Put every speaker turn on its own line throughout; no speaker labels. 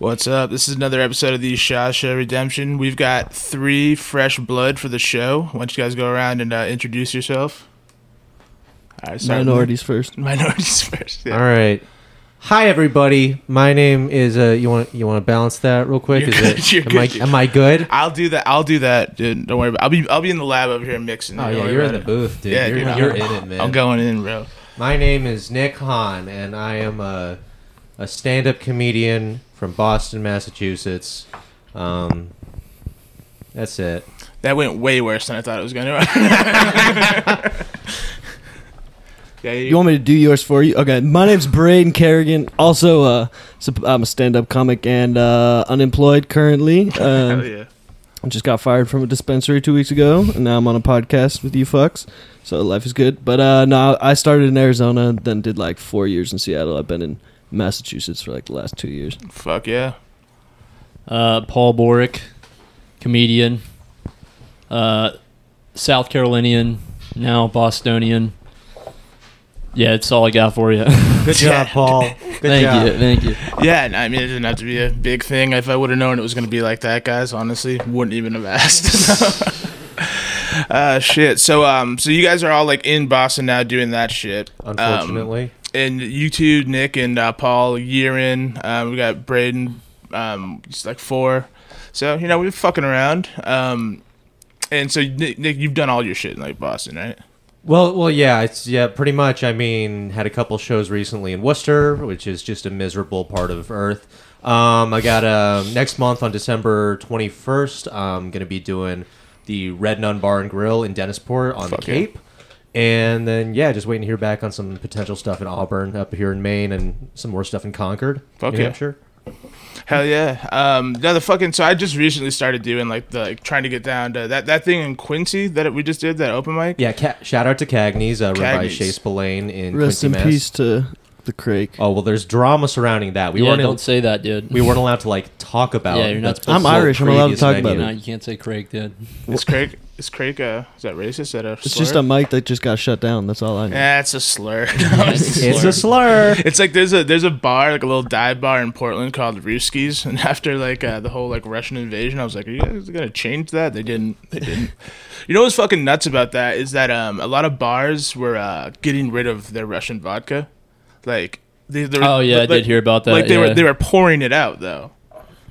What's up? This is another episode of the Shasha Redemption. We've got three fresh blood for the show. Why don't you guys go around and uh, introduce yourself? All right, start with-
Minorities first.
Minorities first. yeah.
All right. Hi everybody. My name is uh you want you want to balance that real quick?
You're
is
good,
it
you're
am
good.
I am I good?
I'll do that. I'll do that. Dude. Don't worry about. I'll be. I'll be in the lab over here mixing.
Oh
Don't
yeah,
worry
you're in
about
the
it.
booth, dude.
Yeah,
you're
dude,
you're
I'm-
in it, man.
I'm going in, bro.
My name is Nick Hahn and I am a a stand-up comedian from Boston, Massachusetts. Um that's it.
That went way worse than I thought it was going to. yeah, you,
You want me to do yours for you? Okay. My name's Braden Kerrigan. Also, uh, sup- I'm a stand-up comic and uh, unemployed currently. Um,
Hell yeah.
I just got fired from a dispensary two weeks ago, and now I'm on a podcast with you fucks. So life is good. But uh, no, I started in Arizona, then did like four years in Seattle. I've been in Massachusetts for like the last two years.
Fuck yeah.
Uh, Paul Borick, comedian, uh, South Carolinian, now Bostonian. Yeah, it's all I got for you.
Good
Yeah. Um,
job, Paul. Good
thank
job.
you, thank you.
Yeah, and I mean, it didn't have to be a big thing. If I would have known it was going to be like that, guys, honestly, wouldn't even have asked. uh, shit. So, um, so you guys are all like in Boston now doing that shit. Um,
Unfortunately.
and you two, Nick and uh, Paul, year in. Um, we got Braden, um, just like four. So you know we're fucking around. Um, and so Nick, Nick, you've done all your shit in like Boston, right?
Well, well, yeah, it's yeah, pretty much. I mean, had a couple shows recently in Worcester, which is just a miserable part of Earth. Um, I got um next month on December twenty first. I'm gonna be doing the Red Nun Bar and Grill in Dennisport on
Fuck
the
yeah.
Cape, and then yeah, just waiting to hear back on some potential stuff in Auburn, up here in Maine, and some more stuff in Concord,
Fuck
New
yeah.
Hampshire.
Hell yeah. Um, no, the fucking. So I just recently started doing like the like, trying to get down to that that thing in Quincy that we just did that open mic.
Yeah, ca- shout out to Cagney's, uh, run by
Cagney's.
Shea Spillane in
Rest
Quincy,
in
Mass.
peace to the Crake.
Oh well, there's drama surrounding that. We
yeah,
weren't
don't
able,
say that, dude.
we weren't allowed to like talk about.
Yeah, you're not
the-
I'm
supposed
Irish, I'm allowed to
previous
talk about
no,
venue.
you can't say Craig, dude.
Is Craig is Craig uh is that racist? Is that a slur?
It's
um,
just a mic that just got shut down. That's all I know.
Yeah, it's a slur.
it's
It's a slur.
It's like there's a there's a bar like a little dive bar in Portland called Ruskies, and after like uh, the whole like Russian invasion, I was like, are you guys gonna change that? They didn't. They didn't. you know what's fucking nuts about that is that um a lot of bars were uh, getting rid of their Russian vodka, like they, they were,
Oh yeah, I
like-
did hear about that.
like they
yeah.
were they were pouring it out though.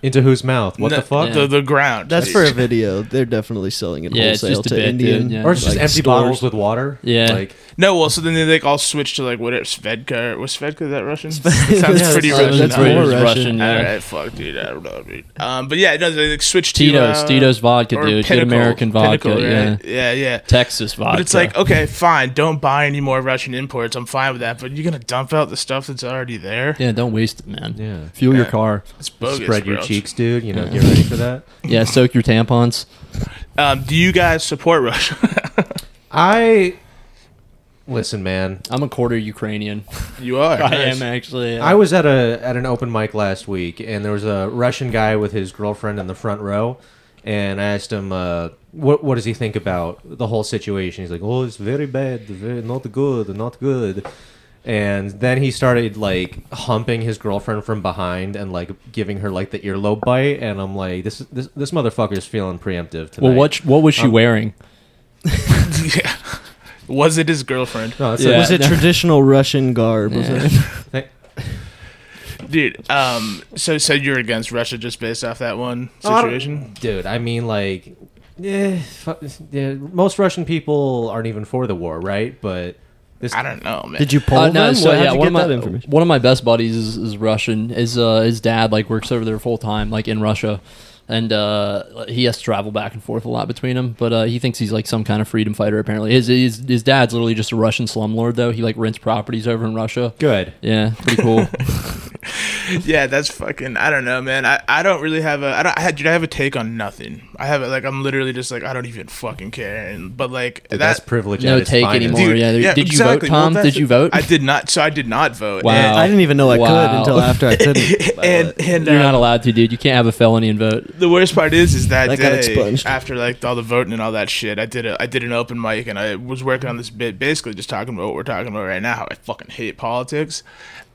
Into whose mouth? What
No,
the fuck?
The, the ground.
That's for a video. They're definitely selling it
Yeah, it's
wholesale
just a
to
bit,
Indian.
dude, yeah.
Or it's just
like,
empty
stores.
bottles with water?
Yeah.
Like,
No, well, so then they like all switched to like what is Svedka? Was Svedka that Russian? It sounds
Yeah, that's-
pretty Russian.
that's
I
more
don't know.
Russian.
yeah.
All right, fuck, dude. I don't know, dude. Um, but yeah, no, they like, switched
Tito's,
to uh,
Tito's vodka,
or
dude. Good
Pinnacle.
American vodka,
Pinnacle,
yeah.
right? yeah, yeah.
Texas vodka.
But it's like, okay, fine. Don't buy any more Russian imports. I'm fine with that. But you're gonna dump out the stuff that's already there.
yeah, don't waste it, man. Yeah,
yeah.
Fuel your car.
It's bogus.
Spread your
bro.
cheeks, dude. You know, get ready for that.
soak your tampons.
Um, do you guys support Russia?
I. Listen, man.
I'm a quarter Ukrainian.
you are.
I
Nice.
am actually. yeah.
I was at a at an open mic last week, and there was a Russian guy with his girlfriend in the front row, and I asked him, uh, "What what does he think about the whole situation?" He's like, "Oh, it's very bad, very not good, not good." And then he started like humping his girlfriend from behind and like giving her like the earlobe bite, and I'm like, "This this this motherfucker's feeling preemptive tonight."
well, what what was she
Um,
wearing?
yeah. Was it his girlfriend,
No, it's
Yeah.
like,
was it
no.
traditional Russian garb? Was
Yeah.
it?
dude? Um, so so you're against Russia just based off that one
Oh, I don't-
situation?
dude. I mean, like, eh, fu- yeah, most Russian people aren't even for the war, right? But this
I don't know, man.
Did you poll
Uh, no,
them?
so
Where- how'd
yeah,
you
one
get
of my
that information?
one of my best buddies is, is Russian. His uh, his dad like works over there full time, like in Russia, and uh, he has to travel back and forth a lot between them. But uh, he thinks he's like some kind of freedom fighter. Apparently, his his, his dad's literally just a Russian slumlord though. He like rents properties over in Russia.
good.
Yeah, pretty cool.
yeah, that's fucking. I don't know, man. I, I don't really have a. I don't. I had. Dude, I have a take on nothing. I have it like I'm literally just like I don't even fucking care. And but like
Dude,
that-
that's privilege.
no
at its
take
finest.
anymore. yeah, there- did you vote,
Well,
Tom?
that's
Did you vote?
I did not. So I did not vote.
Wow.
And,
I didn't even know I could
Wow.
until after I couldn't.
and, and,
You're
uh,
not allowed to, dude. You can't have a felony and vote.
the worst part is, is that,
That got
day
expunged.
after like all the voting and all that shit, I did a, I did an open mic and I was working on this bit, basically just talking about what we're talking about right now. How I fucking hate politics.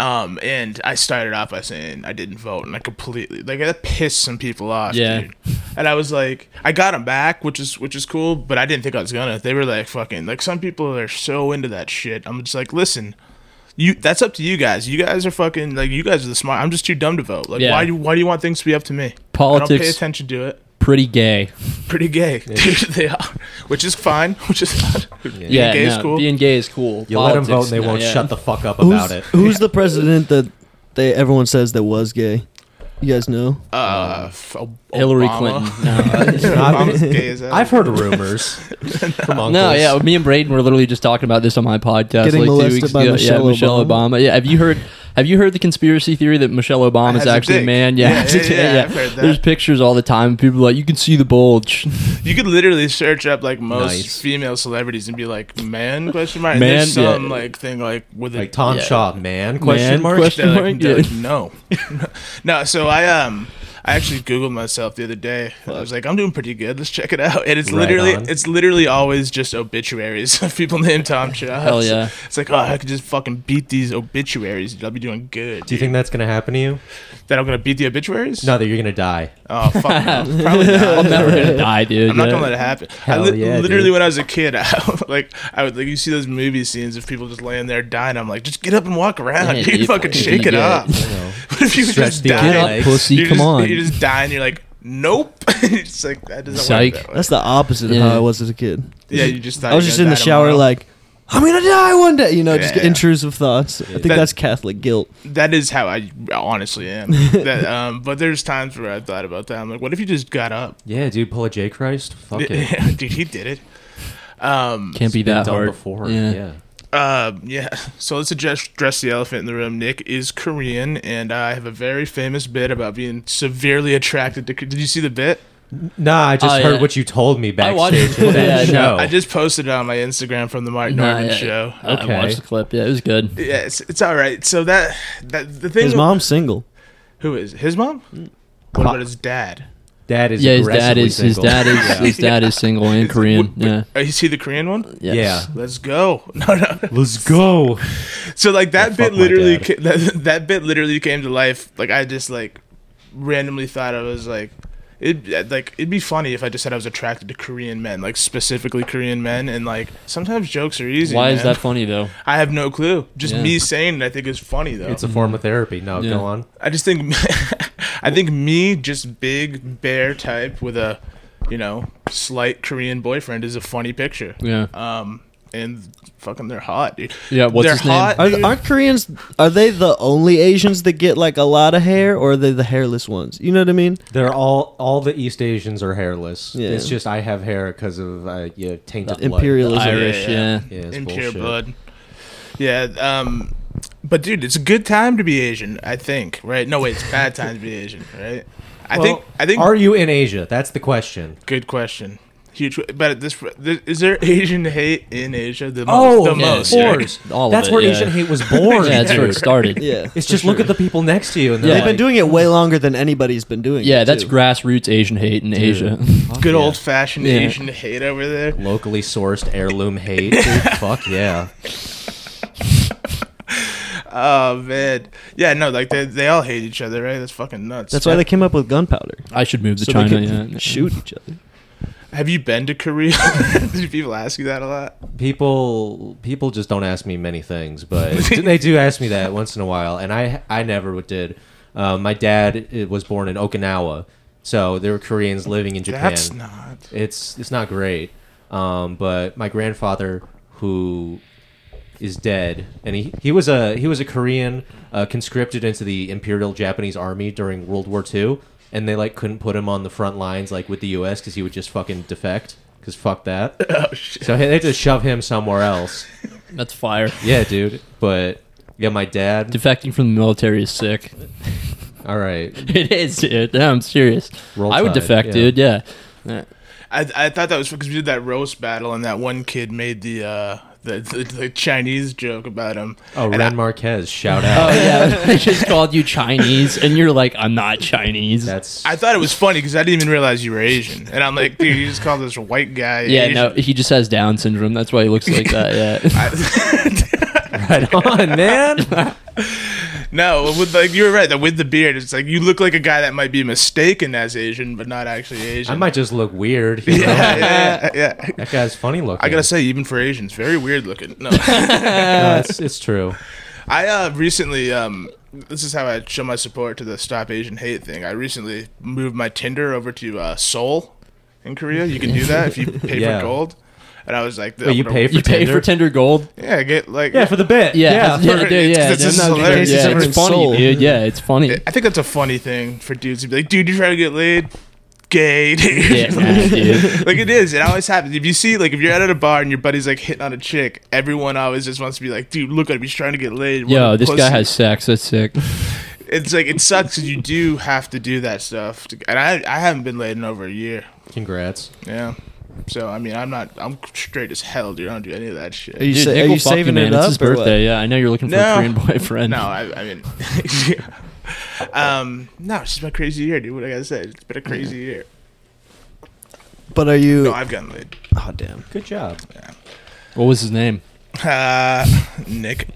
Um, and I started off by by saying I didn't vote, and I completely like that pissed some people off.
Yeah.
dude. and I was like, I got them back, which is which is cool, but I didn't think I was gonna. They were like, fucking, like some people are so into that shit. I'm just like, listen. You, that's up to you guys. You guys are fucking like you guys are the smart. I'm just too dumb to vote. Like
Yeah.
why do why do you want things to be up to me? I don't pay
Politics-
attention to it.
Pretty gay.
Pretty gay, dude. They are, which is fine. Which is being
yeah,
gay is
no,
cool.
being gay is cool.
You let 'em let them vote,
Politics,
and they
no,
won't
yeah.
shut the fuck up
Who's,
about it.
who's the president that they everyone says that was gay? You guys know?
uh, f- Ob-
Um, Hillary
Obama.
Clinton. No.
Uh,
Obama's gay as hell.
I've heard rumors from uncles.
No, yeah, me and Braden were literally just talking about this on my podcast
Getting
like two
molested
weeks
by
ago.
Michelle
yeah, Michelle
Obama.
Obama. Yeah, have you heard? Have you heard the conspiracy theory that Michelle Obama is
Has a
actually a
dick.
man?
Yeah,
Yeah,
yeah, yeah, I've heard that.
There's pictures all the time. of People like you can see the bulge.
You could literally search up like most
Nice.
female celebrities and be like, "Man?" Question mark. And
Man,
there's some
yeah.
like thing like with a
Like Tom
Yeah.
Shaw, man? Question
Man,
mark.
question-
they're like,
mark,
they're
yeah.
like, no, no. So I um. I actually googled myself the other day. and I was like, "I'm doing pretty good. Let's check it out." And it's
Right
literally,
on.
it's literally always just obituaries of people named Tom Shaw.
Hell yeah.
It's like, oh, I could just fucking beat these obituaries. dude. I'll be doing good.
Do you think that's gonna happen to you?
that I'm gonna beat the obituaries?
No, that you're gonna die.
Oh fuck, no. probably not.
I'm never gonna die, dude.
I'm not
Yeah.
gonna let it happen. I
Hell
lit
yeah,
literally,
dude.
when I was a kid, I, like I would like you see those movie scenes of people just laying there dying. I'm like, just get up and walk around.
Yeah,
you
dude,
fucking
fucking
shake
get
it
it.
up.
You know,
What if you
Stretch
just
the
die?
Get up,
legs.
pussy.
You're
come
just,
on.
You just die and you're like, nope. it's like that doesn't
Psych.
work. That way.
That's the opposite of
Yeah.
how I was as a kid.
Yeah, you just. Thought
I was
you were
just in
gonna
the
die
shower
tomorrow.
like I'm gonna die one day, you know, just
Yeah.
intrusive thoughts. I think
That-
that's Catholic guilt.
that is how I honestly am. that, um, but there's times where I thought about that. I'm like, what if you just got up?
yeah, dude, pull a J Christ. Fuck it.
Dude, he did it. Um,
Can't be
Been
that
done
hard.
before.
Yeah.
yeah.
Um, yeah. So let's address dress the elephant in the room. Nick is Korean, and I have a very famous bit about being severely attracted to. Did you see the bit?
Nah, I just
Oh,
heard
yeah.
what you told me
I watched
backstage
it.
at that
Yeah,
show.
no.
I just posted it on my Instagram from the Mark
Oh. Nah,
Norman
yeah. Oh.
show.
I
Okay.
watched the clip. Yeah, it was good.
Yeah, it's, it's all right. So that that the thing.
His mom's single.
Who is his mom?
Mm.
What about his dad?
Dad is
Yeah, his dad
aggressively
is his
single.
dad is
Yeah.
his dad is single and Korean. Yeah.
Oh, you see the Korean one?
Yes.
Yeah.
Let's go. No, no.
Let's go.
So like that
Yeah,
bit
fuck my
literally
dad.
ca- that, that bit literally came to life. Like I just like randomly thought I was like it like it'd be funny if I just said I was attracted to Korean men, like specifically Korean men and like sometimes jokes are easy.
Why is
man.
that funny though?
I have no clue. Just
Yeah.
me saying it I think is funny though.
It's a form of therapy. No,
Yeah.
go on.
I just think I think me just big bear type with a you know slight Korean boyfriend is a funny picture.
Yeah.
Um and fucking they're hot, dude.
Yeah, what's
they're
his name?
hot,
Are,
dude.
aren't Koreans? Are they the only Asians that get like a lot of hair, or are they the hairless ones? You know what I mean?
They're all all the East Asians are hairless.
Yeah.
It's just I have hair because of uh, yeah, tainted blood.
Imperialism.
Irish,
Yeah, yeah.
yeah.
Yeah, it's
in pure
bullshit.
blood. Yeah, um, but dude, it's a good time to be Asian. I think, right? No, wait, it's a bad time to be Asian, right? I
Well,
think. I think.
Are you in Asia? That's the question.
good question. Huge. que- But at this, this is there Asian hate in Asia? The most. the
yeah,
most.
Oh, of
Right?
course. All of
That's
it,
where
yeah.
Asian hate was born.
Yeah, that's where it
dude.
started.
Yeah,
It's just look at the people next to you. And
Yeah.
they're
they've
like,
been doing it way longer than anybody's been doing.
Yeah,
it,
that's
too.
grassroots Asian hate in Asia.
Good
Yeah.
old fashioned
Yeah.
Asian hate over there.
locally sourced heirloom hate. Dude, fuck yeah.
Oh man. Yeah. No. Like they, they all hate each other, right? That's fucking nuts.
That's why they came up with gunpowder.
I should move to
So
China.
they could
yeah.
shoot each other.
Have you been to Korea? Did people ask you that a lot?
People people just don't ask me many things, but they do ask me that once in a while, and I I never did. Uh, my dad uh, was born in Okinawa, so there were Koreans living in Japan.
That's not.
It's it's not great. Um, but my grandfather, who is dead, and he, he was a he was a Korean uh, conscripted into the Imperial Japanese Army during World War II, and they like couldn't put him on the front lines like with the U.S. because he would just fucking defect. Cause fuck that.
Oh,
So they had to shove him somewhere else.
That's fire.
Yeah, dude. But yeah, my dad.
Defecting from the military is sick.
All right,
It is, dude. No, I'm serious.
Roll
I would
Tide,
defect,
yeah.
dude. Yeah. Yeah.
I, I thought that was because we did that roast battle and that one kid made the uh the, the, the Chinese joke about him.
Oh,
And
Ren
I,
Marquez, shout out.
Oh yeah. they just called you Chinese, and you're like, I'm not Chinese.
That's
I thought it was funny because I didn't even realize you were Asian. And I'm like, dude, you just called this white guy.
yeah,
Asian.
no, he just has Down syndrome. That's why he looks like that. Yeah.
I-
right on, man.
No, with like you were right that with the beard, it's like you look like a guy that might be mistaken as Asian, but not actually Asian.
I might just look weird. you know?
yeah, yeah, yeah.
That guy's funny looking.
I gotta say, even for Asians, very weird looking. No,
No, it's, it's true.
I uh, recently, um, this is how I show my support to the Stop Asian Hate thing. I recently moved my Tinder over to uh, Seoul in Korea. You can do that if you pay
Yeah.
for gold. And I was like,
Wait, you
I'm
pay
gonna-
for
you pay
Tinder?
for Tinder Gold.
Yeah, get like
yeah, for the bit.
Yeah,
yeah.
yeah,
for-
dude,
it's-
yeah,
it's
yeah.
just hilarious.
yeah,
It's
it's funny,
sold.
dude. Yeah, it's funny.
I think that's a funny thing for dudes to be like, dude, you trying to get laid? Gay, dude.
Yeah, dude.
like it is. It always happens. If you see, like, if you're out at a bar and your buddy's like hitting on a chick, everyone always just wants to be like, dude, look at him. He's trying to get laid. What
Yo,
a
this
pussy."
guy has sex. That's sick.
It's like it sucks 'cause you do have to do that stuff. To, and I, I haven't been laid in over a year.
Congrats.
Yeah. So I mean, I'm not. I'm straight as hell, dude. I don't do any of that
Are
shit.
you,
Dude,
sa-
Nick
are
will
you
fuck
saving
man.
it up?
It's his
or what?
birthday. Yeah, I know you're looking for
No.
a Korean boyfriend.
No, I, I mean, um, no. It's just been a crazy year, dude. What I gotta say, it's been a crazy year.
But are you?
No, I've gotten laid.
oh damn!
Good job.
What was his name?
Uh, Nick.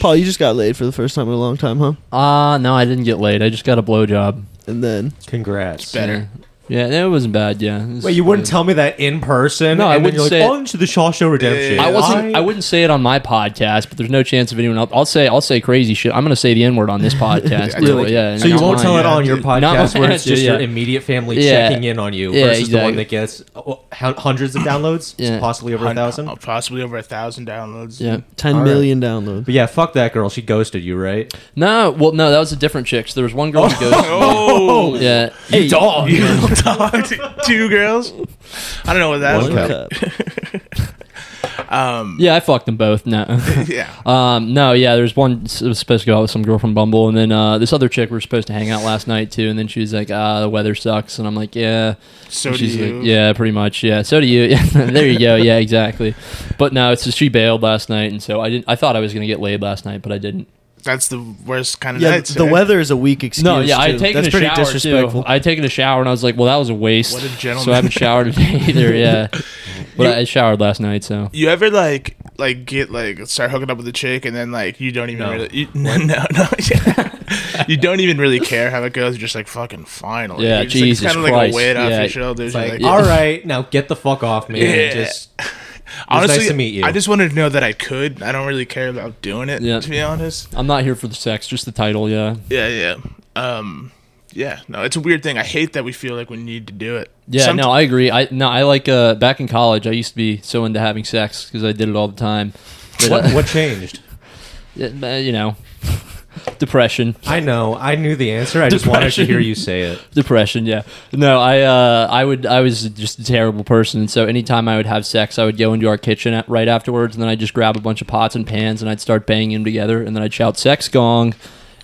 Paul, you just got laid for the first time in a long time, huh?
Ah, no, I didn't get laid. I just got a blowjob.
And then
Congrats.
Better.
Yeah, yeah, it wasn't bad. Yeah. It was-
Wait, you wouldn't tell me that in person?
No,
and
I
then
wouldn't
you're like,
say it.
On to the Shawshank Redemption.
Yeah.
I wasn't. I, wouldn't say it on my podcast, but there's no chance of anyone else. I'll say. I'll say crazy shit. I'm gonna say the n word on this podcast.
Really?
really? Yeah. and
So you
that's
won't
mine.
tell it
yeah.
on your
Not
podcast
mine,
where it's
dude,
just your
yeah.
immediate family
Yeah,
checking in on you
yeah,
versus the one
exactly.
that gets oh, hun- hundreds of downloads,
Yeah. oh.
possibly over a thousand.
Hun- uh, possibly over a thousand downloads.
Yeah.
ten
All right.
million downloads.
But yeah, fuck that girl. She ghosted you, right?
No. Well, no. That was a different chick. So there was one girl who goes.
Oh,
Yeah.
Hey, dog.
Dog, two girls. I don't know what that
One
was.
cup.
Cup.
Um,
Yeah, I fucked them both. No.
yeah.
Um, no, yeah, there's one s- was supposed to go out with some girl from Bumble, and then uh, this other chick we were supposed to hang out last night too, and then she was like, "Ah, the weather sucks," and I'm like, "Yeah."
So
And
do
she's
you?
like, "Yeah, pretty much. Yeah, so do you. Yeah, there you go. Yeah, exactly." But no, it's just she bailed last night, and so I didn't. I thought I was gonna get laid last night, but I didn't.
That's the worst kind of
Yeah,
nights,
the
eh?
weather is a weak excuse.
no, yeah, I
too.
had taken
That's
a
pretty
shower
disrespectful.
too. I had taken a shower, and I was like, "Well, that was a waste."
What a
So I
gentleman.
haven't showered today either. Yeah, but I showered last night, so.
You ever like like get like start hooking up with a chick and then like you don't even
No.
really you, no no no yeah. you don't even really care how it goes. You're just like fucking finally.
Yeah,
You're just, like,
Jesus
it's kind of like
Christ.
a weight off
Yeah.
your shoulders.
It's
You're
like,
like,
all right, now get the fuck off me.
Yeah.
Just
honestly,
nice to meet you.
I just wanted to know that I could. I don't really care about doing it.
Yeah.
To be honest.
I'm not here for the sex, just the title, yeah.
Yeah, yeah. Um, yeah, no, it's a weird thing. I hate that we feel like we need to do it.
Yeah,
Somet-
no, I agree. I no, I like uh, back in college. I used to be so into having sex because I did it all the time. But, uh,
what, what changed?
uh, you know, depression,
I know. I knew the answer. I just wanted to hear you say it.
depression. Yeah, no, I uh, I would I was just a terrible person. And so anytime I would have sex, I would go into our kitchen at, right afterwards, and then I'd just grab a bunch of pots and pans and I'd start banging them together, and then I'd shout "sex gong."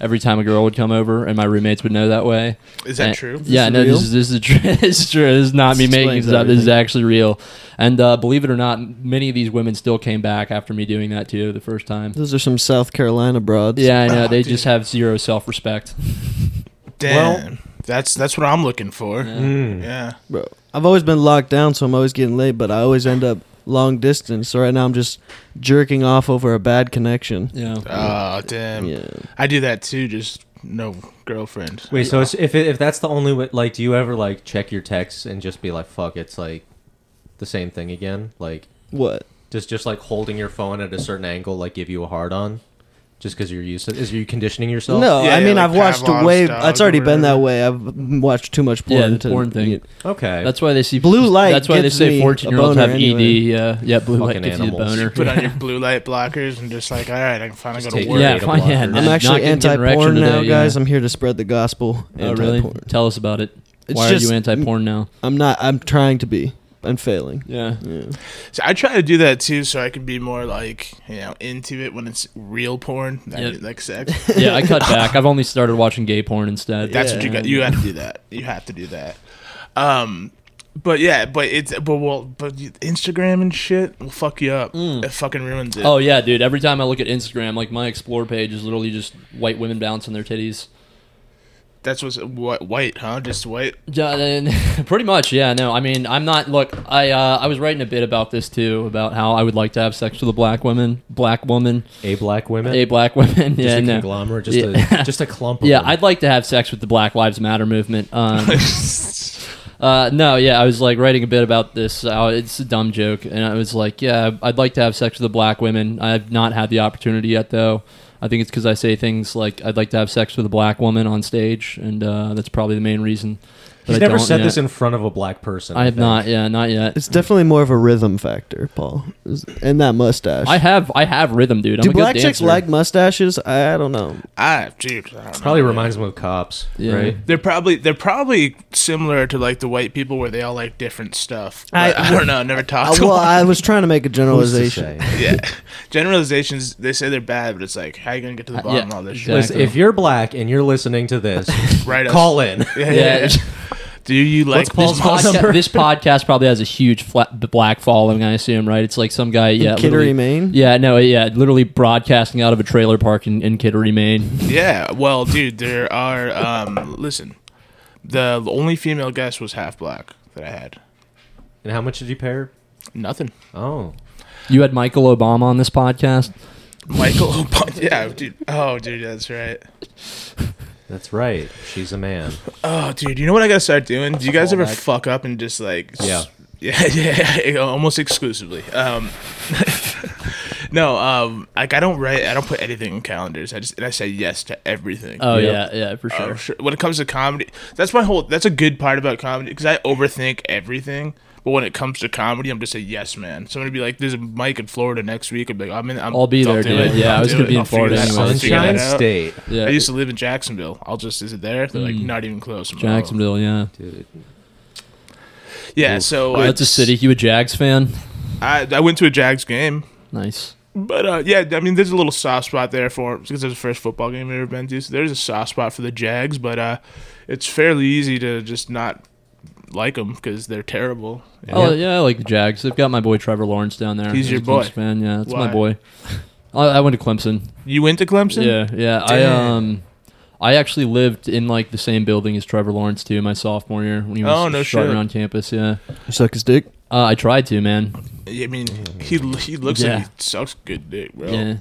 Every time a girl would come over, and my roommates would know that way.
Is that
And-
true?
eh, Yeah,
Is this
no,
real?
this is this is true. this is true. This is not me
This
making
explains
this up. This is
everything.
actually real. And uh, believe it or not, many of these women still came back after me doing that too the first time.
Those are some South Carolina broads.
Yeah, I know. They
dude.
just have zero self respect.
Damn. that's that's what I'm looking for. Yeah.
Mm.
bro. I've always been locked down, so I'm always getting laid, but I always end up long distance. So right now I'm just jerking off over a bad connection.
Yeah.
Oh damn.
Yeah.
I do that too. Just no girlfriend.
Wait, so it's, if it, if that's the only way, like, do you ever like check your texts and just be like, "Fuck," it's like the same thing again? Like,
What?
does just like holding your phone at a certain angle like give you a hard on? Just because you're used to? Is you conditioning yourself?
No,
Yeah,
I
yeah,
mean
like
I've watched
Pavlov's
a way.
dog
It's
or
already been
whatever.
that way. I've watched too much porn.
Yeah, the
to-
porn thing.
Okay.
That's why they see.
Blue light
That's why they
gives me
say
a
fourteen year olds
boner
have
anyway.
ED. Yeah, yeah. Blue
Fucking
light gives you the
animals.
boner.
Put on your blue light blockers and just like, all right, I can finally
Just
go to
take
work.
it.
Yeah,
Beta
fine, yeah.
blockers.
not-
I'm actually
not getting
anti-porn
erection
now,
today,
guys.
yeah.
I'm here to spread the gospel.
Oh, really?
Anti-porn.
Tell us about it.
It's
Why are
just-
you anti porn now?
I'm not. I'm trying to be. I'm failing.
Yeah.
Yeah.
So I try to do that too, so I can be more like you know into it when it's real porn, I
Yep.
mean, like sex.
Yeah, I cut back. I've only started watching gay porn instead.
That's what you
Yeah.
got. You have to do that. You have to do that. Um, but yeah, but it's but well, but Instagram and shit will fuck you up. It fucking ruins it.
Oh yeah, dude. Every time I look at Instagram, like my explore page is literally just white women bouncing their titties.
That's what's what white, huh? Just white.
Yeah, and pretty much. Yeah, no. I mean, I'm not. Look, I uh, I was writing a bit about this too, about how I would like to have sex with a black woman, black woman,
A black women.
a black woman.
just
Yeah,
a
no.
conglomerate, just
Yeah.
a just a clump. Of
Yeah,
them.
I'd like to have sex with the Black Lives Matter movement. Um, uh, no, yeah, I was like writing a bit about this. Uh, it's a dumb joke, and I was like, yeah, I'd like to have sex with the black women. I've not had the opportunity yet, though. I think it's because I say things like I'd like to have sex with a black woman on stage, and uh, that's probably the main reason. that
He's
I
never
don't
said
yet.
this in front of a black person.
I have
think.
not. Yeah, not yet.
It's definitely more of a rhythm factor, Paul, Is- and that mustache.
I have. I have rhythm, dude. I'm
Do
a good
black chicks
dancer.
like mustaches? I, I don't know.
I, dude, Ah, I don't know.
Probably reminds him of cops,
Yeah.
right?
They're probably they're probably similar to like the white people where they all like different stuff. I, I don't know. I never
I,
talked. to
well,
one.
I was trying to make a
Who's to
generalization.
say?
yeah. Generalizations. They say they're bad, but it's like how you gonna get to the
Uh,
bottom
yeah,
of all this
exactly.
shit?
Listen, if you're black and you're listening to this,
Right. us.
call in.
Yeah.
Yeah.
yeah. Do you like
What's Paul's
this?
phone
podcast?
Podca-
number?
this podcast probably has a huge fla- b- black following, I assume, right? It's like some guy, yeah,
Kittery,
literally-
Maine.
Yeah, no, yeah, literally broadcasting out of a trailer park in, in Kittery, Maine.
Yeah. Well, dude, there are. Um, listen, the only female guest was half black that I had.
And how much did you pay her?
Nothing.
Oh,
You had Michael Obama on this podcast.
Michael Obama. Yeah, dude. Oh, dude, that's right.
that's right. She's a man.
Oh, dude, you know what I gotta start doing? Do you guys ever
Fallback.
fuck up and just like? s-
Yeah.
Yeah, yeah, yeah, almost exclusively. Um, no, um, like I don't write, I don't put anything in calendars. I just and I say yes to everything.
Oh
Yep.
yeah, yeah, for
Oh,
sure.
sure. When it comes to comedy, that's my whole. That's a good part about comedy because I overthink everything. But when it comes to comedy, I'm just a yes man. Somebody be like, "There's a mic in Florida next week." I'm like, "I'm in. I'm,
I'll be there,
do
dude.
it.
Yeah, I
I'll
was
do
gonna
it.
be in
I'll figure
Florida
that-
anyway.
I'll figure that
Sunshine
out."
State.
yeah,
I used to live in Jacksonville. I'll just is it there? They're like not even close. I'm like, oh.
Hmm. Jacksonville. Yeah,
Dude,
Yeah, so
Oh,
I-
that's a city. You a Jags fan?
I, I went to a Jags game.
Nice.
But uh, yeah, I mean, there's a little soft spot there for because it's the first football game I've ever been to. So there's a soft spot for the Jags, but uh, it's fairly easy to just not like them because they're terrible.
Oh yeah, I like the Jags. They've got my boy Trevor Lawrence down there.
He's
a
your boy.
Clemson fan. Yeah, that's
Why?
my boy. I, I went to Clemson.
You went to Clemson?
Yeah, yeah. I
Damn.
um, I actually lived in like the same building as Trevor Lawrence too. My sophomore year when he was
Oh, no
starting
shit.
on campus. Yeah,
You suck his dick.
uh, I tried to, man.
I mean, he he looks
Yeah.
like he sucks good dick, bro.
Yeah,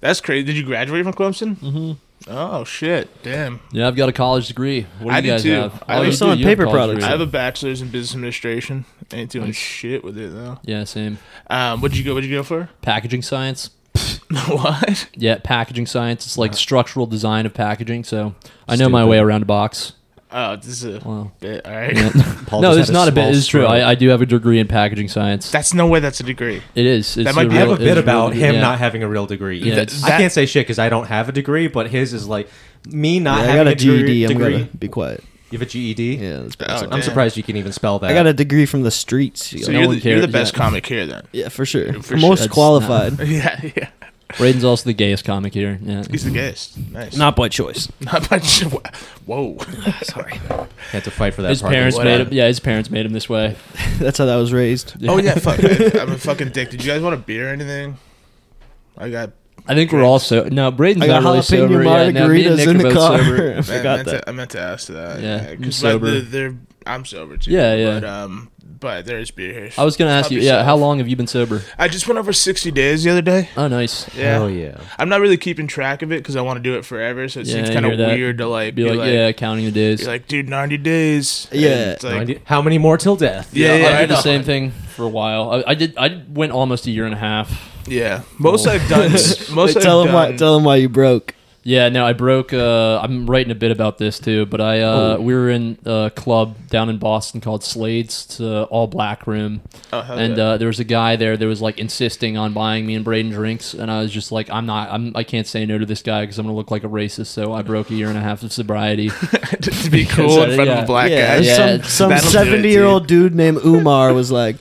That's crazy. Did you graduate from Clemson? Mm-hmm. Oh shit! Damn.
yeah. I've got a college degree. What do
I
you
do,
guys
too.
have? Oh,
I was
you do,
selling
you have a
paper
college
products.
I
degree.
have a bachelor's in business administration. Ain't doing shit with it though.
yeah, same.
Um, what'd you go? What'd you go for?
Packaging science.
what?
Yeah, packaging science. It's
Uh-huh.
like structural design of packaging. So I know my way around a box.
Oh, this is a
Wow.
bit. All right.
Yeah.
Paul
no,
just
it's
had
not a bit.
small
It's true.
stroke.
I, I do have a degree in packaging science.
That's no way. That's a degree.
it is. It's
might be-
real-
I
have a
it's
bit
real
about
degree,
him
yeah.
not having a real degree.
Yeah,
Th-
it's-
I can't say shit because I don't have a degree, but his is like me not
Yeah, I
having
got a
E
degree.
GED. I'm
degree.
gonna be quiet.
You have a GED?
Yeah, that's
Oh,
pretty
I'm
damn.
surprised you can even spell that.
I got a degree from the streets. you
So
know?
you're,
one
the, you're the
cares,
best
yeah.
comic here, then.
yeah, for sure.
For sure.
Most
That's
qualified.
yeah, yeah.
Braden's also the gayest comic here. Yeah.
He's the guest. Nice.
Not by choice.
Not much. Whoa.
Sorry.
had to fight for that.
His
part.
parents
What
made
up?
him. Yeah, his parents made him this way.
That's how that was raised.
Oh yeah. Fuck. I, am a fucking dick. Did you guys want a beer or anything? I got.
I think we're all so. No, Braden's
I got
not really sober.
jalapeno
Yeah, no, me and
margaritas
Nick
in
are
the
both
car.
sober.
I
I,
forgot that.
meant To, I meant to ask that.
Yeah, I'm
'cause
sober.
They're, they're, I'm sober too.
Yeah, yeah.
But um, but there is beer here.
I was gonna ask
Help
you. Yeah,
yourself.
how long have you been sober?
I just went over 60 days the other day.
Oh, nice.
Yeah.
Hell yeah.
I'm not really keeping track of it because I want to do it forever. So it
Yeah,
seems
I
kind
hear
of
that.
weird to like
Be like, yeah, counting the days.
be like, dude, 90 days. And
Yeah.
it's like-
90 how many more till death?
yeah, yeah,
I
I
did the
know.
same thing for a while. I, I did. I went almost a year and a half.
Yeah, most
Well-
I've done. Most I've
tell him
done,
why. Tell him why you broke.
Yeah, no, I broke. Uh, I'm writing a bit about this too, but I uh,
Oh.
we were in a club down in Boston called Slade's, it's a all black room,
Oh, hell
and
yeah.
uh, there was a guy there that was like insisting on buying me and Braden drinks, and I was just like, I'm not, I'm, I can't say no to this guy because I'm gonna look like a racist. So I broke a year and a half of sobriety.
to be cool in front of
yeah.
a black
yeah,
guy.
yeah.
some some
That'll do it,
seventy year old dude named Umar was like,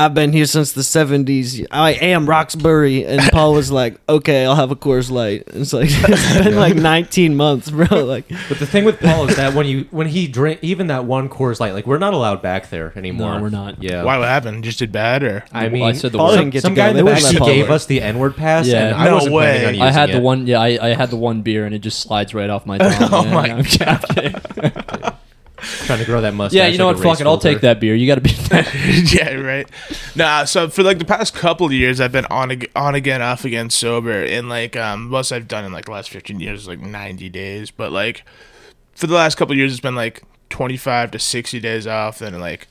I've been here since the '70s. I am Roxbury." And Paul was like, "Okay, I'll have a Coors Light." And it's like it's been like 19 months, bro. Like,
But the thing with Paul is that when you when he drink even that one Coors Light, like we're not allowed back there anymore.
we're not.
Yeah.
Why? What happened? Just did bad, or
I
Well,
mean,
I said the
Paul
word.
didn't get some guy in the
They let
back
Paul
gave
in.
us the N word pass.
Yeah.
and I
No
wasn't
way.
planning on
I had
using
the
it.
one. Yeah, I, I had the one beer and it just slides right off my tongue.
Oh
yeah,
my
I'm kidding.
trying to grow that mustache.
Yeah, you know
like
what?
a
Fuck
race
it. I'll take
filter.
that beer. You got to be.
yeah, right. Nah, so for like the past couple of years, I've been on ag- on again, off again, sober, and like um, most I've done in like the last fifteen years is like ninety days, but like for the last couple of years, it's been like twenty five to sixty days off, and like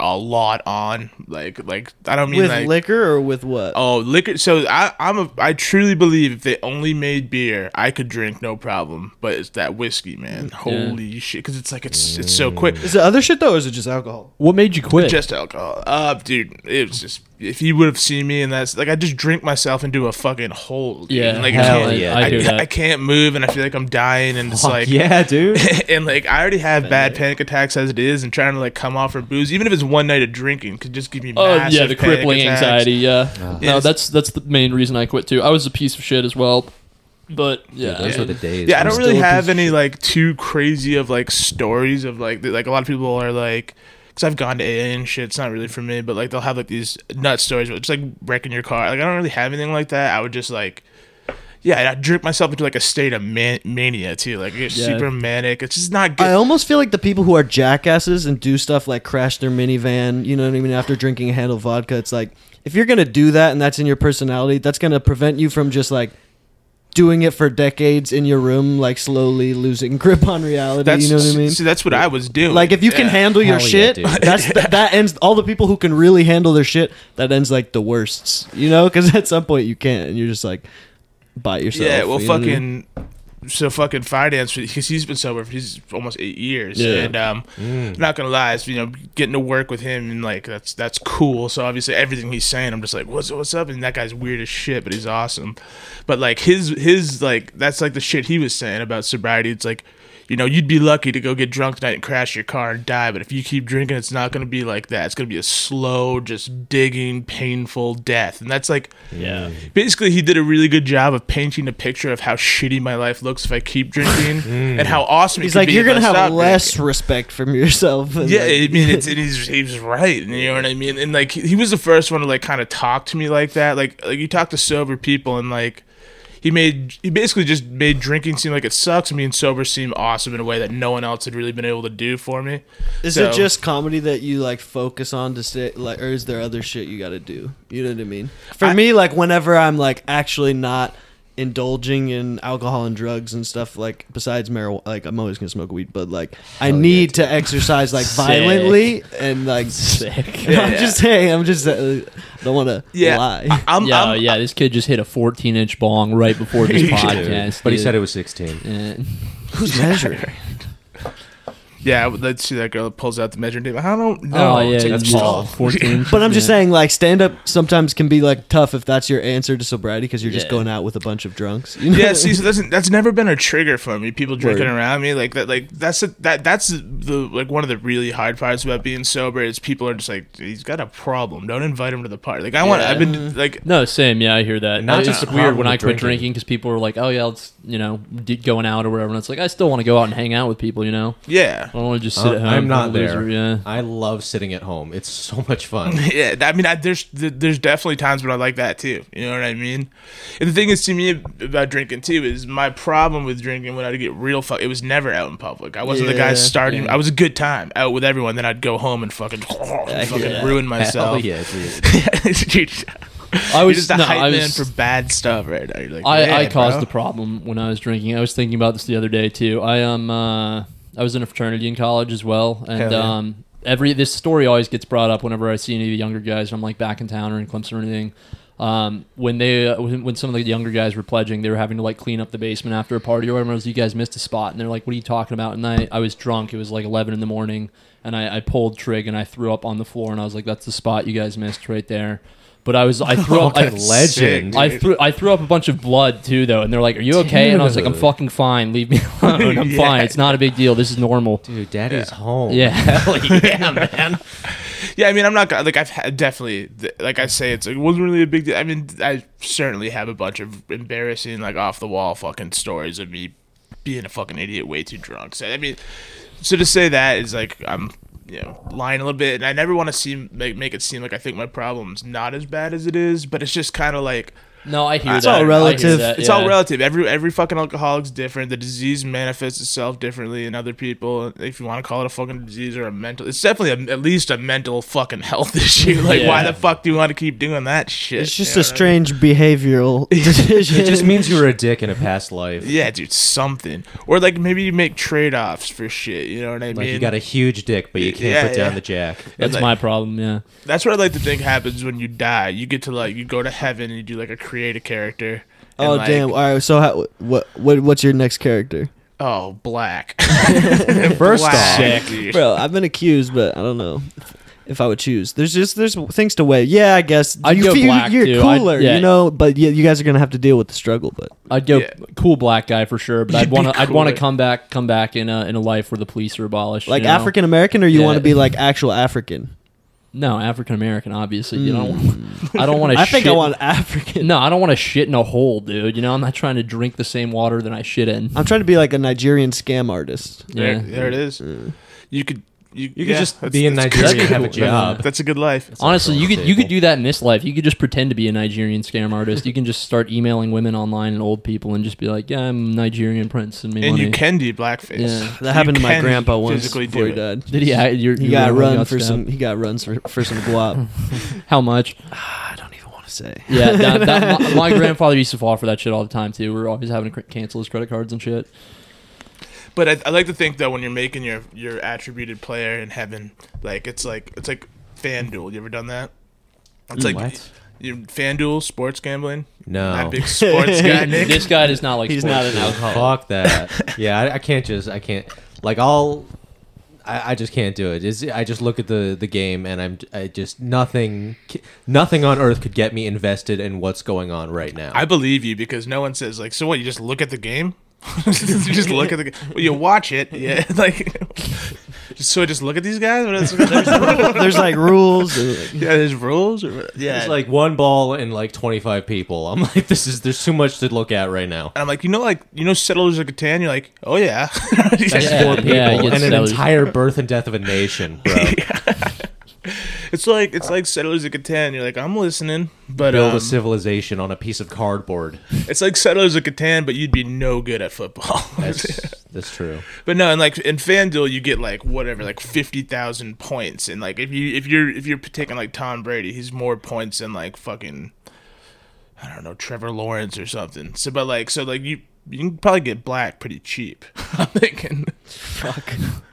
a lot on, like like I don't mean
with
like
liquor or with what?
Oh, liquor. So I, I'm a. I truly believe if they only made beer, I could drink no problem. But it's that whiskey, man. Holy shit! Because it's like it's it's so quick.
Is it other shit though, or is it just alcohol?
what made you quit?
Just alcohol. Uh, dude, it was just if you would have seen me and that's like I just drink myself into a fucking hole. dude.
Yeah,
like
hell
I can't,
yeah,
I,
I hear that.
I can't move and I feel like I'm dying and it's
Fuck
like
yeah, dude.
and like I already have bad panic attacks as it is and trying to like come off from booze even if it's one night of drinking could just give me
Oh
massive
yeah, the
panic
crippling
attacks.
anxiety. Yeah, no,
Yes.
that's that's the main reason I quit too. I was a piece of shit as well, but yeah,
Those
I-
were the days.
Yeah, I
man.
don't
still
really
a piece
have
of
any like too crazy of like stories of like th- like a lot of people are like because I've gone to AA and shit. It's not really for me, but like they'll have like these nut stories, which like wrecking your car. Like I don't really have anything like that. I would just like. Yeah, I drink myself into like a state of man- mania too. Like it's
Yeah.
super manic. It's just not
I
good.
almost feel like the people who are jackasses and do stuff like crash their minivan, you know what I mean, after drinking a handle of vodka, it's like if you're gonna do that and that's in your personality, that's gonna prevent you from just like doing it for decades in your room, like slowly losing grip on reality.
That's
you know what I mean?
See, that's what I was doing.
Like if you can
Yeah.
handle your
Hell yeah,
shit,
dude.
that's that, that ends all the people who can really handle their shit. That ends like the worsts, you know, because at some point you can't, and you're just like bite yourself.
Yeah, well,
you know what I mean?
fucking. So fucking finance because he's been sober for he's almost eight years
Yeah.
and um
Mm.
not gonna lie it's you know getting to work with him and like that's that's cool so obviously everything he's saying I'm just like what's what's up and that guy's weird as shit but he's awesome but like his his like that's like the shit he was saying about sobriety it's like you know you'd be lucky to go get drunk tonight and crash your car and die but if you keep drinking it's not gonna be like that it's gonna be a slow just digging painful death and that's like
yeah.
basically he did a really good job of painting a picture of how shitty my life looks if I keep drinking
Mm.
and how awesome it
He's
could
like,
be
you're
if
gonna
I
have
stop
less
drinking."
respect from yourself. and,
Yeah,
like-
I mean, it's, and he's he was right. You know what I mean? And like, he he was the first one to like kind of talk to me like that. Like, like you talk to sober people, and like, he made he basically just made drinking seem like it sucks, and being sober seem awesome in a way that no one else had really been able to do for me.
Is
So-
it just comedy that you like focus on to stay like, or is there other shit you got to do? You know what I mean? For
I-
me, like whenever I'm like actually not indulging in alcohol and drugs and stuff, like besides marijuana, like I'm always gonna smoke weed, but like I need to exercise like violently and like.
Sick.
Yeah,
I'm
yeah.
just saying. I'm just. Uh, don't want to
Yeah,
lie.
I'm,
yeah,
I'm-
yeah. This kid just hit a 14 inch bong right before this
He did.
podcast.
But he
dude.
said it was 16.
Yeah.
Who's measuring?
yeah. Let's see that girl that pulls out the measuring tape. I don't know.
Oh yeah,
It's like,
that's
"That's Paul."
14.
But I'm just
Yeah.
saying, like, stand up sometimes can be like tough if that's your answer to sobriety because you're just
Yeah.
going out with a bunch of drunks. You know?
yeah, see, so that's that's never been a trigger for me. People drinking
Word.
around me, like that, like that's a, that that's the like one of the really hard parts about being sober is people are just like, he's got a problem. Don't invite him to the party. Like I want, I've been like,
No, same. Yeah, I hear that.
Not
Not it's
just
just
the
weird
problem
when I
with
quit
drinking.
drinking because people were like, "Oh yeah, it's you know d- going out or whatever," and it's like I still want to go out and hang out with people. You know,
yeah,
I don't want to just sit at
I'm
home.
Uh, I'm not
I'm a loser,
there.
Yeah.
I love sitting at home. It's so much fun.
yeah. I mean, I, there's there's definitely times when I like that too. You know what I mean? And the thing is, to me about drinking too is my problem with drinking when I get real fuck. It was never out in public. I wasn't the guy
Yeah,
starting.
yeah.
I was a good time out with everyone. Then I'd go home and fucking fucking ruin
Oh,
myself.
Hell yeah, dude.
Dude,
I
You're
was
just a
no,
hype
I was,
man for bad stuff right now. You're like,
I, I
"Man,
caused
bro."
the problem when I was drinking. I was thinking about this the other day too. I um uh, I was in a fraternity in college as well,
Hell
and
yeah.
um every this story always gets brought up whenever I see any of the younger guys. And I'm like back in town or in Clemson or anything. Um, when they uh, when, when some of the younger guys were pledging, they were having to like clean up the basement after a party or whatever. I was, you guys missed a spot, and they're like, "What are you talking about?" And I I was drunk. It was like 11 in the morning, and I, I pulled trig and I threw up on the floor, and I was like, "That's the spot you guys missed right there." But I was I threw up. I,
Fucking legend.
sick,
I threw I threw up a bunch of blood too though, and they're like, "Are you okay?" And I was like, "I'm
Dude.
fucking fine. Leave me alone. I'm
Yeah.
fine. It's not a big deal. This is normal."
Dude, daddy's home.
Yeah,
Hell yeah, man.
Yeah, I mean, I'm not gonna like I've had definitely th- like I say it's like, it wasn't really a big deal. I mean, I certainly have a bunch of embarrassing like off the wall fucking stories of me being a fucking idiot, way too drunk. So I mean, so to say that is like I'm you know lying a little bit, and I never want to seem make, make it seem like I think my problem's not as bad as it is, but it's just kind of like.
No, I hear
It's
that.
all
I hear
relative.
that,
It's
yeah.
all relative. Every every fucking alcoholic's different. The disease manifests itself differently in other people. If you want to call it a fucking disease or a mental, it's definitely a, at least a mental fucking health issue. Like, why
Yeah.
the fuck do you want to keep doing that shit?
It's just
You
a
know what I mean?
strange behavioral decision.
It just means you were a dick in a past life.
Yeah, dude, something. Or like maybe you make trade offs for shit. You know what I
Like
mean?
you got a huge dick, but you can't
Yeah,
put down
yeah.
the jack.
That's
like-
my problem. Yeah.
That's what I like to think happens when you die. You get to like you go to heaven and you do like a create a character. and,
oh
like,
damn! All right, so how, what what what's your next character,
Oh, black.
First
Black,
off,
dude.
bro? I've been accused, but I don't know if I would choose. There's just there's things to weigh. Yeah, I guess
I'd go
feel-
black,
You're
too. I'd-
cooler,
yeah.
you know. But yeah, you guys are gonna have to deal with the struggle. But
I'd go
Yeah.
cool black guy for sure, but I'd
You'd be
want to. I'd want to
cooler.
come back, come back in a in a life where the police are abolished.
like
you know?
African American, or you
Yeah.
want to be like actual African?
No, African American. Obviously, you don't. I don't want to.
I think I want African.
No, I don't want to shit in a hole, dude. You know, I'm not trying to drink the same water that I shit in.
I'm trying to be like a Nigerian scam artist.
There,
Yeah.
there it is. You could you,
you could
yeah,
just
that's-
be in
that's
Nigeria and
good.
have a job.
That's a good life.
Honestly, you could you
Staple.
could do that in this life. You could just pretend to be a Nigerian scam artist. You can just start emailing women online and old people and just be like, "Yeah, I'm Nigerian prince." And, me
And you
money."
can do blackface.
Yeah.
That happened
You
to my
can
grandpa once
physically do
before he
it.
died.
Did he? I- Your,
He
your
got
little
run
got
for some.
stabbed.
He got runs for, for some guap. Ah,
How much?
I don't even want to say.
Yeah, that, that, my, my grandfather used to fall for that shit all the time too. We are always having to cr- cancel his credit cards and shit.
But I, I like to think though when you're making your your attributed player in heaven, like it's like it's like FanDuel. You ever done that?
Mm,
It's like
what?
You, FanDuel sports gambling.
Oh.
no.
That big sports guy, Nick.
This guy does not like.
He's
sports,
not an
dude.
Fuck that. Yeah, I, I can't just. I can't. Like I'll. I, I just can't do it. It's, I just look at the, the game and I'm I just nothing nothing on earth could get me invested in what's going on right now.
I believe you because no one says like, so what? You just look at the game. you just look at the. Game. Well, you watch it. Yeah, like. So I just look at these guys. What is-
There's like rules. and, like,
yeah, there's rules. Or, yeah,
It's like one ball and like 25 people. I'm like, this is there's too much to look at right now.
And I'm like, you know, like you know, Settlers of Catan. You're like, oh yeah,
That's
Yeah,
four
yeah,
people
it gets-
and an
that was-
entire birth and death of a nation, bro.
it's like it's like Settlers of Catan. You're like, I'm listening, but
Build
um,
a civilization on a piece of cardboard.
it's like Settlers of Catan, but you'd be no good at football.
That's that's true.
but no, and like in FanDuel, you get like whatever, like fifty thousand points, and like if you if you're if you're taking like Tom Brady, he's more points than like fucking I don't know Trevor Lawrence or something. So, but like so like you. You can probably get black pretty cheap. I'm thinking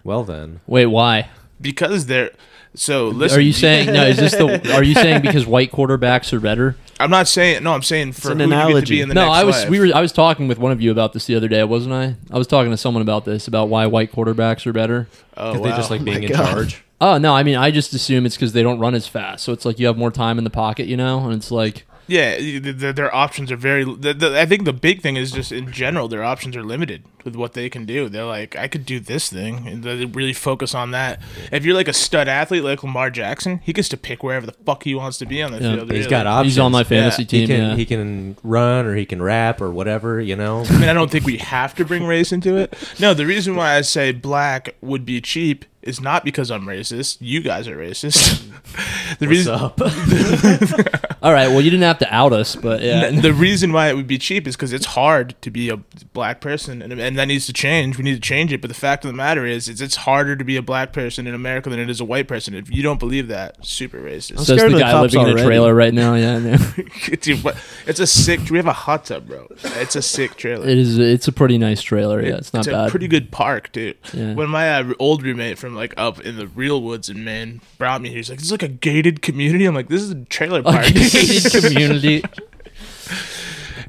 Well then,
Wait, why?
because they're so. Listen,
Are you saying no? Is this the? Are you saying because white quarterbacks are better?
I'm not saying no. I'm saying for
an
who you get to
analogy.
be in the
No,
next
I was
life.
we were I was talking with one of you about this the other day, wasn't I? I was talking to someone about this about why white quarterbacks are better.
Oh,
because they just
wow.
like being in
God.
charge.
Oh no, I mean I just assume it's because they don't run as fast, so it's like you have more time in the pocket, you know, and it's like
yeah, y- th- th- their options are very. The, the, I think the big thing is just in general, their options are limited with what they can do. They're like, I could do this thing, and they really focus on that. If you're like a stud athlete like Lamar Jackson, he gets to pick wherever the fuck he wants to be on the
Yeah.
field.
He's
really.
got options.
he's on my fantasy
Yeah,
team.
he can
yeah.
he can run or he can rap or whatever. You know,
I mean, I don't think we have to bring race into it. No, the reason why I say black would be cheap is not because I'm racist. You guys are racist. the
what's
reason
up?
All right, well you didn't have to out us, but yeah.
N- the reason why it would be cheap is because it's hard to be a black person, and, and that needs to change. We need to change it. But the fact of the matter is, is it's harder to be a black person in America than it is a white person. If you don't believe that, super racist.
Says
scared
the
of the
guy
cops
living in a
already.
trailer right now. Yeah, yeah.
Dude, what- it's a sick. We have a hot tub, bro. It's a sick trailer.
it is. It's a pretty nice trailer. Yeah, it's not
it's
bad.
a pretty good park, dude.
Yeah.
When my uh, old roommate from like up in the real woods in Maine brought me, he was like, "This is like a gated community." I'm like, "This is a trailer park."
community.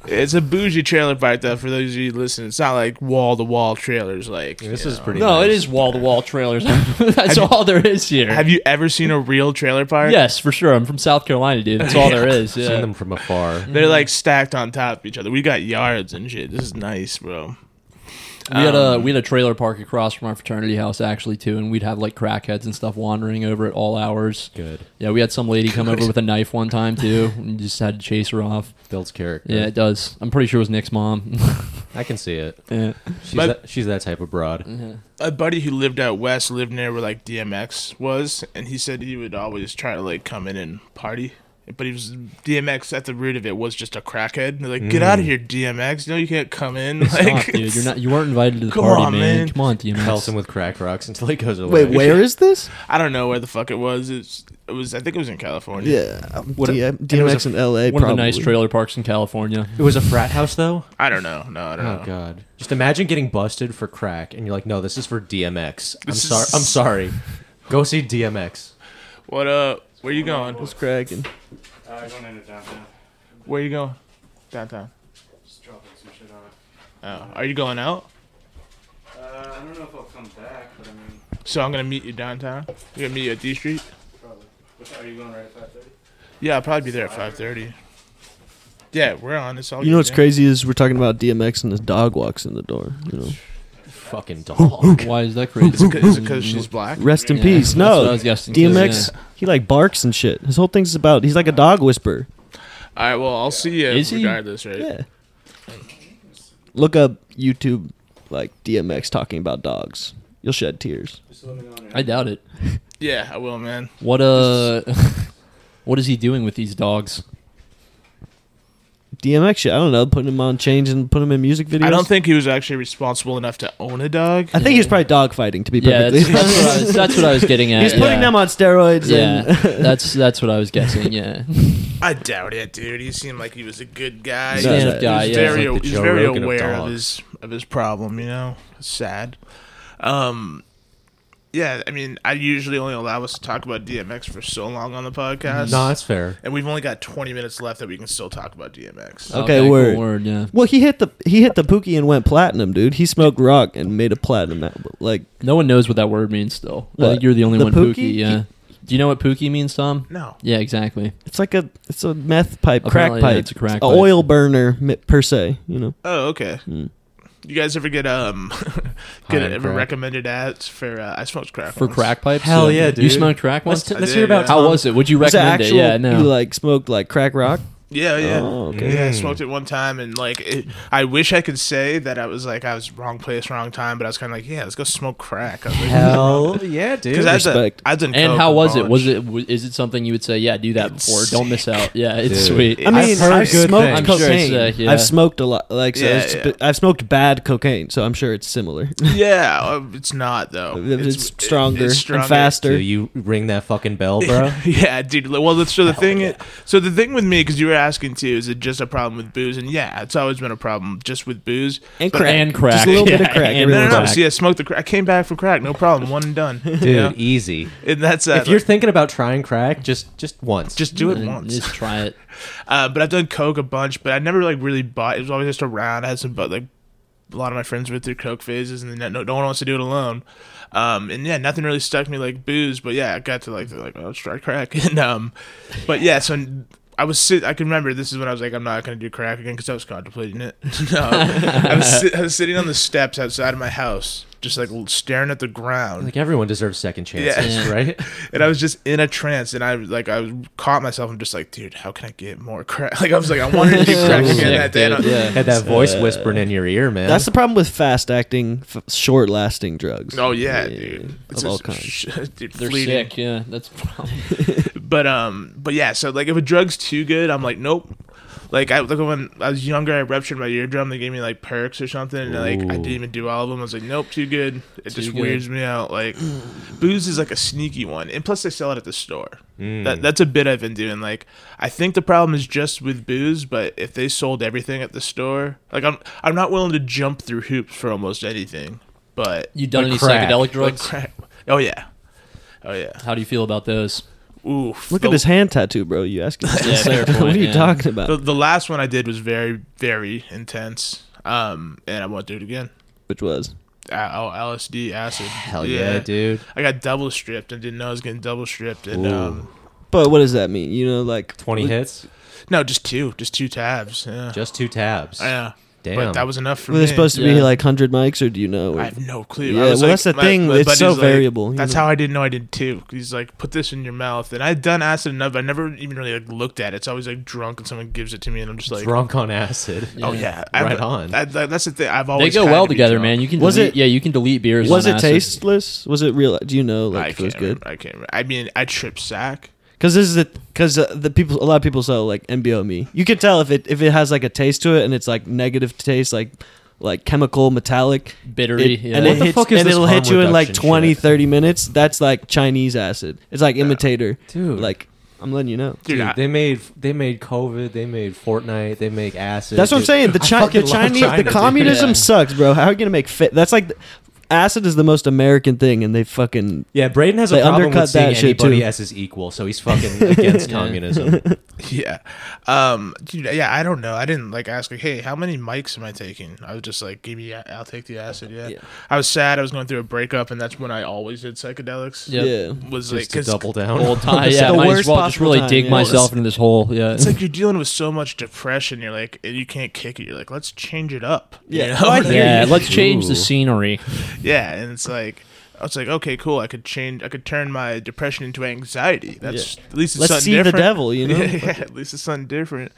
it's a bougie trailer park, though. For those of you listening, it's not like wall to wall trailers. Like
This
you
is
know.
pretty.
No, it
nice.
is wall to wall trailers. That's
you-
all there is here.
Have you ever seen a real trailer park?
yes, for sure. I'm from South Carolina, dude. That's all there is.
Seen
Yeah.
them from afar.
They're like stacked on top of each other. We got yards and shit. This is nice, bro.
We had a we had a trailer park across from our fraternity house actually too, and we'd have like crackheads and stuff wandering over at all hours.
Good.
Yeah, we had some lady come over with a knife one time too, and just had to chase her off.
Builds character.
Yeah, it does. I'm pretty sure it was Nick's mom.
I can see it.
yeah.
She's,
My-
that, she's that type of broad.
a buddy who lived out west lived near where like DMX was, and he said he would always try to like come in and party. But he was DMX at the root of it was just a crackhead. They're like, get out of here, DMX! No, you can't come in.
Stop,
Like,
dude, you're not you weren't invited to the
Come
party,
on,
man.
man.
Come on, DMX.
Pelts him with crack rocks until he goes away.
Wait, where is this?
I don't know where the fuck it was. It's, it was. I think it was in California.
Yeah,
What-
DM,
it was
DMX in L.A.
One
probably.
of the nice trailer parks in California.
It was a frat house, though.
I don't know. No, I don't
Oh
know.
God! Just imagine getting busted for crack, and you're like, "No, this is for DMX." I'm
This
sorry.
is-
I'm sorry. Go see DMX.
What uh? Where you going?
It's cracking.
Uh, going into downtown.
Where you going? Downtown.
Just dropping some shit on it.
Oh, are you going out?
Uh, I don't know if I'll come back, but I mean,
So I'm gonna meet you downtown. You gonna meet you at D Street?
probably. What- Are you going right at 5:30?
Yeah, I'll probably be there at five thirty. Yeah, we're on. It's all.
You know what's
good, man.
crazy is we're talking about DMX and this dog walks in the door. You know,
Fucking dog.
Why is that crazy?
Is it 'cause- Is it because she's black?
rest in
Yeah,
peace.
that's
No,
what I was guessing, too,
DMX, he like barks and shit. His whole thing's about he's like a dog whisperer.
All right. Well, I'll see you
Is he?
regardless, right?
Yeah. Look up YouTube like DMX talking about dogs. You'll shed tears.
Just let me know. when you're
I doubt it.
Yeah, I will, man.
What uh what is he doing with these dogs?
DMX shit. I don't know. Putting him on chains and putting him in music videos.
I don't think he was actually responsible enough to own a dog.
I think he was probably dog fighting. To be
Yeah,
perfectly.
that's, that's, what I was, that's what I was getting at.
He's putting
yeah.
them on steroids.
Yeah,
And
that's that's what I was guessing. Yeah,
I doubt it, dude. He seemed like he was a good guy.
Stand-up
He was
guy, yeah.
Very,
He's like the
he
Joe
was very
Rogan of
aware of,
dogs.
his of his problem. You know, it's sad. Um, yeah. I mean, I usually only allow us to talk about DMX for so long on the podcast.
no, that's fair.
and we've only got 20 minutes left that we can still talk about DMX.
Oh.
Okay, word.
Cool word. Yeah.
Well, he hit the he hit the pookie and went platinum, dude. He smoked rock and made a platinum album. Like
No one knows what that word means. Still, I
What?
think you're the only
The
one. Pookie.
Pookie?
Yeah. Do you know what Pookie means, Tom?
No.
Yeah, exactly.
it's like a it's a meth pipe,
Apparently,
crack pipe,
yeah, it's a crack pipe.
oil burner mi- per se. You know,
Oh, okay. You guys ever get um
Hmm. High
get
on
ever
crack.
recommended ads for uh, I smoked crack
For
once.
crack pipes.
Hell yeah,
You
dude.
smoked crack once.
Let's,
I
let's
did,
hear about
yeah.
How
Tom.
was it? Would you
It's an
recommend it?
actual-
Yeah, no.
You like smoked like crack rock?
Yeah, yeah.
Oh, okay.
Yeah, I
Mm.
smoked it one time, and like, it, I wish I could say that I was like, I was wrong place, wrong time, but I was kind of like, yeah, let's go smoke crack.
Hell yeah, dude.
Because I've
respect.
done.
and
coke
how
a
was it?
bunch.
Was it? w- Is it something you would say? Yeah, do that before. Don't miss out. Yeah, it's
Dude.
sweet.
I mean,
I've
I've,
heard good
smoked
things. I'm
sure
cocaine.
it's, uh, yeah.
I've smoked a lot. Like, so
Yeah,
it's-
yeah.
I've smoked bad cocaine, so I'm sure it's similar.
Yeah, uh, it's not though.
It's, stronger,
it's
and faster.
Dude, you ring that fucking bell, bro.
yeah, dude. Well, that's- so the thing. i- So the thing with me, because you were asking too, is it just a problem with booze? And yeah, it's always been a problem just with booze
And
But-
crack.
And crack.
Just a little bit
Yeah,
of crack.
and
every
No,
once
no,
in
no.
a
crack.
See, I smoked the. Cra- I came back from crack, no problem. One and done.
Dude,
Yeah.
easy.
and that's uh,
If you're thinking about trying crack, just just once.
just do it
Mm,
And
once.
Just try it.
Uh, but I've done coke a bunch, but I never like really bought. It was always just around. I had some, but like a lot of my friends went through coke phases, and then no, no one wants to do it alone. Um, and yeah, nothing really stuck me like booze, but yeah, I got to like they're like oh, let's try crack, and um, but yeah, so. I was sit. I can remember this is when I was like, I'm not gonna do crack again because I was contemplating it. no, I was, sit- I was sitting on the steps outside of my house, just like staring at the ground,
like everyone deserves second chances,
Yeah.
right?
and I was just in a trance, and I was like, I was caught myself. I'm just like, dude, how can I get more crack? Like I was like, I wanted to do crack again
Sick,
that day. and I-
dude, yeah.
Had that voice whispering in your ear, man.
That's the problem with fast acting, f- short lasting drugs.
Oh yeah, dude.
Of
It's
all
just,
kinds.
dude,
They're
fleeting.
sick. Yeah, that's the problem.
But um, but yeah. So like, if a drug's too good, I'm like, nope. Like I like when I was younger, I ruptured my eardrum. They gave me like perks or something, and like I
Ooh.
didn't even do all of them. I was like, nope, too good. It just
good.
weirds me out. Like, booze is like a sneaky one, and plus they sell it at the store. That that's a bit I've been doing. Like, I think the problem is just with booze, but if they sold everything at the store, like I'm I'm not willing to jump through hoops for almost anything. But
You
Like
done any
crack.
psychedelic
like
drugs?
crap. Oh yeah, oh yeah.
How do you feel about those?
Oof.
Look
The-
at his hand tattoo, bro. You asking?
Yeah, fair
what are
point,
you
yeah.
talking about?
The, the last one I did was very, very intense. Um, and I won't do it again.
Which was
Uh, oh, LSD, acid.
Hell yeah, dude.
I got double stripped and didn't know I was getting double stripped. And
Ooh.
um,
But what does that mean? You know, like
20 hits,
no, just two, just two tabs. Yeah.
just two tabs.
yeah.
Damn.
But that was enough for
Were
me.
they supposed to be
Yeah.
like hundred mics, or do you know?
I
Or,
have no clue.
Yeah,
I was
well,
like-
that's the
my-
thing,
my
it's
buddy's
so
like,
variable, you
That's
know?
how I didn't know I did too. He's like, put this in your mouth, and I've done acid enough. I never even really like looked at it. It's always like drunk, and someone gives it to me, and I'm just like,
drunk on acid.
oh yeah,
Right
I've-
on.
I, that- that's the thing. I've
They
always
go
had
well
to be
together,
drunk.
man. You can
Was
delete,
it-
yeah, you can delete beers.
was
on
it
acid.
tasteless? Was it real? Do you know?
I
Like, if it
can't.
was good.
remember- I can't. Remember. I mean, I tripped sack.
Because this is the because uh, the people a lot of people sell like MBO me. You can tell if it if it has like a taste to it and it's like negative taste, like like chemical metallic.
Bittery.
It-
yeah.
And
What
it
the
hits,
fuck is
and
this
it'll
harm
hit you in like
reduction
20,
shit?
30 minutes. That's like Chinese acid. It's like imitator.
Dude.
Like I'm letting you know.
Dude,
Dude,
I-
they made they made COVID, they made Fortnite, they make acid.
That's what I'm
Dude,
saying. The,
I
Chi-
fucking
the
love
Chinese,
China,
the
dude.
communism
Yeah.
sucks, bro. How are you gonna make fit? That's like the- acid is the most American thing, and they fucking
Yeah, Braden has
They
a problem
undercut
with seeing
that shit,
anybody
too.
as his equal, so he's fucking against
Yeah.
communism.
Yeah. Um. Dude, yeah. I don't know. I didn't like ask like, hey, how many mics am I taking? I was just like, give me. I'll take the acid. Yeah.
Yeah.
I was sad. I was going through a breakup, and that's when I always did psychedelics.
Yeah.
yeah.
Was like
Just to
'cause
double down.
Old time.
It's
Yeah,
the
might as
worst
well just
possible
really
time,
dig
yeah.
myself into this hole. Yeah.
It's like you're dealing with so much depression. You're like, and you can't kick it. You're like, let's change it up. You
Yeah.
know?
Oh, I hear
yeah,
you.
let's change
Ooh.
the scenery.
yeah. And it's like, I was like, okay, cool. I could change. I could turn my depression into anxiety. That's at least it's
Let's
something
see the
different.
devil, you know?
Yeah, yeah, at least it's something different.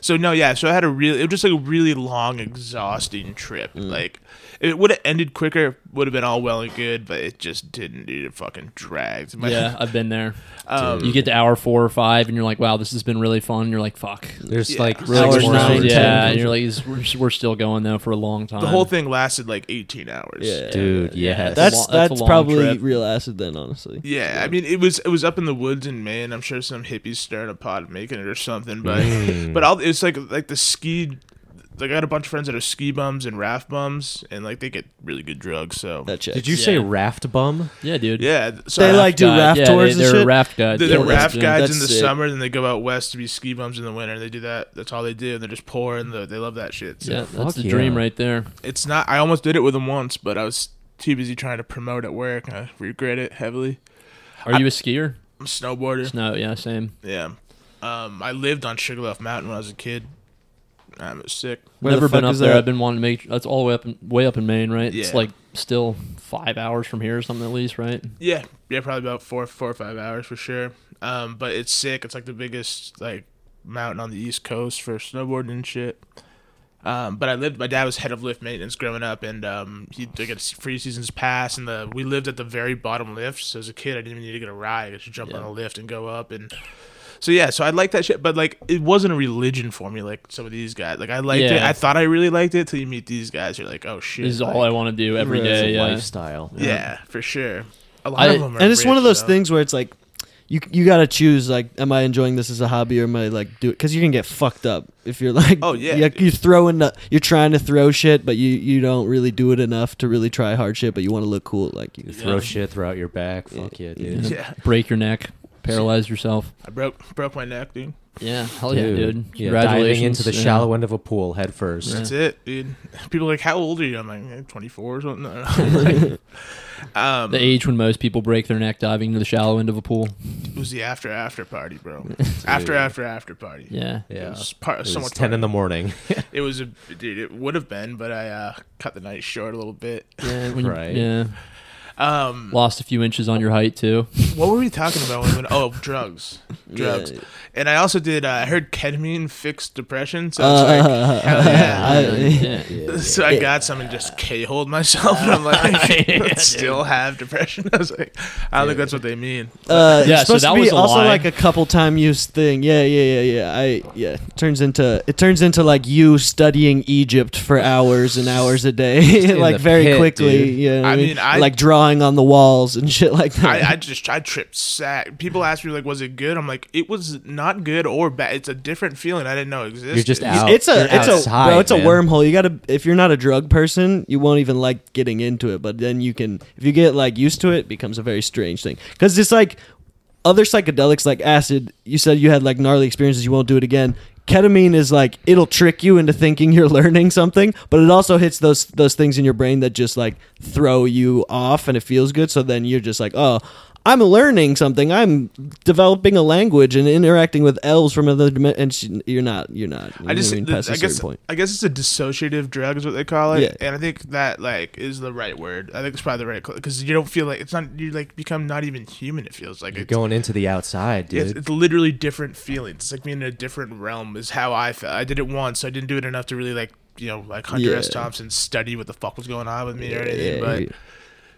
So no, yeah. So I had a real. It was just like a really long, exhausting trip.
Mm.
Like if it would have ended quicker. Would have been all well and good, but it just didn't. Dude, it fucking dragged. My,
Yeah, I've been there.
Um,
you get to hour four or five, and you're like, "Wow, this has been really fun." And you're like, "Fuck."
There's
Yeah.
like
Really
six
Hours
more
nine,
hours.
ten.
yeah, and you're like, "This- we're, we're still going though for a long time.
the whole thing lasted like 18 hours.
uh-huh. Yeah.
Dude, yes.
That's
That's
a
that's,
lo- that's a long
probably
trip.
real acid then, honestly.
Yeah, I mean it was it was up in the woods in Maine. I'm sure some hippies stirring a pot and making it or something. But but all it's like like the ski. Like I got a bunch of friends that are ski bums and raft bums, and like they get really good drugs. So
That checks.
Did you say
Yeah.
raft bum?
Yeah, dude.
yeah, so
They
I-
like do
Guide.
raft
yeah,
tours
They,
and
they're
shit?
raft guides.
They're,
yeah,
they're
that's
raft
doing-
guides
that's
in the
sick.
summer, then they go out west to be ski bums in the winter. They do that. That's all they do. And they're just poor, and the, they love that shit. So
Yeah,
Fuck
that's the
yeah.
dream right there.
it's not. I almost did it with them once, but I was too busy trying to promote at work. and I regret it heavily.
Are you a skier?
I'm a snowboarder.
No, yeah, same.
Yeah. Um, I lived on Sugarloaf Mountain when I was a kid. Um, it was sick.
Where the
Never been
fuck
up
is
there.
that?
I've been wanting to make. That's all the way up, in, way up in Maine, right? It's
Yeah.
like still five hours from here or something at least, right?
Yeah, yeah, probably about four, four or five hours for sure. Um, but it's sick. It's like the biggest like mountain on the East Coast for snowboarding and shit. Um, but I lived. My dad was head of lift maintenance growing up, and um, he they get free seasons pass, and the we lived at the very bottom lift. So as a kid, I didn't even need to get a ride. I could just jump
Yeah.
on a lift and go up, and so yeah. So I liked that shit, but like it wasn't a religion for me. Like some of these guys, like I liked it.
Yeah.
I thought I really liked it till you meet these guys. You're like, oh shit,
This is all
like-
I want to do every
Right. It's
day.
It's a
Yeah.
lifestyle.
yeah, for sure. A lot
I-
of them are
and it's one of
rich,
those
though.
things where it's like you you gotta choose like am i enjoying this as a hobby or am i like do it because you can get fucked up if you're like
Oh, yeah,
you,
dude.
you're throwing the, you're trying to throw shit but you you don't really do it enough to really try hard shit but you want to look cool like you
You throw shit throughout your back. Fuck yeah, dude.
Yeah,
Break your neck, paralyze yourself.
I broke broke my neck, dude.
Yeah, hell yeah, dude.
Yeah,
Congratulations.
diving into the
yeah.
shallow end of a pool head first.
That's it, dude. People are like, how old are you? I'm like, "Eh, 24 or something. I don't know. um,
The age when most people break their neck diving into the shallow end of a pool.
it was the after after party, bro. after after after party.
Yeah.
It
Yeah.
was part,
It
so
was
much
10 in the morning.
It was a dude. It would have been, but I uh, cut the night short a little bit.
Yeah, when you-
Right.
yeah.
Um,
Lost a few inches on your height too.
what were we talking about? When, we went- oh, drugs, drugs.
Yeah.
And I also did. Uh, I heard ketamine fixed depression, so it's like,
Uh,
hell yeah.
I-
yeah.
So I got some and just K-holed myself, and I'm like, I still have depression. I was like, I don't think that's what they mean.
uh,
Yeah,
it's
so
supposed
that
to be
was a
also
lie.
like a couple time use thing. Yeah, yeah, yeah, yeah. I yeah. It turns into it turns into like you studying Egypt for hours and hours a day,
in
like
the
very
pit,
quickly.
dude.
Yeah,
I mean, I-
like drawing on the walls and shit like that.
I, I just I tripped sack. People ask me like, was it good? I'm like, it was not good or bad. It's a different feeling I didn't know existed.
You're just out.
it's a
You're
it's
outside,
a bro, it's a
man.
wormhole. You gotta if you're not a drug person, you won't even like getting into it. But then you can if you get like used to it, it becomes a very strange thing because it's like other psychedelics like acid. You said you had like gnarly experiences. You won't do it again. Ketamine is like it'll trick you into thinking you're learning something, but it also hits those those things in your brain that just like throw you off and it feels good. So then you're just like, oh,
I'm learning something. I'm developing a language and interacting with elves from other dimensions. And she- you're not. You're not.
I just,
I mean,
th-
past a
I
certain
guess,
point.
I guess it's a dissociative drug is what they call it,
Yeah.
and I think that like is the right word. I think it's probably the right because you don't feel like it's not you like become not even human. It feels like
You're
it's,
going into the outside, dude.
it's, it's literally different feelings. It's like being in a different realm is how I felt. I did it once, so I didn't do it enough to really like you know like Hunter S.
Yeah.
Thompson study what the fuck was going on with me or anything.
Yeah,
but
you-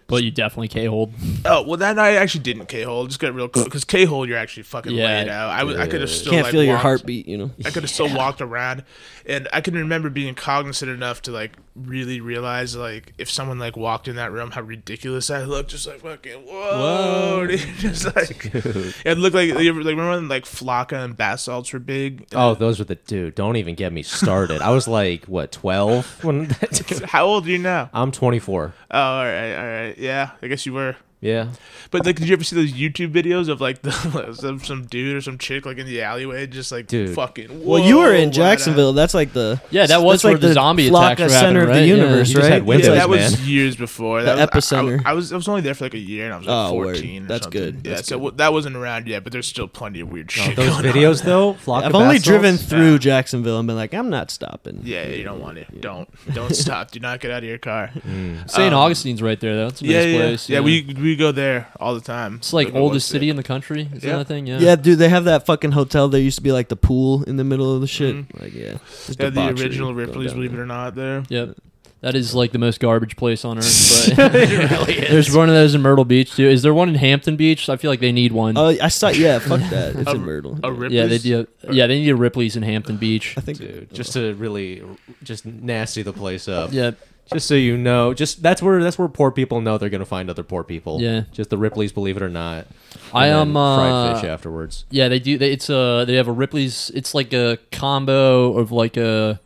But you definitely K hold.
Oh well, that night I actually didn't K hole. Just got real close because K hole you're actually fucking
Yeah.
laid out. I was I could have still
can't
like,
feel your
walked-
heartbeat. You know.
I could have still walked around, and I can remember being cognizant enough to like really realize like if someone like walked in that room how ridiculous I looked. Just like fucking whoa,
Whoa.
dude. just like it looked like you ever- like remember when like Flocka and basalts were big.
Uh,
oh, those were the dude. Don't even get me started. I was like, what, twelve? When that,
How old are you now?
I'm 24.
Oh, all right, all right, yeah. I guess you were.
Yeah.
But like, did you ever see those YouTube videos of like the, some some dude or some chick like in the alleyway, just like
Dude.
fucking?
Well, you were
whoa,
in
wide-eyed.
Jacksonville. That's like the
Yeah, that was
that's like
where the zombie
Flocka
attacks were
center
happening,
of the
right? Yeah.
universe,
You just
right?
had windows,
yeah, that
man.
was years before.
The
that was, I-
epicenter.
I, was I was only there for like a year, and I was like
Oh, word.
fourteen. Or
That's
something.
good.
Yeah,
That's
so w- that wasn't around yet, but there's still plenty of weird shit.
Those
going on.
videos, though, flock
I've
of
only
basalts?
driven through Jacksonville and been like, I'm not stopping.
Yeah, you don't want to. Don't don't stop. Do not get out of your car.
Mm.
St.
Um,
Augustine's right there. Though. That's a
Yeah,
nice
yeah,
place.
yeah. We we go there all the time.
It's like
Like, what's
oldest
it?
city in the country. Is
Yeah.
that a thing? Yeah.
Yeah, dude, they have that fucking hotel. There used to be like the pool in the middle of the shit. Like, yeah, Just
Yeah, the
debauchery
original
going
Ripley's,
down
believe it
there.
or not, there.
Yep. That is like the most garbage place on earth. But there's one of those in Myrtle Beach too. Is there one in Hampton Beach? I feel like they need one.
Uh,
Oh, I saw. Yeah, fuck that. It's
A-
in Myrtle.
A Ripley's.
yeah, they do. Yeah, they need a Ripley's in Hampton Beach.
I think.
Dude, just to really just nasty the place up.
Yeah,
Just so you know, just that's where that's where poor people know they're gonna find other poor people.
Yeah.
Just the Ripley's, believe it or not.
I
and
am.
then fried
Uh,
fish afterwards.
yeah, they do. They, it's uh, they have a Ripley's. It's like a combo of like a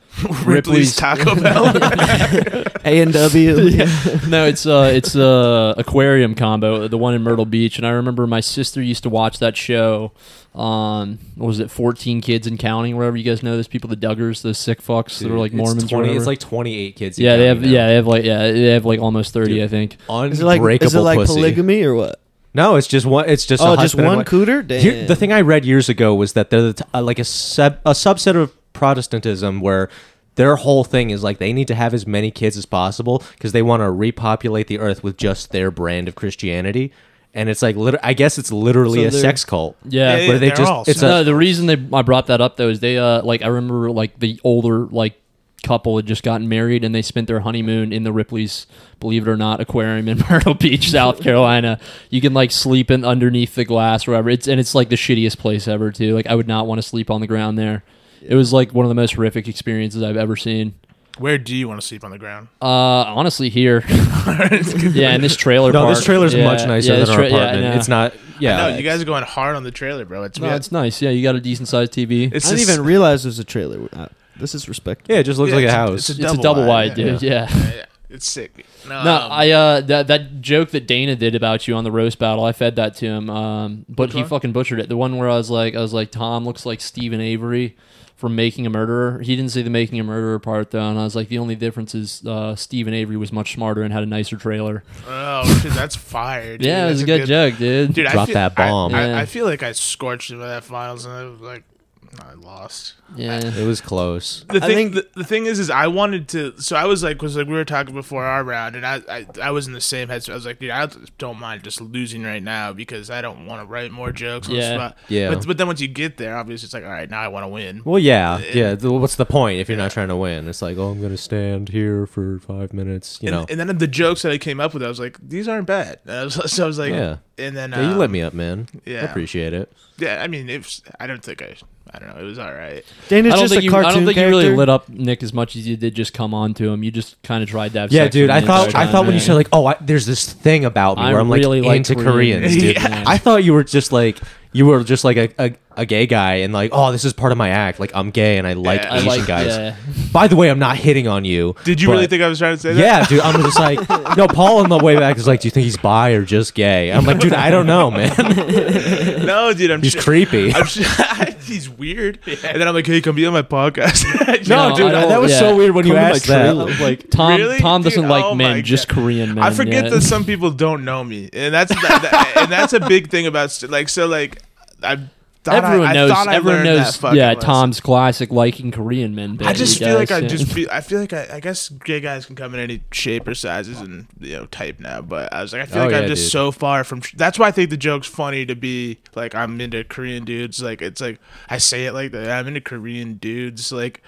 Ripley's
Ripley's.
Taco Bell.
A and W.
no, it's uh, it's uh, aquarium combo. The one in Myrtle Beach, and I remember my sister used to watch that show. Um, what was it fourteen kids and counting? Wherever you guys know, those people, the Duggars, those sick fucks that
Dude,
were like
it's
Mormons. or
20,
whatever.
it's like 28 kids.
yeah, they have
now.
yeah, they have like yeah, they have like almost thirty,
Dude.
I think.
Is it like?
Unbreakable
Is it like
pussy.
polygamy or what?
No, it's just one. It's just
Oh,
a
just
husband
one
and wife.
cooter. Damn.
Here- the thing I read years ago was that they're the t- uh, like a sub- a subset of Protestantism where their whole thing is like they need to have as many kids as possible because they want to repopulate the earth with just their brand of Christianity. And it's like, lit- I guess it's literally
So
a
they're-
sex cult.
Yeah,
Yeah,
where they
they're
just
all
it's
sex-
no,
a,
the reason they I brought that up though is they uh like I remember like the older like couple had just gotten married and they spent their honeymoon in the Ripley's believe it or not aquarium in Myrtle Beach, South Carolina. You can like sleep in underneath the glass or whatever. It's and it's like the shittiest place ever too. Like I would not want to sleep on the ground there. It was like one of the most horrific experiences I've ever seen.
Where do you want to sleep on the ground?
Uh, honestly, here, yeah, in this trailer.
no.
park.
This trailer is
Yeah,
much nicer
yeah,
than
this
our
tra- yeah,
apartment.
no.
It's not. Yeah,
No, you guys are going hard on the trailer, bro. It's,
No, it's nice. Yeah, you got a decent sized TV.
it's
I didn't
just-
even realize there's a trailer. Uh, This is respectful.
yeah, it just looks
yeah,
like a
it's
house.
it's a double wide, dude. yeah.
Yeah, yeah. It's sick. No,
No,
um,
I uh that that joke that Dana did about you on the roast battle, I fed that to him. Um, but he
one?
fucking butchered it. The one where I was like, I was like, Tom looks like Stephen Avery from Making a Murderer. He didn't say the Making a Murderer part though, and I was like, the only difference is uh, Stephen Avery was much smarter and had a nicer trailer.
Oh, shit, that's fire. Dude.
yeah, it was
That's
a good, joke, dude.
Dude, I
Drop
feel,
that
I-
bomb.
I,
Yeah.
I feel like I scorched him at that finals, and I was like, I lost.
yeah.
it was close.
The
I
thing,
think-
the, the thing is, is I wanted to. So I was like, was like we were talking before our round, and I, I, I was in the same headspace. I was like, dude, I don't mind just losing right now because I don't want to write more jokes. On
Yeah.
the spot.
Yeah.
But, but then once you get there, obviously, it's like, all right, now I want to win.
Well, yeah, yeah. th- What's the point if you're not trying to win? It's like, oh, I'm gonna stand here for five minutes. You
and,
know,
and then the jokes that I came up with, I was like, these aren't bad. And I was, so I was like,
Yeah.
And then
yeah, you
um,
let me up, man. I
yeah.
appreciate it.
Yeah, I mean, if I don't think I, I don't know, it was all right.
Dana's
I don't
just
think
a
you,
cartoon
I don't think
character.
you really lit up Nick as much as you did just come on to him. You just kind of tried to have
Yeah,
sex
dude.
with
I
him the
thought
entire
I
time,
thought when you
yeah.
said like, "Oh, I, there's this thing about me,"
I
where I'm like
really like
into
Koreans.
Koreans, dude.
Yeah.
I thought you were just like you were just like a, a, a gay guy and like, oh, this is part of my act. Like I'm gay and I like
Yeah. I
Asian
like-
guys.
yeah.
By the way, I'm not hitting on you.
Did you really
but-
think I was trying to say that?
Yeah, dude. I'm just like, no. Paul on the way back is like, do you think he's bi or just gay? I'm like, dude, I don't know, man.
No, dude, I'm
He's
sure-
creepy.
I'm sure, he's weird. And then I'm like, hey, come be on my podcast.
No,
No,
dude,
I don't-
that was
yeah.
so weird when you
Come to my
asked that.
trailer.
I'm Like,
Tom
Really?
Tom doesn't
Dude,
like
oh my
men, just
God.
Korean men.
I forget
yeah.
that some people don't know me, and that's that, that- and that's a big thing about st- like so like I thought
Everyone
I, I
knows.
thought I
everyone
learned
knows.
That fucking
Yeah,
lesson.
Tom's classic liking Korean men. bit,
I just
you
feel like
guys,
I
yeah.
just feel I feel like I, I guess gay guys can come in any shape or sizes and you know type now, but I was like I feel
Oh,
like I'm
yeah,
just
dude.
so far from. That's why I think the joke's funny to be like I'm into Korean dudes. Like it's like I say it like that. I'm into Korean dudes. Like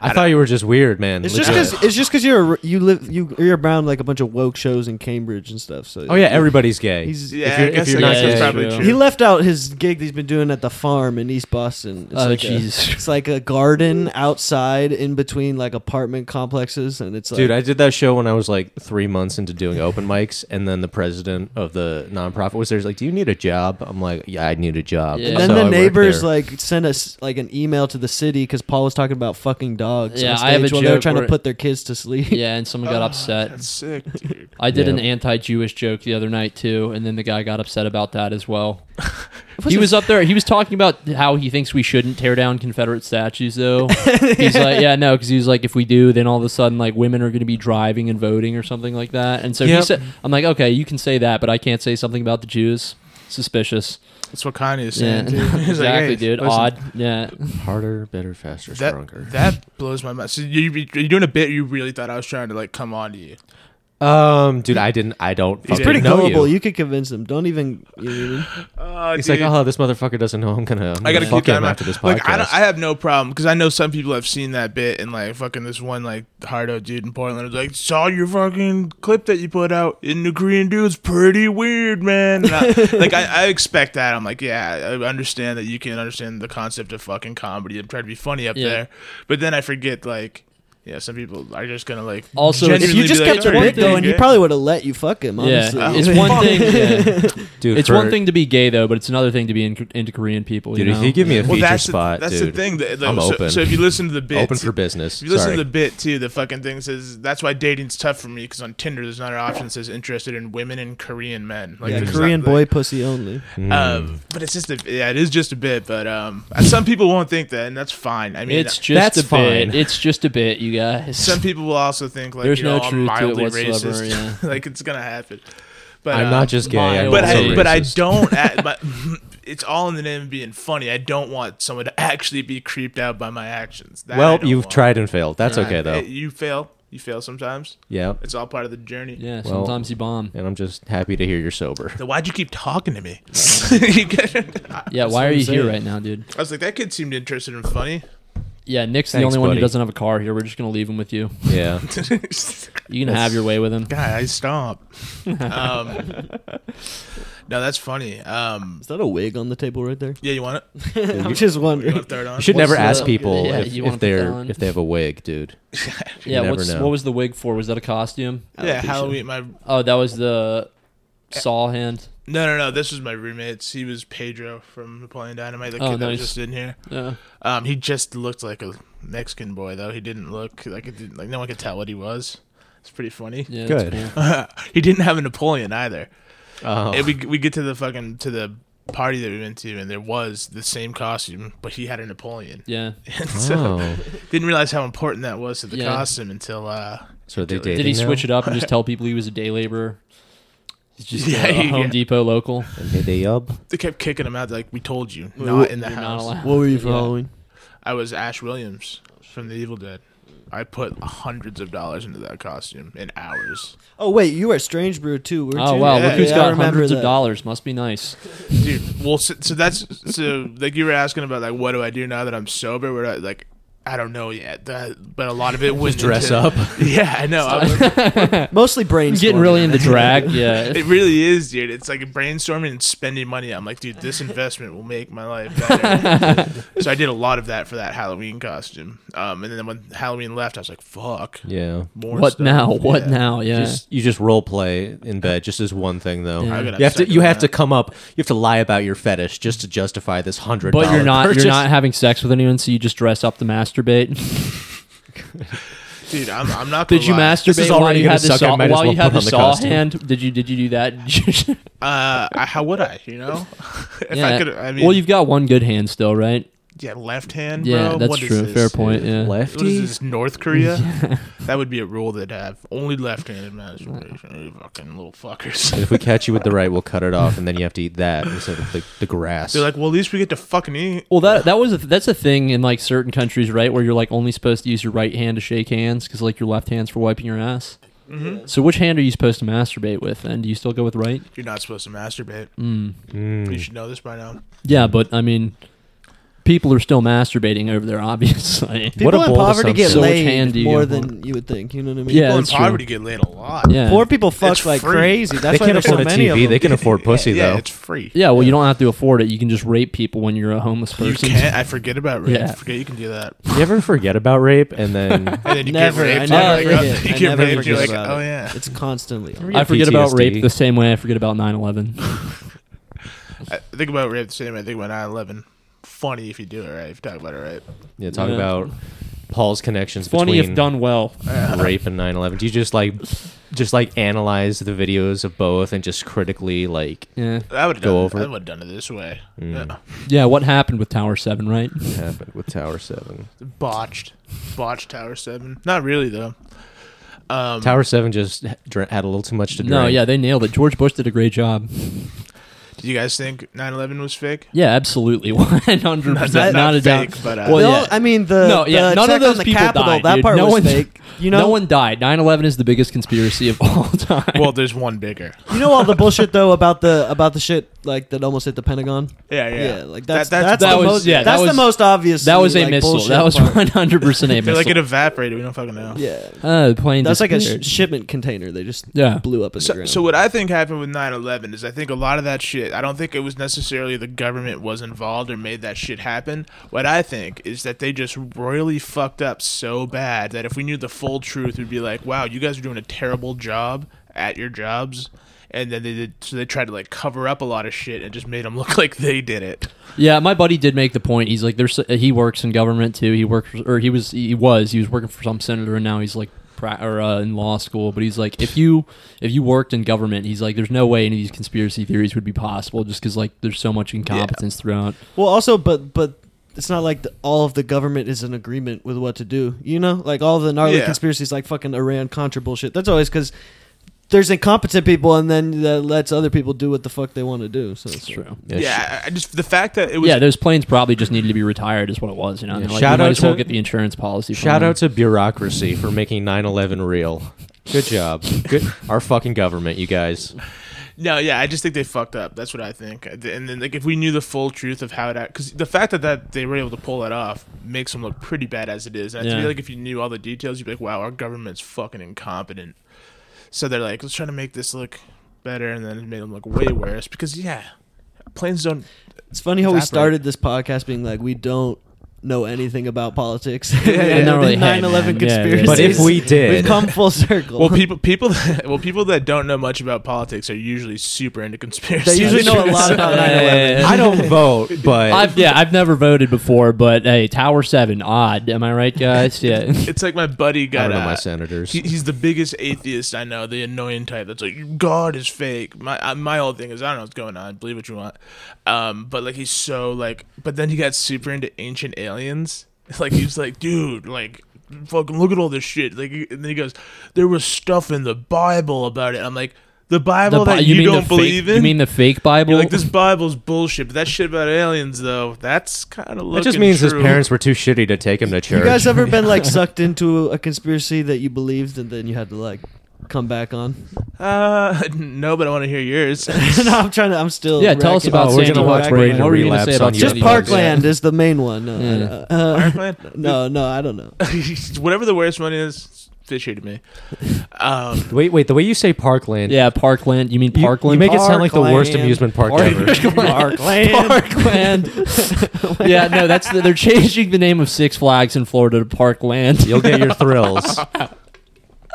I thought you were just weird, man.
It's just
legit.
because it's just because you're a- you live you you're around like a bunch of woke shows in Cambridge and stuff. So
Oh yeah, everybody's gay.
He's-
yeah,
you're-
I guess,
you're
I
not
guess
gay,
that's probably
yeah.
true.
he left out his gig that he's been doing at the farm in East Boston. It's
Oh,
like
Jesus.
A, it's like a garden outside in between like apartment complexes, and it's like
Dude, I did that show when I was like three months into doing open mics, and then the president of the nonprofit was there. He's like, "Do you need a job?" I'm like, "Yeah, I need a job."
Yeah.
And then
So I
the
worked
neighbors
there.
like sent us like an email to the city because Paul was talking about fucking dogs.
Yeah,
on
I have
stage
a
while they were
joke
trying to
where-
put their kids to sleep.
Yeah, and someone got upset.
Oh, That's sick, dude.
I did
Yeah.
an anti-Jewish joke the other night too, and then the guy got upset about that as well.
Was
he
it-
was up there. He was talking about how he thinks we shouldn't tear down Confederate statues, though. He's like, yeah, no, because he was like, if we do, then all of a sudden, like, women are going to be driving and voting or something like that. And so he
Yep.
said, I'm like, okay, you can say that, but I can't say something about the Jews. Suspicious.
That's what Kanye is saying.
Yeah,
Dude. He's like,
exactly,
hey,
dude.
listen,
Odd. Yeah.
harder, better, faster,
That
stronger.
that blows my mind. So you you're doing a bit. You really thought I was trying to like come on to you.
um, dude, I didn't. I don't.
He's
fucking
pretty
know
gullible.
You.
You. could convince them. Don't even. You know what I mean?
Oh,
He's like, "Oh, this motherfucker doesn't know I'm gonna. I'm
I gotta
fuck
keep that in
him
mind.
after this podcast."
Like I, don't, I have no problem because I know some people have seen that bit and like fucking this one like hardo dude in Portland was like saw your fucking clip that you put out in the Korean dude's pretty weird man. And I, like I, I expect that. I'm like yeah, I understand that you can understand the concept of fucking comedy and try to be funny up
Yeah.
there, but then I forget like yeah, some people are just gonna like
Also, if you
If you
genuinely
just
be like,
kept your
"Are you
bit going, he
gay?"
probably would have let you fuck him. Honestly,
Yeah. It's one thing. yeah.
dude,
It's
for-
one thing to be gay, though, but it's another thing to be in, into Korean people.
Dude,
you
if
know?
you give me a
Yeah.
feature
Well, that's
spot,
the, that's
dude,
the thing. That,
I'm
so,
open.
so if you listen to the bit,
open for business.
If you listen
Sorry.
to the bit too, the fucking thing says that's why dating's tough for me because on Tinder there's not an option that says interested in women and Korean men. Like
yeah,
there's
Korean
not-
boy
like,
pussy only.
Hmm.
Um, but it's just a yeah, it is just a bit. But um, some people won't think that, and that's fine. I mean,
It's just
that's
a
fine.
bit. It's just a bit, you guys.
some people will also think like
There's
you know,
no
I'm
truth to it
mildly
whatsoever,
racist.
yeah.
like it's gonna happen. But
I'm
uh,
not just gay. I'm
but
also
I, but I
racist.
don't. At, but it's all in the name of being funny. I don't want someone to actually be creeped out by my actions. That I
Well,
don't
you've
want.
tried and failed. That's okay
Uh,
though.
You fail. You fail sometimes.
Yeah,
It's all part of the journey.
yeah,
Well-
sometimes you bomb.
and I'm just happy to hear you're sober.
Then why'd you keep talking to me? You get-
Yeah,
what
why are
I'm
you
saying.
here right now, dude?
I was like, that kid seemed interested and funny.
Yeah, Nick's the
Thanks,
only one who
buddy.
doesn't have a car here. We're just gonna leave him with you.
Yeah.
You can have your way with him.
Guy, I stop. Um, no, that's funny. Um,
Is that a wig on the table right there?
yeah, you want it?
I'm just
You
wondering.
want to throw it on?
You should
What's
never
the-
ask people
Yeah,
if,
you wanna
if
put that
they're
on.
if they have a wig, dude. You
Yeah,
never
what's,
know.
what was the wig for? Was that a costume?
yeah, Halloween. My no,
Oh, that was the saw hand.
no, no. This was my roommate's. He was Pedro from Napoleon Dynamite. The kid
Oh,
that was
nice.
just in here.
Yeah.
Um, he just looked like a Mexican boy, though. He didn't look like it didn't, like no one could tell what he was. It's pretty funny.
yeah that's
Good.
cool.
he didn't have a Napoleon either.
Oh.
And we we get to the fucking to the party that we went to, and there was the same costume, but he had a Napoleon.
Yeah.
And so
Oh.
didn't realize how important that was to the
Yeah.
costume until uh
So are they dating
Did he
now?
switch it up and just tell people he was a day laborer? He's just
Yeah,
a
yeah.
Home Depot local.
And Did they up?
they kept kicking him out. Like we told you,
Wait,
not
what-
in the
You're not
house.
allowed.
What were you for
Yeah.
Halloween?
I was Ash Williams from The Evil Dead. I put hundreds of dollars into that costume in hours.
Oh wait, you were Strange Brew too, weren't
Oh
you?
wow!
Yeah,
Look who's
yeah,
got
I remember
hundreds of
that.
dollars. Must be nice.
dude well so, so that's so like you were asking about like what do i do now that i'm sober what do I, like I don't know yet, that, but a lot of it was
dress up.
Yeah, I know. I was-
Mostly brains.
Getting really into drag, yeah.
it really is, dude. It's like brainstorming and spending money. I'm like, dude, this investment will make my life better. so I did a lot of that for that Halloween costume. Um, and then when Halloween left, I was like, fuck.
Yeah.
More
What
stuff.
now? What
Yeah.
now? Yeah.
Just, you just role play in bed, just as one thing though.
Yeah.
I gotta
You have to
second
you have
that.
to come up. You have to lie about your fetish just to justify this hundred.
but you're not
Purchase.
you're not having sex with anyone, so you just dress up to masturbate.
dude. I'm, I'm not. Gonna
Did you
lie.
This is
masturbate while
already
you
gonna
had the
suck, I
saw
might as
while
well
you
put
had the
on the
saw
costume.
hand? Did you did you do that?
Uh, I, how would I? You know, if I could. I mean,
well, you've got one good hand still, right?
yeah, left hand.
Yeah,
bro?
that's
What is
true.
this?
Fair point. Yeah.
What is
Lefty.
this, North Korea? That would be a rule they'd have. Only left-handed masturbation. You fucking little fuckers.
if we catch you with the right, we'll cut it off, and then you have to eat that instead of the, the grass.
They're like, well, at least we get to fucking eat.
Well, that that was a, that's a thing in like certain countries, right, where you're like only supposed to use your right hand to shake hands because like your left hand's for wiping your ass. So which hand are you supposed to masturbate with? And do you still go with right?
You're not supposed to masturbate. You
Mm.
should know this by now.
Yeah, but I mean, people are still masturbating over there, obviously.
What a
People in
bold
poverty get
assumption. So
which
laid
hand do you
more
want?
than.
you would think. You know what I mean?
Yeah,
People in
that's true.
poverty get laid a lot.
Yeah.
Poor people fuck
It's
like
free.
crazy. That's
they
why
can't
there's
afford
so
a
many
TV.
of
They
them.
can afford pussy
yeah,
though.
it's free.
Yeah, well, you don't have to afford it. You can just rape people when you're a homeless
You
person.
can't. I forget about rape.
Yeah.
I forget you can do that.
You ever forget about rape and then
And then you
Never,
get
I
raped.
never
you're like, oh,
forget.
you
I
get
never
raped. You're like,
forget about
oh
it.
yeah.
It's constantly on.
I forget about
PTSD.
rape the same way I forget about 9/11.
I think about rape the same way I think about 9 11. Funny if you do it right, if you talk about it right.
yeah, talk
Yeah.
about Paul's connections
Funny if
between
done well.
rape and 9/11? Do you just like just like analyze the videos of both and just critically like
Yeah.
I would have
Go
done,
over
I
it.
would have done it this way.
Mm.
Yeah. What happened with Tower Seven? Right.
what happened with Tower Seven?
Yeah. Botched. Botched Tower 7. Not really, though. Um,
Tower Seven just h- dra- had a little too much to drink.
No. Yeah, they nailed it. George Bush did a great job.
Do you guys think 9 11 was fake?
Yeah, absolutely. 100. percent Not a doubt.
fake, but uh,
Well,
no,
yeah.
I mean the
No, yeah,
the
none of
check on
those
the
people
Capitol,
died,
That
dude.
part
No
was
one-
fake. You know,
no one died. 9/11 is the biggest conspiracy of all time.
well, there's one bigger.
you know all the bullshit though about the about the shit like that almost hit the Pentagon.
Yeah, yeah.
like that's
That- that's-
that's, the
that was-
most
yeah, that
that's
was-
the most obvious.
that was a
like,
missile.
bullshit
That was
part.
100 percent a
They're
missile.
like, it evaporated. We don't fucking know.
yeah.
uh, the plane
That's like a
disappeared.
sh- shipment container. They just
yeah.
blew up in the
So,
ground.
so what I think happened with 9/11 is I think a lot of that shit. I don't think it was necessarily the government was involved or made that shit happen. What I think is that they just royally fucked up so bad that if we knew the full truth, we'd be like, "Wow, you guys are doing a terrible job at your jobs." And then they did, so they tried to like cover up a lot of shit and just made them look like they did it.
Yeah, my buddy did make the point. He's like, there's he works in government too. He works or he was he was he was working for some senator, and now he's like pra- or uh, in law school. But he's like, if you if you worked in government, he's like, there's no way any of these conspiracy theories would be possible, just because like there's so much incompetence throughout.
well, also, but but it's not like the, all of the government is in agreement with what to do. You know, like all of the gnarly
Yeah.
conspiracies, like fucking Iran Contra bullshit. That's always because there's incompetent people, and then that lets other people do what the fuck they want to do. So it's
That's true.
Yeah, sh-
yeah, I- I just the fact that it was
yeah, those planes probably just needed to be retired, is what it was. You know,
Yeah,
And they're like,
shout
we might
out
as well
to-
get the insurance policy. from
Shout
them.
out to bureaucracy for making 9/11 real. Good job. Good. Our fucking government, you guys.
No, yeah, I just think they fucked up. That's what I think. And then, like, if we knew the full truth of how it, because the fact that, that they were able to pull that off makes them look pretty bad as it is. And I
Yeah.
feel like if you knew all the details, you'd be like, wow, our government's fucking incompetent. So they're like, let's try to make this look better, and then it made them look way worse. Because yeah, planes don't.
It's funny how we
Evaporate.
started this podcast being like we don't know anything about politics.
yeah. Not really, hey,
9/11
man. Yeah, yeah.
conspiracies.
But if we
we've
did,
come full circle.
Well, people people that, well people that don't know much about politics are usually super into conspiracy.
they usually know a lot about
Yeah,
9/11.
yeah, yeah.
I don't vote, but
I've, yeah, I've never voted before, but hey, Tower Seven, odd. Am I right, guys? Yeah.
It's like my buddy
I
got
don't know my
uh,
senators.
He, he's the biggest atheist I know, the annoying type that's like, God is fake. My I, my whole thing is, I don't know what's going on. Believe what you want. Um, but like he's so like, but then he got super into ancient aliens. Like he was like, dude, like. Fucking look at all this shit! Like, and then he goes, "There was stuff in the Bible about it." I'm like, "The Bible
Bi-
that you,
the
don't
fake-
believe in."
You mean the fake Bible?
You're like, "This Bible's bullshit." But that shit about aliens, though, that's kind of
That just means his parents were too shitty to take him to church.
You guys ever been like sucked into a conspiracy that you believed and then you had to like come back on?
Uh, no, but I want to hear yours.
no, I'm trying to. I'm still.
yeah, tell us
racking-
about
Oh, we're
Sandy
gonna watch
Hook.
Brandon
What were you gonna
relapse
say about
on
Just
Yeah.
Sandy Hook?
Parkland is the main one. No,
Yeah.
uh, uh,
Parkland?
no, no, I don't know.
Whatever the worst one is, fishy to me. Um,
Wait, wait. The way you say Parkland,
Yeah, Parkland. You mean
you,
Parkland?
you make it sound like the worst
Parkland.
amusement park ever.
Parkland.
Parkland. yeah, no, that's the, they're changing the name of Six Flags in Florida to Parkland.
You'll get your thrills.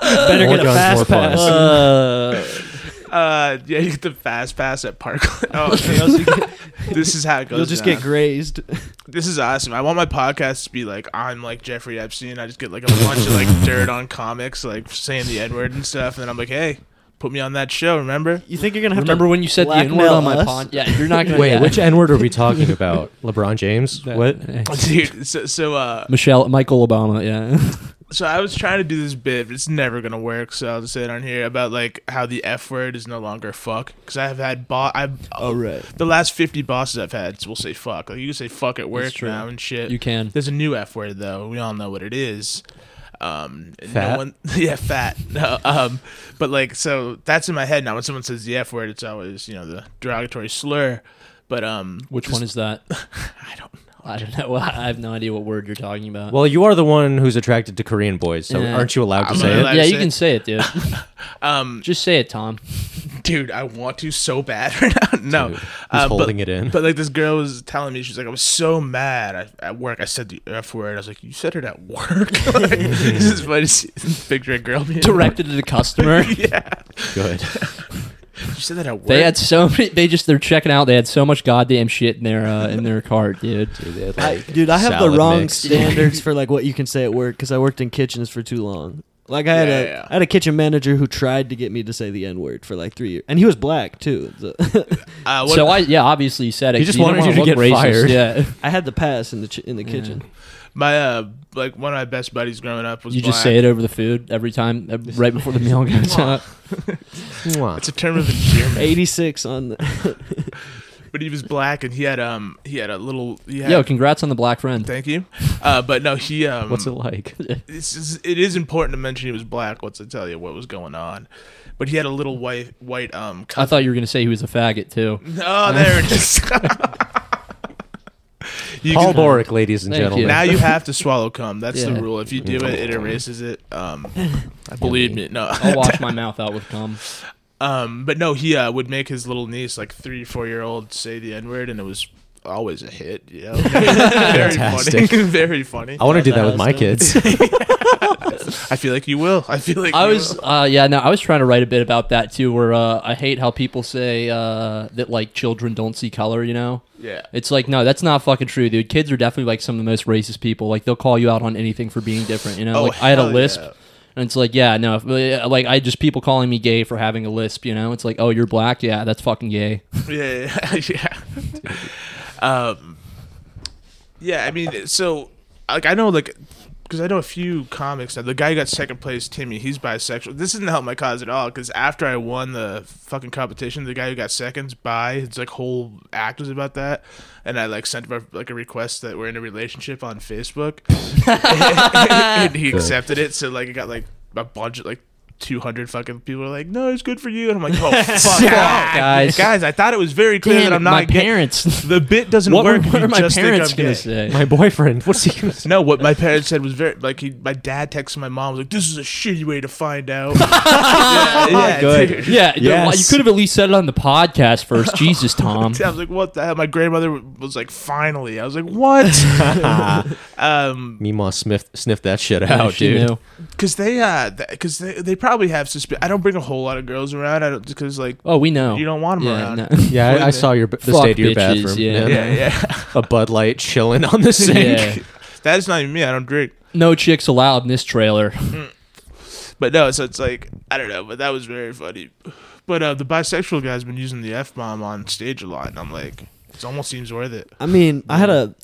Better
More
get a
guns,
fast
more
pass.
fun.
Uh,
uh, yeah, you get the fast pass at Parkland. Oh, okay, I was thinking- this is how it goes.
You'll just
down.
get grazed.
This is awesome. I want my podcast to be like I'm like Jeffrey Epstein. I just get like a bunch of like dirt on comics, like saying the N word and stuff, and then I'm like, hey, put me on that show. Remember?
You think you're gonna have
remember
to
when you said the N
blackmail
word on my
us?
pond? Yeah, you're not gonna.
Wait,
yeah.
which N word are we talking about? LeBron James? What?
Dude, so, so uh,
Michelle, Michael Obama. Yeah,
So I was trying to do this bit, but it's never gonna work. So I'll just say it on here about like how the F word is no longer fuck because I have had bo- I
Oh right.
the last fifty bosses I've had will say fuck. Like you can say fuck at work
true.
now and shit.
you can.
There's a new F word though. We all know what it is. Um, and No
Fat?
one, yeah, fat. No, um, but like so that's in my head now. When someone says the F word, it's always you know the derogatory slur. But um,
Which one is that?
I don't.
I don't know. I have no idea what word you're talking about.
Well, you are the one who's attracted to Korean boys, so
Yeah.
aren't you allowed to
I'm
say
allowed-
it?
I
yeah,
say
you
it.
can say it, dude.
Um,
Just say it, Tom.
dude, I want to so bad right now. No,
Dude, he's
Uh, but-
holding it in.
But like this girl was telling me, she's like, I was so mad at, at work. I said the f word. I was like, you said it at work. like, this is funny. to see- Picture a girl being
Directed at a customer.
Yeah,
Good.
you said that at work.
They had so many. They just they're checking out. They had so much goddamn shit in their uh, in their cart, dude.
Dude, I have the
salad
wrong
mix.
standards for like what you can say at work because I worked in kitchens for too long. Like I had
Yeah,
a I
yeah, yeah.
had a kitchen manager who tried to get me to say the n word for like three years, and he was black too. So-
uh, what,
So I yeah, obviously you said it.
He
'cause
just
don't
wanted
wanna
you to
look
get fired.
Yeah,
I had the pass in the ch- in the kitchen.
my uh, like one of my best buddies growing up was.
you just
black.
say it over the food every time, ev- right before the meal goes out.
It's a term of endearment.
Eighty six on the
but he was black, and he had um, he had a little. He had,
Yo, congrats on the black friend.
thank you. Uh, but no, he um.
What's it like?
it's just, it is important to mention he was black. Once I tell you what was going on, but he had a little white white um.
I
Cousin.
thought you were gonna say he was a faggot too.
Oh, there it is. you
Paul
can,
Boric, ladies and
Thank you.
gentlemen.
now you have to swallow cum. That's
Yeah.
the rule. If you do it, it erases it. Um, believe me, no.
I'll wash my mouth out with cum.
Um, but no, he uh, would make his little niece, like three, four year old, say the n word, and it was always a hit. You know? very funny.
Fantastic.
very funny.
Oh.
I want to do that with my kids.
I feel like you will. I feel like
I
you
was,
will.
uh, yeah, no, I was trying to write a bit about that too. Where uh, I hate how people say uh, that like children don't see color. You know,
Yeah.
it's like no, that's not fucking true, dude. Kids are definitely like some of the most racist people. Like they'll call you out on anything for being different. You know,
Oh,
like I had a
hell
lisp.
yeah.
And it's like, yeah, no, if- like I just people calling me gay for having a lisp, you know. It's like, oh, you're black, yeah, that's fucking gay.
yeah, yeah, yeah. um, yeah. I mean, so like I know like because I know a few comics now. The guy who got second place, Timmy. He's bisexual. This didn't help my cause at all. Because after I won the fucking competition, the guy who got second's bi. It's like whole act was about that. And I like sent him, like a request that we're in a relationship on Facebook, and he accepted it. So like it got like a bunch of like. 200 fucking people are like, no, it's good for you. And I'm like, oh, fuck,
guys.
guys. Guys, I thought it was very clear that I'm not
my
gay.
parents.
The bit doesn't
what were,
work. if
what
you
are my
just think
parents
I'm
gonna
gay.
say?
my boyfriend. What's he gonna say?
No, what my parents said was very like he, my dad texted my mom was like, "This is a shitty way to find out." yeah, yeah,
Good.
dude.
Yeah, no,
Yes.
you could have at least said it on the podcast first. Jesus, Tom.
I was like, "What the hell?" My grandmother was like, "Finally!" I was like, "What?" um,
Meemaw sniff, sniff that shit
Yeah,
out,
she
dude.
knew.
because they, uh, because they, they probably have suspicion. I don't bring a whole lot of girls around. I don't because like
Oh, we know.
you don't want them
yeah,
around.
no.
Yeah, I, I saw your b- the
Fuck
state of your
bitches,
bathroom.
yeah.
Yeah, yeah.
A Bud Light chilling on the sink.
Yeah.
that is not even me. I don't drink.
No chicks allowed in this trailer.
But no, so it's like I don't know, but that was very funny. But uh, the bisexual guy's been using the f bomb on stage a lot, and I'm like, it almost seems worth it.
I mean, I had a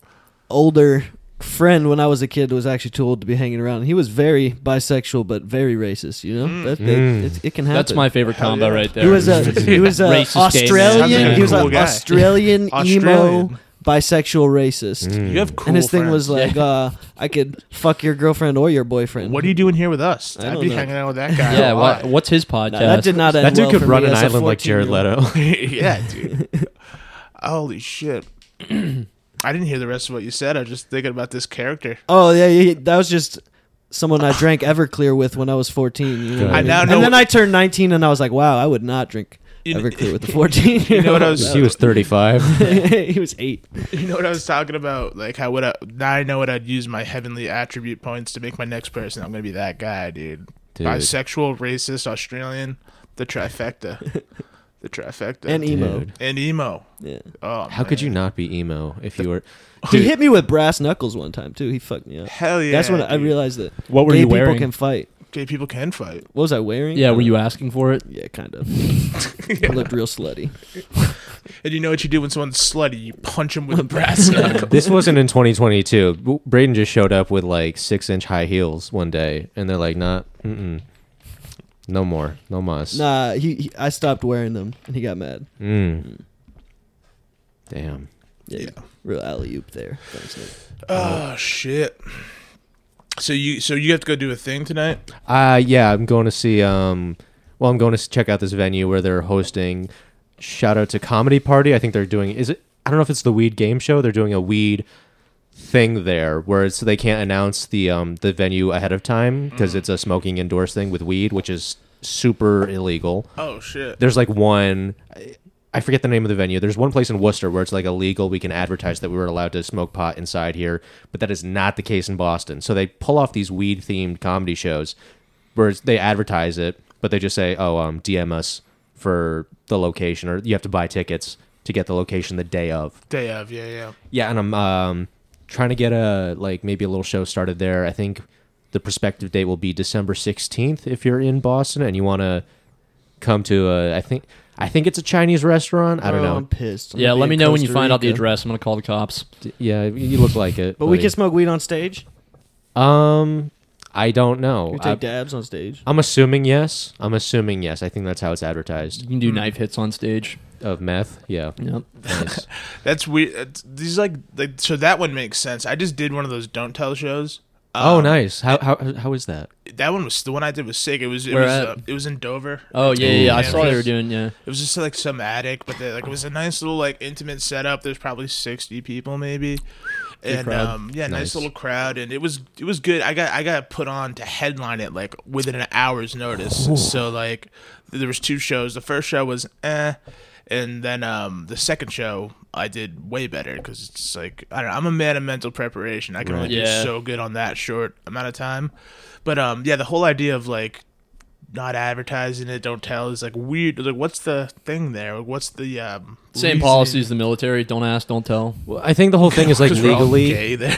older friend when I was a kid that was actually too old to be hanging around. He was very bisexual, but very racist. You know, that, that-
Mm.
it's- it can happen.
That's my favorite
Hell
combo
yeah.
right there.
He was a he was a
Racist gay man.
Australian.
Sounds like a
He was
cool
an
guy.
Australian emo
Australian.
bisexual racist.
You have cool.
Hmm. and his thing was
friends.
like, uh, I could fuck your girlfriend or your boyfriend.
"What are you doing here with us?
I
I'd
don't
be
know.
hanging out with that guy."
yeah,
a
wha-
lot.
what's his podcast?
No, that did not end
That dude
well
could
for
run
me
an
as a
island like Jared
14-year-old.
Leto.
yeah, dude. Holy shit. I didn't hear the rest of what you said. I was just thinking about this character.
Oh yeah, yeah, that was just someone I drank Everclear with when I was fourteen. You know what
I
I mean?
now know-
And then I turned nineteen, and I was like, wow, I would not drink
You kn-
Everclear with a fourteen.
You know what I was?
he was 35.
he was eight.
You know what I was talking about? Like how would I? Now I know what I'd use my heavenly attribute points to make my next person. I'm gonna be that guy, dude.
Dude.
Bisexual, racist, Australian, the trifecta, the trifecta,
And emo.
Dude.
and emo.
Yeah.
Oh,
How could you not be emo if you were?
He hit me with brass knuckles one time too. He fucked me up.
Hell yeah!
That's when I
dude.
realized that
What
gay people can fight.
gay people can fight.
What was I wearing? Uh,
Yeah, were you asking for it?
Yeah, kind of. I looked real slutty.
And you know what you do when someone's slutty? You punch them with a brass knuckle.
This wasn't in 2022. W- Braden just showed up with like six inch high heels one day, and they're like, "Not, mm-mm. no more, no mas."
Nah, he, he. I stopped wearing them, and he got mad.
Mm. Damn.
Yeah,
Yeah.
real alley oop there. Thanks, Nick.
Oh shit! So you so you have to go do a thing tonight.
Uh yeah, I'm going to see. Um, well, I'm going to s- check out this venue where they're hosting. Shout out to Comedy Party. I think they're doing. Is it? I don't know if it's the weed game show. They're doing a weed thing there where it's they can't announce the um the venue ahead of time because it's a smoking indoors thing with weed, which is super illegal.
Oh shit!
there's like one I- I forget the name of the venue. There's one place in Worcester where it's like illegal. We can advertise that we were allowed to smoke pot inside here, but that is not the case in Boston. So they pull off these weed themed comedy shows where it's- they advertise it, but they just say, "Oh, um, DM us for the location, or you have to buy tickets to get the location the day of."
Day of yeah yeah.
Yeah, and I'm um, trying to get a like maybe a little show started there. I think the prospective date will be December 16th if you're in Boston and you want to come to a I think I think it's a Chinese restaurant. I don't
Oh, I'm
know.
pissed. I'm
Yeah,
gonna be
let me
in
know when you
Costa
find out the
Rica.
address. I'm gonna call the cops.
D- Yeah, you look like it.
But we
buddy.
can smoke weed on stage.
um I don't know.
We
I,
take dabs on stage.
I'm assuming yes. I'm assuming yes. I think that's how it's
You
advertised
can
Mm.
do knife hits on stage.
of meth. Yeah.
Yep.
Nice.
That's weird. That's- These like, like so that one makes sense. I just did one of those don't tell shows.
oh,
Um,
nice. How how how is that?
That one was the one I did was sick. It was it
Where
was
at?
uh, it was in Dover.
Oh yeah, yeah. yeah. I
Yeah,
saw they were
there's-
doing yeah.
It was just like some attic, but they, like it was a nice little like intimate setup. There's probably sixty people maybe, and
crowd.
um yeah, nice.
Nice.
little crowd, and it was it was good. I got I got put on to headline it like within an hour's notice. So like there was two shows. The first show was eh, and then um the second show I did way better because it's like I don't know. I'm a man of mental preparation. I can only do
Yeah.
so good on that short amount of time. But um yeah, the whole idea of like not advertising it, don't tell is like weird. Like, what's the thing there? What's the um,
Same policy as the military. Don't ask, don't tell.
Well, I think the whole thing is like legally
gay there.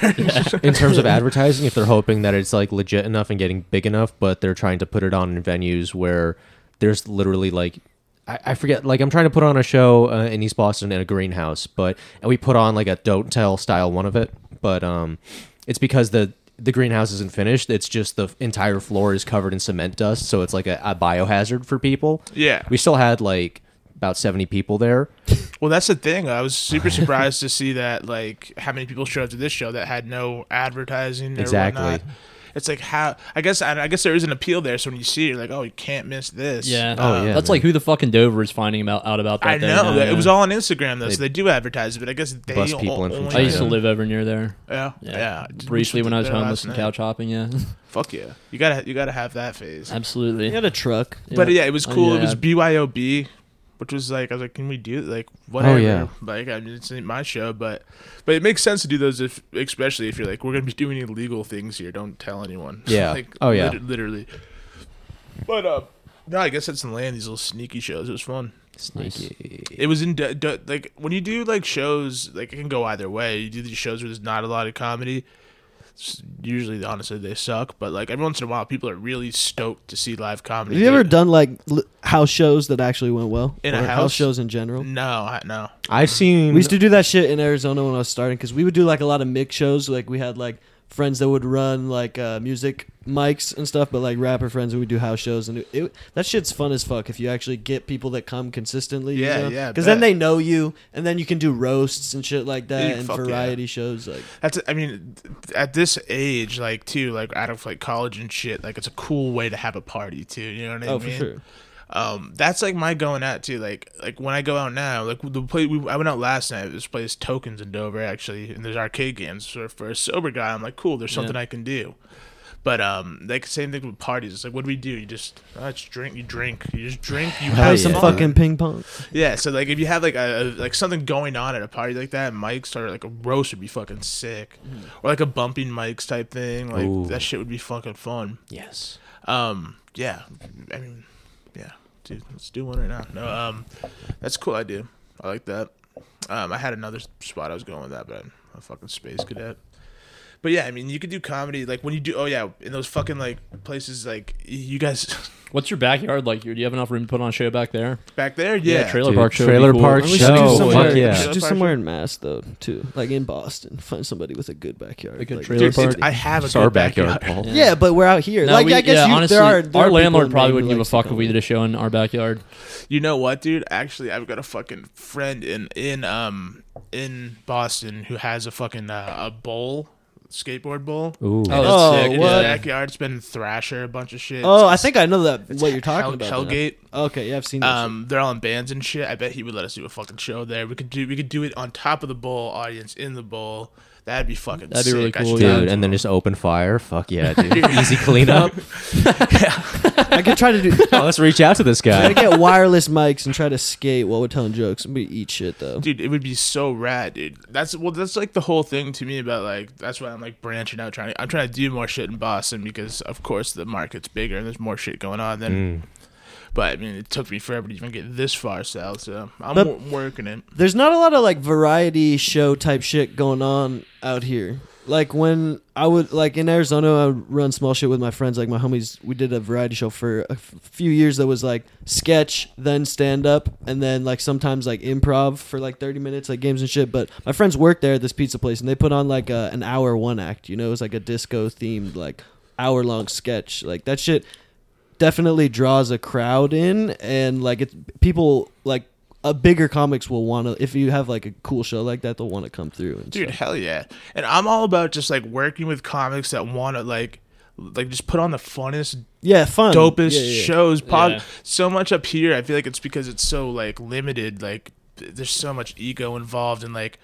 in terms of advertising if they're hoping that it's like legit enough and getting big enough but they're trying to put it on in venues where there's literally like I, I forget like i'm trying to put on a show uh, in east boston in a greenhouse but and we put on like a don't tell style one of it but um it's because the the greenhouse isn't finished it's just the entire floor is covered in cement dust so it's like a, a biohazard for people
yeah.
we still had like about 70 people there
Well, that's the thing. I was super surprised to see that, like, how many people showed up to this show that had no advertising or
Exactly.
whatnot. It's like how I guess I, I guess there is an appeal there. So when you see it, you're like, oh, you can't miss this.
Yeah.
Oh, yeah,
That's
man.
like who the fucking Dover is finding about out about that.
I
there
know
now,
that
yeah.
it was all on Instagram though,
They
so they do advertise it. But I guess they
bust
o-
people in from
only-
I used to
China.
live over near there.
Yeah, yeah.
Briefly when I was
There
homeless
last
and
night.
couch hopping, yeah.
Fuck yeah, you gotta you gotta have that phase.
Absolutely.
He had a truck.
But yeah, it was
Oh,
cool. It
yeah.
was BYOB, which was like I was like, can we do like whatever?
yeah.
Like I mean, it's ain't my show, but but it makes sense to do those if especially if you're like we're gonna be doing illegal things here. Don't tell anyone.
Yeah.
like,
Oh, yeah.
lit- literally. But uh, no, I guess that's the land. These little sneaky shows. It was fun.
sneaky
It was in d- d- like when you do like shows, like it can go either way. You do these shows where there's not a lot of comedy. s- Usually, honestly, they suck. But like every once in a while, people are really stoked to see live comedy.
Have you ever
Dude,
done like l- house shows that actually went well?
In a
Or
house? Mm,
shows in general.
No, I, no.
i've seen
We used to do that shit in Arizona when I was starting because we would do like a lot of mix shows. Like we had like friends that would run like uh, music mics and stuff, but like rapper friends who would do house shows and it, it- that shit's fun as fuck if you actually get people that come consistently. you
Yeah,
know?
yeah, I
Because then
bet.
they know you, and then you can do roasts and shit like that
Dude,
and
fuck yeah.
variety shows. Like
That's I mean, th- at this age, like too, like out of like college and shit, like it's a cool way to have a party too. You know what I
oh,
mean?
for sure.
Um, that's like my going out too. Like like when I go out now, like the play we, I went out last night. This place Tokens in Dover actually, and there's arcade games. So for a sober guy, I'm like, cool. There's something I can do. But um, like same thing with parties. It's like, what do we do? You just oh, it's drink. You drink. You just drink. You
Play
have
some
fun.
fucking ping pong.
Yeah, so like if you have like a, a like something going on at a party like that, mics or like a roast would be fucking sick, or like a bumping mics type thing. Like
Ooh.
that shit would be fucking fun.
Yes.
Um, yeah, I mean, yeah, dude, let's do one right now. No, um, that's a cool idea. I like that. Um, I had another spot I was going with that, but I'm a fucking space cadet. But yeah, I mean, you could do comedy like when you do. Oh yeah, in those fucking like places, like y- you guys
What's your backyard like? here? Do you have enough room to put on a show back there?
back there. Yeah,
trailer
Dude,
park show. would be
trailer
cool.
park
Why
We
don't
should
show.
we just do
do
Oh,
somewhere-
somewhere,
fuck
we
yeah.
should do somewhere in Mass though too, like in Boston. Find somebody with a good backyard.
A good
like,
trailer
Dude, it's-
park.
I have a
It's our
good
backyard,
backyard.
Paul.
Yeah, but we're out here.
No,
like
we-
I guess
yeah,
you,
honestly,
there are there
our
are people
landlord
in
probably
Maine
wouldn't
who
give a
likes to
fuck if
come
we
in.
did a show in our backyard.
You know what, dude? Actually, I've got a fucking friend in in um in Boston who has a fucking uh, a bowl, skateboard bowl.
Ooh.
Oh, that's
Oh,
sick.
in
Yeah.
his
what?
backyard, it's been Thrasher a bunch of shit.
Oh, I
It's-
think I know that what
Hell-
you're talking about. now.
Hellgate.
Okay, yeah, I've seen. That
Um, they're all in bands and shit. I bet he would let us do a fucking show there. We could do we could do it on top of the bowl, audience in the bowl. That'd be fucking.
That'd be really
sick. I
cool,
should
yeah.
do
Dude,
that.
and then just open fire. Fuck yeah, dude. Easy cleanup.
shit. I could try to do.
Oh, let's reach out to this
try to
guy.
get wireless mics and try to skate while we're telling jokes. We eat shit though.
Dude, it would be so rad, dude. That's well, that's like the whole thing to me about like that's why I'm like branching out, trying. I'm trying to do more shit in Boston because, of course, the market's bigger and there's more shit going on. Than, but I mean, it took me forever to even get this far south, so I'm
But-
wo- working it.
There's not a lot of like variety show type shit going on out here. Like when I would like in Arizona, I would run small shit with my friends. Like my homies, we did a variety show for a f- few years that was like sketch, then stand up, and then like sometimes like improv for like 30 minutes, like games and shit. But my friends worked there at this pizza place, and they put on like a, an hour one act. You know, it was like a disco themed like hour long sketch. Like that shit definitely draws a crowd in and like it's people like a bigger comics will want to if you have like a cool show like that they'll want to come through and
Dude,
stuff.
hell yeah! And I'm all about just like working with comics that want to like, like just put on the funnest,
yeah fun
dopest
Yeah, yeah, yeah.
shows. Pod-
Yeah.
So much up here, I feel like it's because it's so like limited. Like th- there's so much ego involved, and like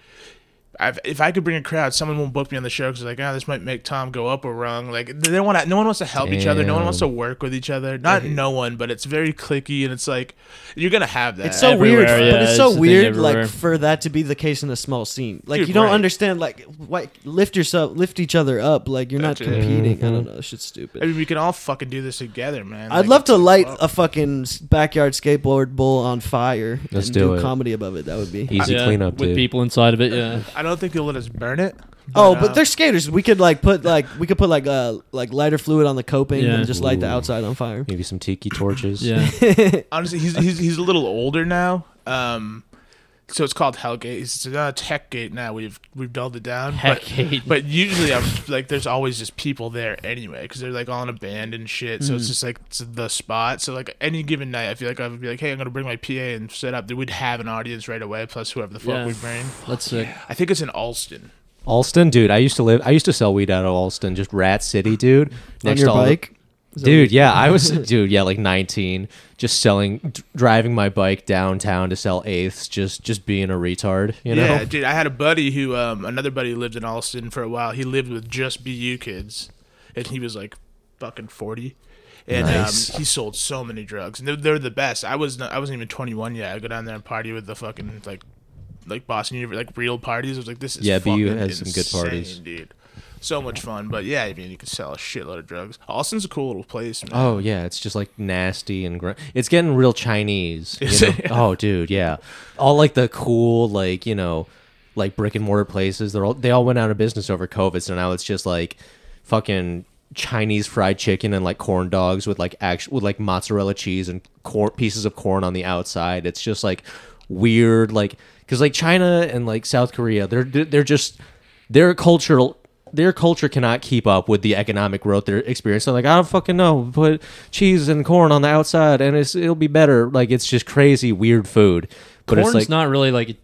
I've, if I could bring a crowd, someone won't book me on the show because like, oh, this might make Tom go up or wrong. Like they don't want to. No one wants to help each other. No one wants to
Damn.
work with each other. Not no one, but it's very clicky, and it's like you're gonna have that.
it's so
Everywhere,
weird
yeah,
but it's
it's
so
the thing
weird
everywhere.
like for that to be the case in a small scene like
Dude,
you don't
right.
understand like why lift yourself lift each other up like you're not
That's it.
competing i don't
Mm-hmm.
know shit's stupid
I mean, we can all fucking do this together, man.
I'd
Like,
love
it's
to
like,
light
well-
a fucking s- backyard skateboard bowl on fire
Let's
and
do it.
comedy above it. That would be.
Easy
Yeah,
cleanup,
with
dude.
people inside of it. Yeah,
I don't think they'll let us burn it.
Oh, but
uh,
they're skaters. We could like put like we could put like uh like lighter fluid on the coping
Yeah.
and just light the
Ooh.
outside on fire.
Maybe some tiki torches.
yeah.
honestly, he's he's he's a little older now. Um, so it's called Hellgate. It's not Tech Gate now. We've we've dulled it down. but-
Hecate.
But usually, I'm like, there's always just people there anyway, because they're like all in a band and shit. So it's just like it's the spot. So like any given night, I feel like I would be like, hey, I'm gonna bring my PA and set up. We'd have an audience right away, plus whoever the fuck
Yeah.
we bring.
That's sick.
I think it's in Alston.
Alston, dude. I used to live. I used to sell weed out of Alston, just Rat City, dude.
on
Next
your
to all the-
bike. Is that
dude. Yeah, I was, dude. Yeah, like nineteen, just selling, d- driving my bike downtown to sell eighths, just just being a retard, you know.
Yeah, dude, I had a buddy who, um, another buddy lived in Alston for a while. He lived with just BU kids, and he was like fucking forty, and
Nice.
um, he sold so many drugs. And they're, they're the best. I was not, I wasn't even twenty one yet. I go down there and party with the fucking like like Boston University like real parties. I was like, this is
Yeah, BU
fucking
has some good
insane,
parties.
dude. So much fun, but yeah, I mean, you could sell a shitload of drugs. Alston's a cool little place, man.
Oh yeah, it's just like nasty and gr- it's getting real Chinese. you
Is
know?
it?
Oh dude, yeah. All like the cool like you know, like brick and mortar places. They're all they all went out of business over COVID, so now it's just like fucking Chinese fried chicken and like corn dogs with like actual with like mozzarella cheese and corn pieces of corn on the outside. It's just like weird, like because like China and like South Korea, they're they're just their cultural their culture cannot keep up with the economic growth they're experiencing. Like I don't fucking know, put cheese and corn on the outside, and it's, it'll be better. Like it's just crazy weird food. But
Corn's
it's like
not really like a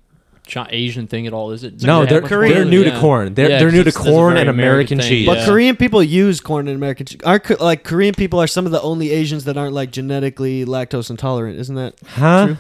chi- Asian thing at all, is it?
no,
Does it
they're
have much corn?
they're new
Yeah.
to corn. They're
Yeah,
they're new to
it's- it's a
corn
very
and American,
thing,
cheese.
But
yeah.
Korean people use corn in American. che- Our Ko- like Korean people are some of the only Asians that aren't like genetically lactose intolerant, isn't that?
Huh?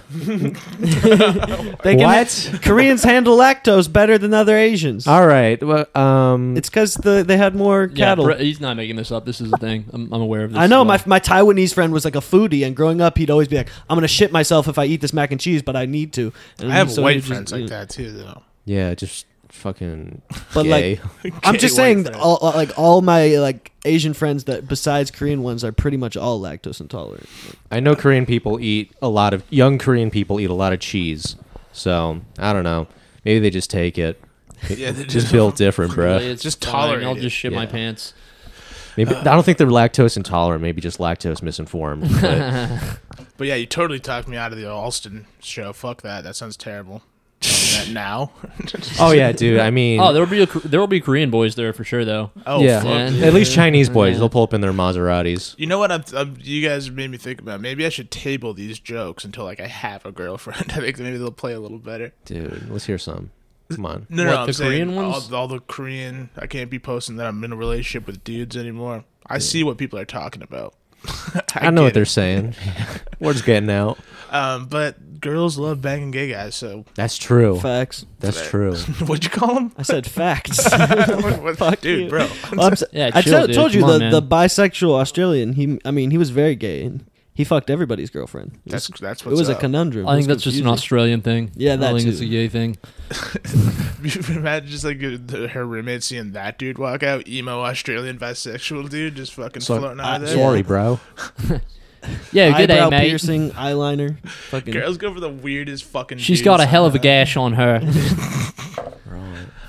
They
What?
Koreans handle lactose better than other Asians.
All right. Well, um,
It's because the, they had more
Yeah,
cattle.
Bre- he's not making this up. This is a thing. I'm, I'm aware of this.
I know
as
my,
well.
my Taiwanese friend was like a foodie, and growing up, he'd always be like, "I'm gonna shit myself if I eat this mac and cheese, but I need to." And
I have
so
white
he'd just-
friends like that too, though.
yeah, just fucking.
But,
gay.
I'm
Gay
just
white
saying,
friends.
all, like all my like Asian friends that besides Korean ones are pretty much all lactose intolerant.
I know Korean people eat a lot of young Korean people eat a lot of cheese. So I don't know. Maybe they just take it.
Yeah, they
just built different,
Really,
bro.
it's
Just
fine.
tolerate
I'll
it.
just shit my
Yeah.
pants.
Maybe I don't think they're lactose intolerant. Maybe just lactose misinformed. But
But yeah, you totally talked me out of the Alston show. Fuck that. That sounds terrible. that now.
oh yeah, dude. I mean,
Oh, there'll be a, Kor- there will be Korean boys there for sure, though.
oh
yeah.
fuck.
Yeah.
At least Chinese boys,
Yeah.
they'll pull up in their Maseratis.
You know what? I'm, I'm. You guys made me think about. Maybe I should table these jokes until like I have a girlfriend. I think maybe they'll play a little better.
Dude, let's hear some. Come on.
No,
What,
no, I'm
the
saying
Korean
all-
ones?
All, the Korean. I can't be posting that I'm in a relationship with dudes anymore. I see what people are talking about.
I, know
get
what they're
it.
saying. We're just getting out.
Um, but girls love banging gay guys. So
That's true.
Facts.
That's true.
what'd you call them?
I said facts. Fuck
dude,
you.
bro.
Well, I'm s-
Yeah,
I
chill,
tell-
dude.
told you
Come on,
the,
man.
the bisexual Australian. He, I mean, he was very gay and he fucked everybody's girlfriend. It
That's
was,
that's
it
what's
was a
up.
conundrum.
I think that's just an
Australian.
Australian thing.
Yeah,
I
that
don't think
too.
it's a gay thing.
Imagine just like your- her roommate seeing that dude walk out, emo Australian bisexual dude, just fucking
So-
floating
I-
out of there.
Sorry, bro.
Yeah, good day,
eyebrow
mate.
piercing, eyeliner. Fucking
Girls go for the weirdest fucking.
She's
dudes
got a
on
hell of a
that.
gash on her.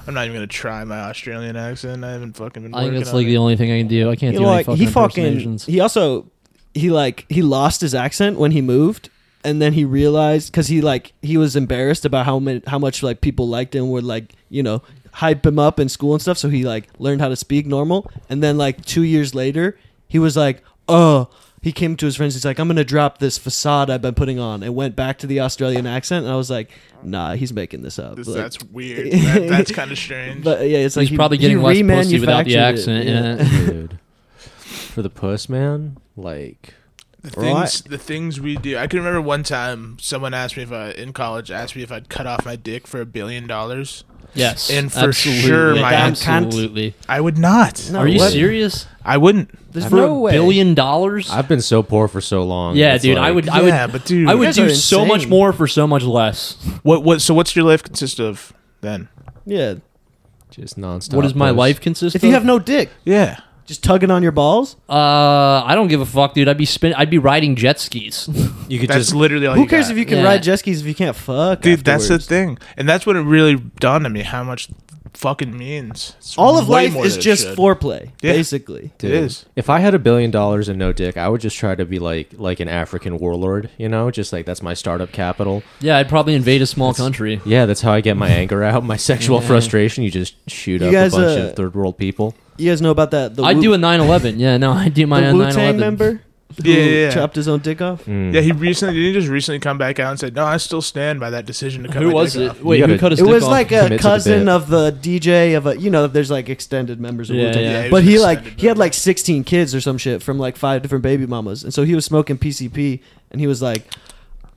I'm not even gonna try my Australian accent. I haven't fucking been.
I think
working
that's
on
like
it.
the only thing I can do. I can't
he
do
like
any
he
fucking
fucking
impersonations.
he also he like he lost his accent when he moved and then he realized because he like he was embarrassed about how many how much like people liked him would like you know hype him up in school and stuff so he like learned how to speak normal and then like two years later he was like oh he came to his friends he's like i'm gonna drop this facade i've been putting on and went back to the australian accent and i was like nah he's making this up
This-
Like,
that's weird. That- that's kind of strange.
but yeah it's like
He's probably getting less pussy without
remanufactured
the
it.
accent.
Yeah.
Yeah.
Dude. For the puss man, like
the
Right.
things, the things we do. I can remember one time someone asked me if I, in college, asked me if I'd cut off my dick for a billion dollars.
Yes,
And for
absolutely.
sure my-
Damn cunt.
absolutely.
I would not.
No,
Are you
what?
serious?
I wouldn't.
There's
For
no
a
way.
billion dollars?
I've been so poor for so long.
yeah,
it's
dude. I
like-
would. I would.
yeah, but dude,
I
You
would
guys are
do so much
insane.
more for so much less.
What? What? So, what's your life consist of then?
Yeah.
just nonstop.
What does my
puss.
life consist
If
of?
you have no dick,
Yeah.
just tugging on your balls.
uh, I don't give a fuck, dude. I'd be spin. I'd be riding jet skis.
you could
That's
just
literally
Oh,
all.
Who
you
cares
got.
if you can
Yeah.
ride jet skis if you can't fuck?
Dude, that's the
afterwards?
thing, and that's what it really done to me. How much fucking means. It's
All of
way
life
more
is
than it
just
should.
foreplay,
Yeah.
basically.
It is.
If I had a billion dollars and no dick, I would just try to be like like an African warlord, you know, just like that's my startup capital.
yeah, I'd probably invade a small country.
Yeah, that's how I get my anger out, my sexual frustration. You just shoot
You
up
guys,
a bunch
uh,
of third world people.
You guys know about that? The
I'd
Wu-
do a 911. Yeah, no, I'd do my
the
own
Wu Tang
911.
member who
Yeah, yeah, yeah.
chopped his own dick off.
Yeah, he recently didn't he just recently come back out and said, "No, I still stand by that decision to cut
Who
my
was
dick
it?
off."
Wait,
You
who
gotta-
cut his
It
dick
was
off?
like
commit to
a
the
cousin
bit.
of the DJ of a. You know, there's like extended members of
Yeah,
Wu Tang,
yeah. Yeah,
he
but
was
he
an
like
extended
he had
member.
like 16 kids or some shit from like five different baby mamas, and so he was smoking PCP, and he was like,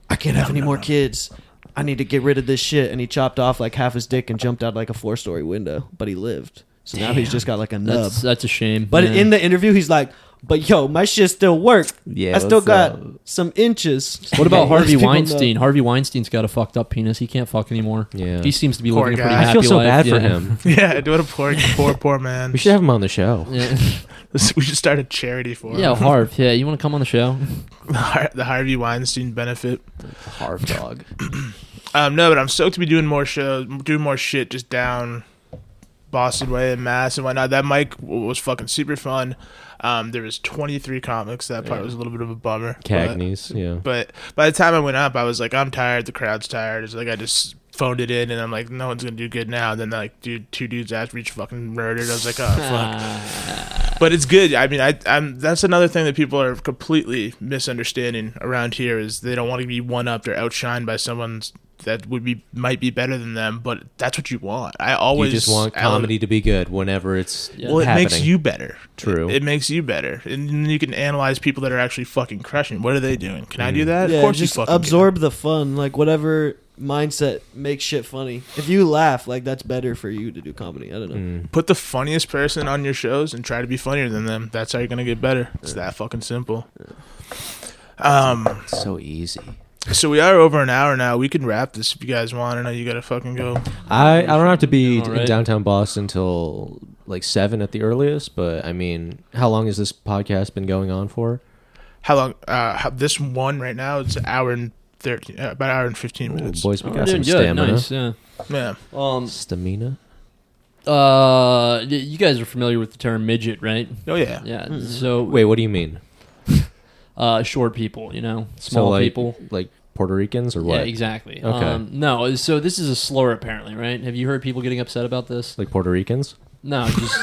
I can't have any more kids. I need to get rid of this shit. And he chopped off like half his dick and jumped out like a four story window, but he lived. So now he's just got like a nub.
That's that's a shame.
But
yeah.
in the interview, he's like, but yo, my shit still work.
Mm. Yeah, uh,
I still
what's
got
up?
some inches.
What about
Most
Harvey
people know.
Weinstein? Harvey Weinstein's got a fucked up penis. He can't fuck anymore.
Yeah.
He seems to be
Poor
living a pretty
guy. I
happy
I feel so
life.
bad for
Yeah.
him.
Yeah, what a poor, poor, poor man.
We should have him on the show.
Yeah,
we should start a charity for him.
yeah Harv. Yeah, you want to come on the show?
the, Har- the Harvey Weinstein benefit.
Harv dog.
Um, no, but I'm stoked to be doing more shows, doing more shit, just down Boston way and Mass and whatnot. That mic w- was fucking super fun. Um, there was 23 comics. That part was a little bit of a bummer. but-
Cagney's, yeah.
But by the time I went up, I was like, I'm tired. The crowd's tired. It's like I just phoned it in, and I'm like, no one's gonna do good now. And then like, dude, two dudes after each fucking murdered. I was like, oh fuck. but it's good. I mean, I, I'm that's another thing that people are completely misunderstanding around here is they don't want to be one up or outshined by someone that would be might be better than them. But that's what you want. I
You
always
just want
I love-
comedy to be good whenever it's
Well, it
happening.
makes you better.
True.
It, it makes you better, and then you can analyze people that are actually fucking crushing. What are they doing? Can
Mm.
I do that?
yeah,
of course,
just
you fucking
absorb the fun, like whatever mindset makes shit funny. If you laugh, like that's better for you to do comedy. I don't know.
Can. Put the funniest person on your shows and try to be funnier than them. That's how you're gonna get better. It's that fucking simple. Um.
so easy.
So we are over an hour now. We can wrap this if you guys want. I know you gotta fucking go.
I, I don't have to be
All
in
right.
downtown Boston until like seven at the earliest, but I mean, how long has this podcast been going on for?
How long? Uh, how, this one right now it's an hour and thirty, uh, about an hour and fifteen
Ooh,
minutes.
boys, we
We're
got
Oh, doing
some
good.
stamina.
Nice. Yeah.
yeah.
Um.
Stamina.
Uh. y- You guys are familiar with the term midget, right?
Oh yeah.
Yeah. So
Wait, what do you mean?
uh, short people, you know, small
like,
people.
like Puerto Ricans or
Yeah,
what?
exactly.
Okay.
Um, no, so this is a slur apparently, right? Have you heard people getting upset about this?
Like Puerto Ricans.
No, just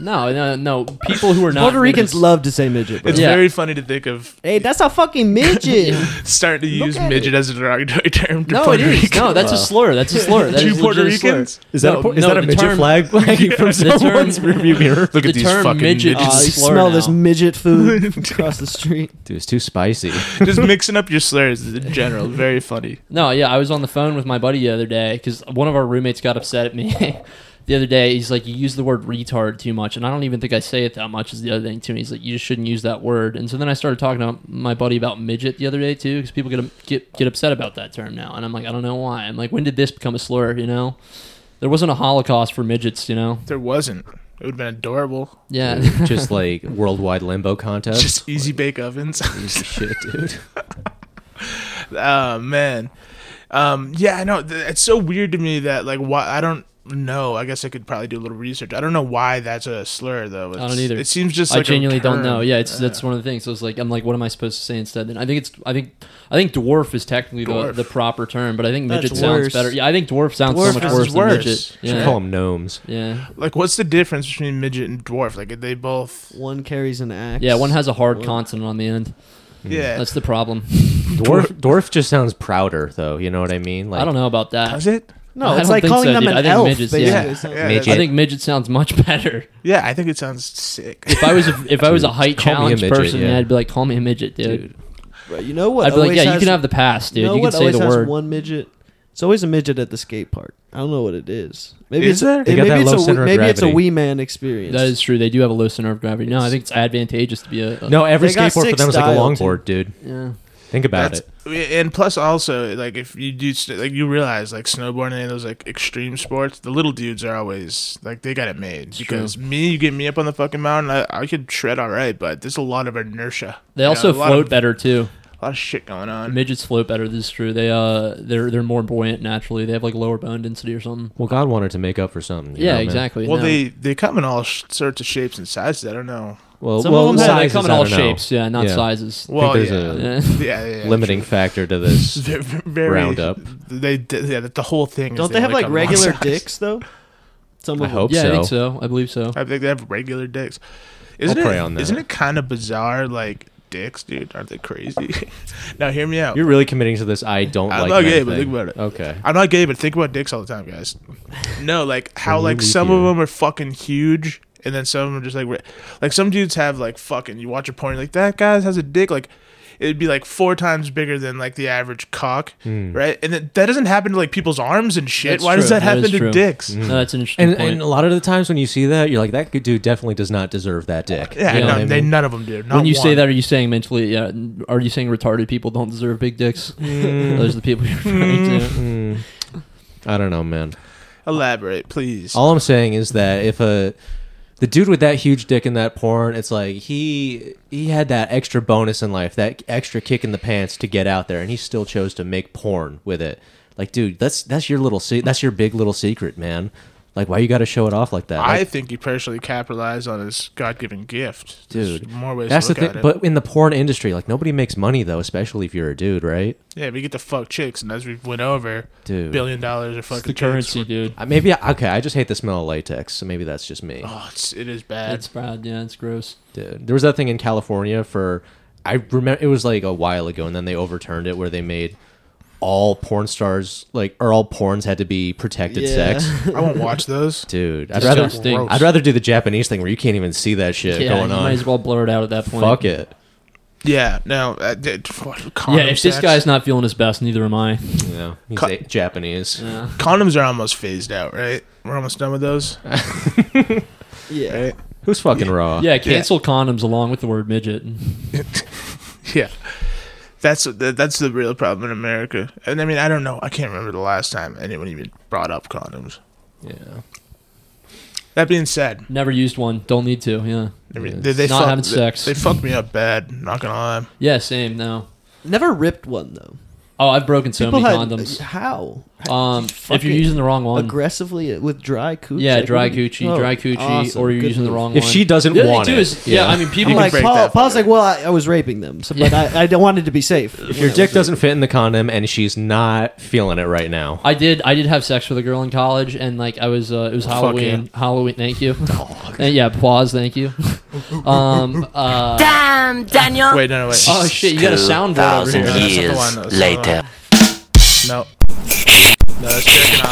no, no, no. People who are not
Puerto Ricans
midgets-
love to say midget. Bro.
It's
Yeah.
very funny to think of
Hey, that's a fucking midget.
starting to
Look
use
at
midget as a derogatory term. To
No,
Puerto
it is.
Rican.
No, that's a slur. That's a slur. That's
Two Puerto Ricans.
Is that a, por- is that a midget flag flagging from
the term-
someone's rearview mirror?
Look
The
at these
term
fucking
midget
midgets.
Ah,
is-
you
slur
smell this
now.
midget food across the street.
Dude, it's too spicy.
Just mixing up your slurs in general. Very funny.
No, yeah, I was on the phone with my buddy the other day because one of our roommates got upset at me the other day. He's like, "You use the word retard too much," and I don't even think I say it that much. Is the other thing too? And he's like, "You just shouldn't use that word." And so then I started talking to my buddy about midget the other day too because people get get get upset about that term now, and I'm like, I don't know why. I'm like, when did this become a slur? You know, there wasn't a Holocaust for midgets. You know,
There wasn't. It would have been adorable.
yeah.
Just like worldwide limbo contest.
Just easy bake ovens.
Easy shit, dude.
oh man. Um, yeah, I know. Th- It's so weird to me that like why I don't know. I guess I could probably do a little research. I don't know why that's a slur though. It's-
don't either.
It seems just.
I
like a
genuinely don't
term.
know. Yeah, it's that's one of the things. So it's like I'm like, what am I supposed to say instead? Then I think it's I think I think dwarf is technically
Dwarf.
The, the proper term, but I think
That's
midget sounds
worse.
better. Yeah, I think dwarf sounds
Dwarf
so much
is worse.
worse, than midget.
Should
Should
Yeah,
call them gnomes.
yeah,
Like, what's the difference between midget and dwarf? Like, are they both.
One carries an axe.
yeah. One has a hard
Dwarf.
consonant on the end.
Yeah.
Mm. That's the problem.
Dwarf, dwarf just sounds prouder, though. You know what I mean? Like,
I don't know about that.
Does it?
No,
I
it's
don't
like
think
calling
so,
them
dude.
an
I think
elf.
midgets,
basically.
yeah.
It sounds-
Yeah.
Midget.
I think midget sounds much better.
Yeah, I think it sounds sick.
If I was a, if I was a height
Call me a
challenged
midget,
person,
yeah.
I'd be like, call me a midget, dude.
Dude.
Bro, you know what?
I'd be like,
always
yeah, you
has-
can have the pass, dude.
You know
You, can
what
say
always
the
has
word.
one midget? It's always a midget at the skate park. I don't know what it is. Maybe
Is
it's
there?
A,
They got
maybe
that
it's
low
a
center
wee-
of
maybe it's a
gravity.
wee man experience.
That is true. They do have a low center of gravity. No, I think it's advantageous to be a. a
No, every
They got
skateboard for
sick
them is like a
style,
longboard, dude.
yeah.
Think about it.
And plus, also, like if you do, st- like you realize, like snowboarding and those like extreme sports, the little dudes are always like they got it made. because me, you get me up on the fucking mountain, I, I could shred all right, but there's a lot of inertia.
They
You know,
also
a lot
float
of,
better too.
A lot of shit going on.
Midgets float better. This is true. They uh, they're they're more buoyant naturally. They have like lower bone density or something.
Well, God wanted to make up for something. you
yeah,
know, man.
exactly.
well,
no.
they they come in all sh- sorts of shapes and sizes. I don't know.
Well,
Some
well,
of them
Yeah, they
sizes,
come in
I
all
don't know.
shapes. Yeah, not
Yeah.
sizes.
Well,
there's
yeah.
a-
Yeah.
yeah, yeah, yeah,
Limiting factor to this.
They're very
roundup.
They d- yeah, that the whole thing. is
Don't they have
only
like
come in all
regular
sizes.
dicks though? Some
I
of them.
hope
yeah, I
so.
think so. I believe so.
I think they have regular dicks. Isn't
I'll
it?
pray on that.
Isn't it kind of bizarre? Like dicks, dude. Aren't they crazy? now hear me out.
You're really committing to this. I don't
I'm
like.
not
men
gay, but
thing.
think about it.
Okay.
I'm not gay, but think about dicks all the time, guys. No, like how
I'm
like
with
some
you.
of them are fucking huge, and then some of them are just like re- like some dudes have like fucking. You watch a porn, you're like that guy has a dick like. It'd be like four times bigger than like the average cock,
Hmm. Mm.
right? And that that doesn't happen to like people's arms and shit.
That's
Why does
true.
that
That
happen
is
to
true. Mm.
dicks?
No, that's an interesting
Mm. And,
point.
and a lot of the times when you see that, you're like, that good dude definitely does not deserve that dick.
Yeah,
You know
no,
what I
they
mean?
none of them do. Not
when you say
one.
that, are you saying mentally? Yeah, are you saying retarded people don't deserve big dicks? Those are the people you're referring to.
Mm. I don't know, man.
elaborate, please.
All I'm saying is that if a the dude with that huge dick in that porn, it's like he he had that extra bonus in life, that extra kick in the pants to get out there, and he still chose to make porn with it. Like, dude, that's that's your little se- that's your big little secret, man. Like, why you got to show it off like that?
I
Like,
think he personally capitalized on his God-given gift. There's
Dude,
more ways
that's
to
the
look at
thing.
it.
But in the porn industry, like nobody makes money though, especially if you're a dude, right?
yeah, we get to fuck chicks, and as we went over,
Dude.
billion dollars of
It's
fucking
the
chicks
currency,
were-
dude.
Uh, Maybe okay. I just hate the smell of latex, so maybe that's just me.
Oh, it's, it is bad.
It's bad. Yeah, it's gross.
Dude, there was that thing in California for I remember it was like a while ago, and then they overturned it where they made all porn stars like or all porns had to be protected
Yeah.
sex.
I won't watch those.
Dude, I'd rather
Disgusting.
gross.
I'd rather do the Japanese thing where you can't even see that shit
yeah,
going
you might
on.
as well blur it out at that point.
Fuck it.
Yeah, no. Uh, d- what, condom
Yeah, if this
sex?
guy's not feeling his best, neither am I.
You know, he's
Cut.
a- Japanese.
Yeah.
condoms are almost phased out, right? We're almost done with those.
Uh,
Yeah.
Who's fucking raw?
Yeah, cancel condoms along with the word midget.
Yeah, that's that- that's the real problem in America. And I mean, I don't know. I can't remember the last time anyone even brought up condoms.
yeah.
That being said,
Never used one. Don't need to. Yeah.
I mean,
Yeah.
they, they
Not
fuck-
having
they-
sex.
They, fucked me up bad. Not gonna lie.
Yeah, same. No.
Never ripped one though.
Oh, I've broken so many condoms.
how
Um, if
fucking
you're using the wrong one,
aggressively with dry coochie.
yeah,
Like,
dry
what do you-
coochie,
Oh,
dry coochie,
awesome.
or you're
Good
using the
move.
wrong
If
one.
she doesn't
the other thing,
want
too
it,
is yeah.
yeah.
I mean, people
I'm like
break
Paul.
that
Paul's
fucker.
like, well, I, I was raping them, so, but I, I don't- wanted to be safe.
If your dick doesn't fit in the condom and she's not feeling it right now,
I did. I did have sex with a girl in college, and like I was. Uh, it was Halloween. Halloween. Thank you. And, yeah. Applause. Thank you. Um. Uh,
Damn, Daniel.
Wait, no, no, wait.
oh shit! You got a soundboard over
No,
here.
that's not the
years
one, that's not the
later.
one. No. No, it's taken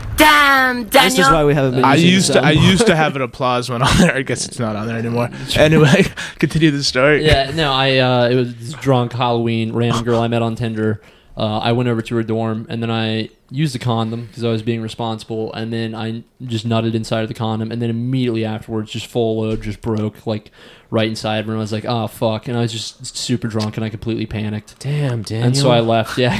off.
Damn,
This is
Daniel.
why we haven't been.
I
using
used to
some.
I used to have an applause one on there. I guess it's not on there anymore. Anyway, continue the story.
yeah, no, I uh, it was this drunk Halloween random girl I met on Tinder. Uh, I went over to her dorm and then I used the condom because I was being responsible, and then I just nutted inside of the condom, and then immediately afterwards, just full load, just broke like right inside of her. And I was like, oh fuck, and I was just super drunk and I completely panicked.
damn, Daniel.
And so I left. Yeah,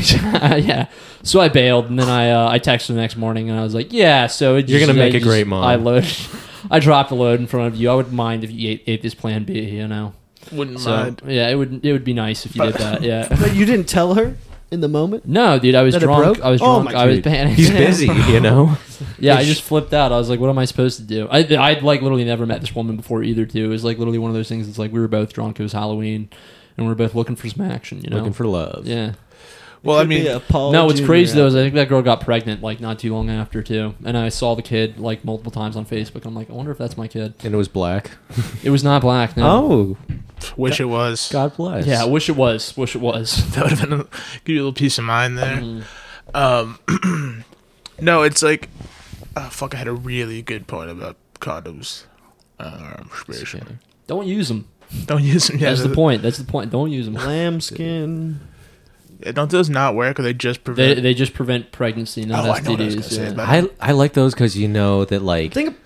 yeah. So I bailed, and then I uh, I texted the next morning, and I was like, "Yeah, so it
You're
just-
gonna
I
make a
just-
great mom.
I load, I dropped a load in front of you. I would mind if you ate, ate this Plan B, you know.
Wouldn't
So
mind.
yeah, it would it would be nice if you did that. Yeah.
But you didn't tell her in the moment.
No, dude, I was
That it
drunk.
broke?
I was
Oh
drunk.
my
I was
dude.
panicked.
He's busy, you know.
yeah, I just flipped out. I was like, "What am I supposed to do?" I I'd like literally never met this woman before either. Too. It was like literally one of those things. It's like we were both drunk. It was Halloween, and we were both looking for some action. You know.
Looking for love.
yeah.
Well, I
Could be
mean,
a Paul
no, what's
Jr.
crazy though
out
is I think that girl got pregnant like not too long after too, and I saw the kid like multiple times on Facebook. I'm like, I wonder if that's my kid.
And it was black.
It was not black.
Oh,
No.
wish it was.
God bless.
yeah. I Wish it was. Wish it was.
That would have been a, give you a little peace of mind there. Um, no, it's like, oh, fuck. I had a really good point about condoms. Uh,
Yeah.
respiration.
Don't use them.
Don't use them. Yeah,
That's the
th-
point. That's the point. Don't use them.
Lamb skin.
Don't those not work, or they just
They,
prevent?
they just prevent pregnancy, not
oh, I know what I was gonna
STDs.
say
yeah.
about
I, I like those because you know that like
Think.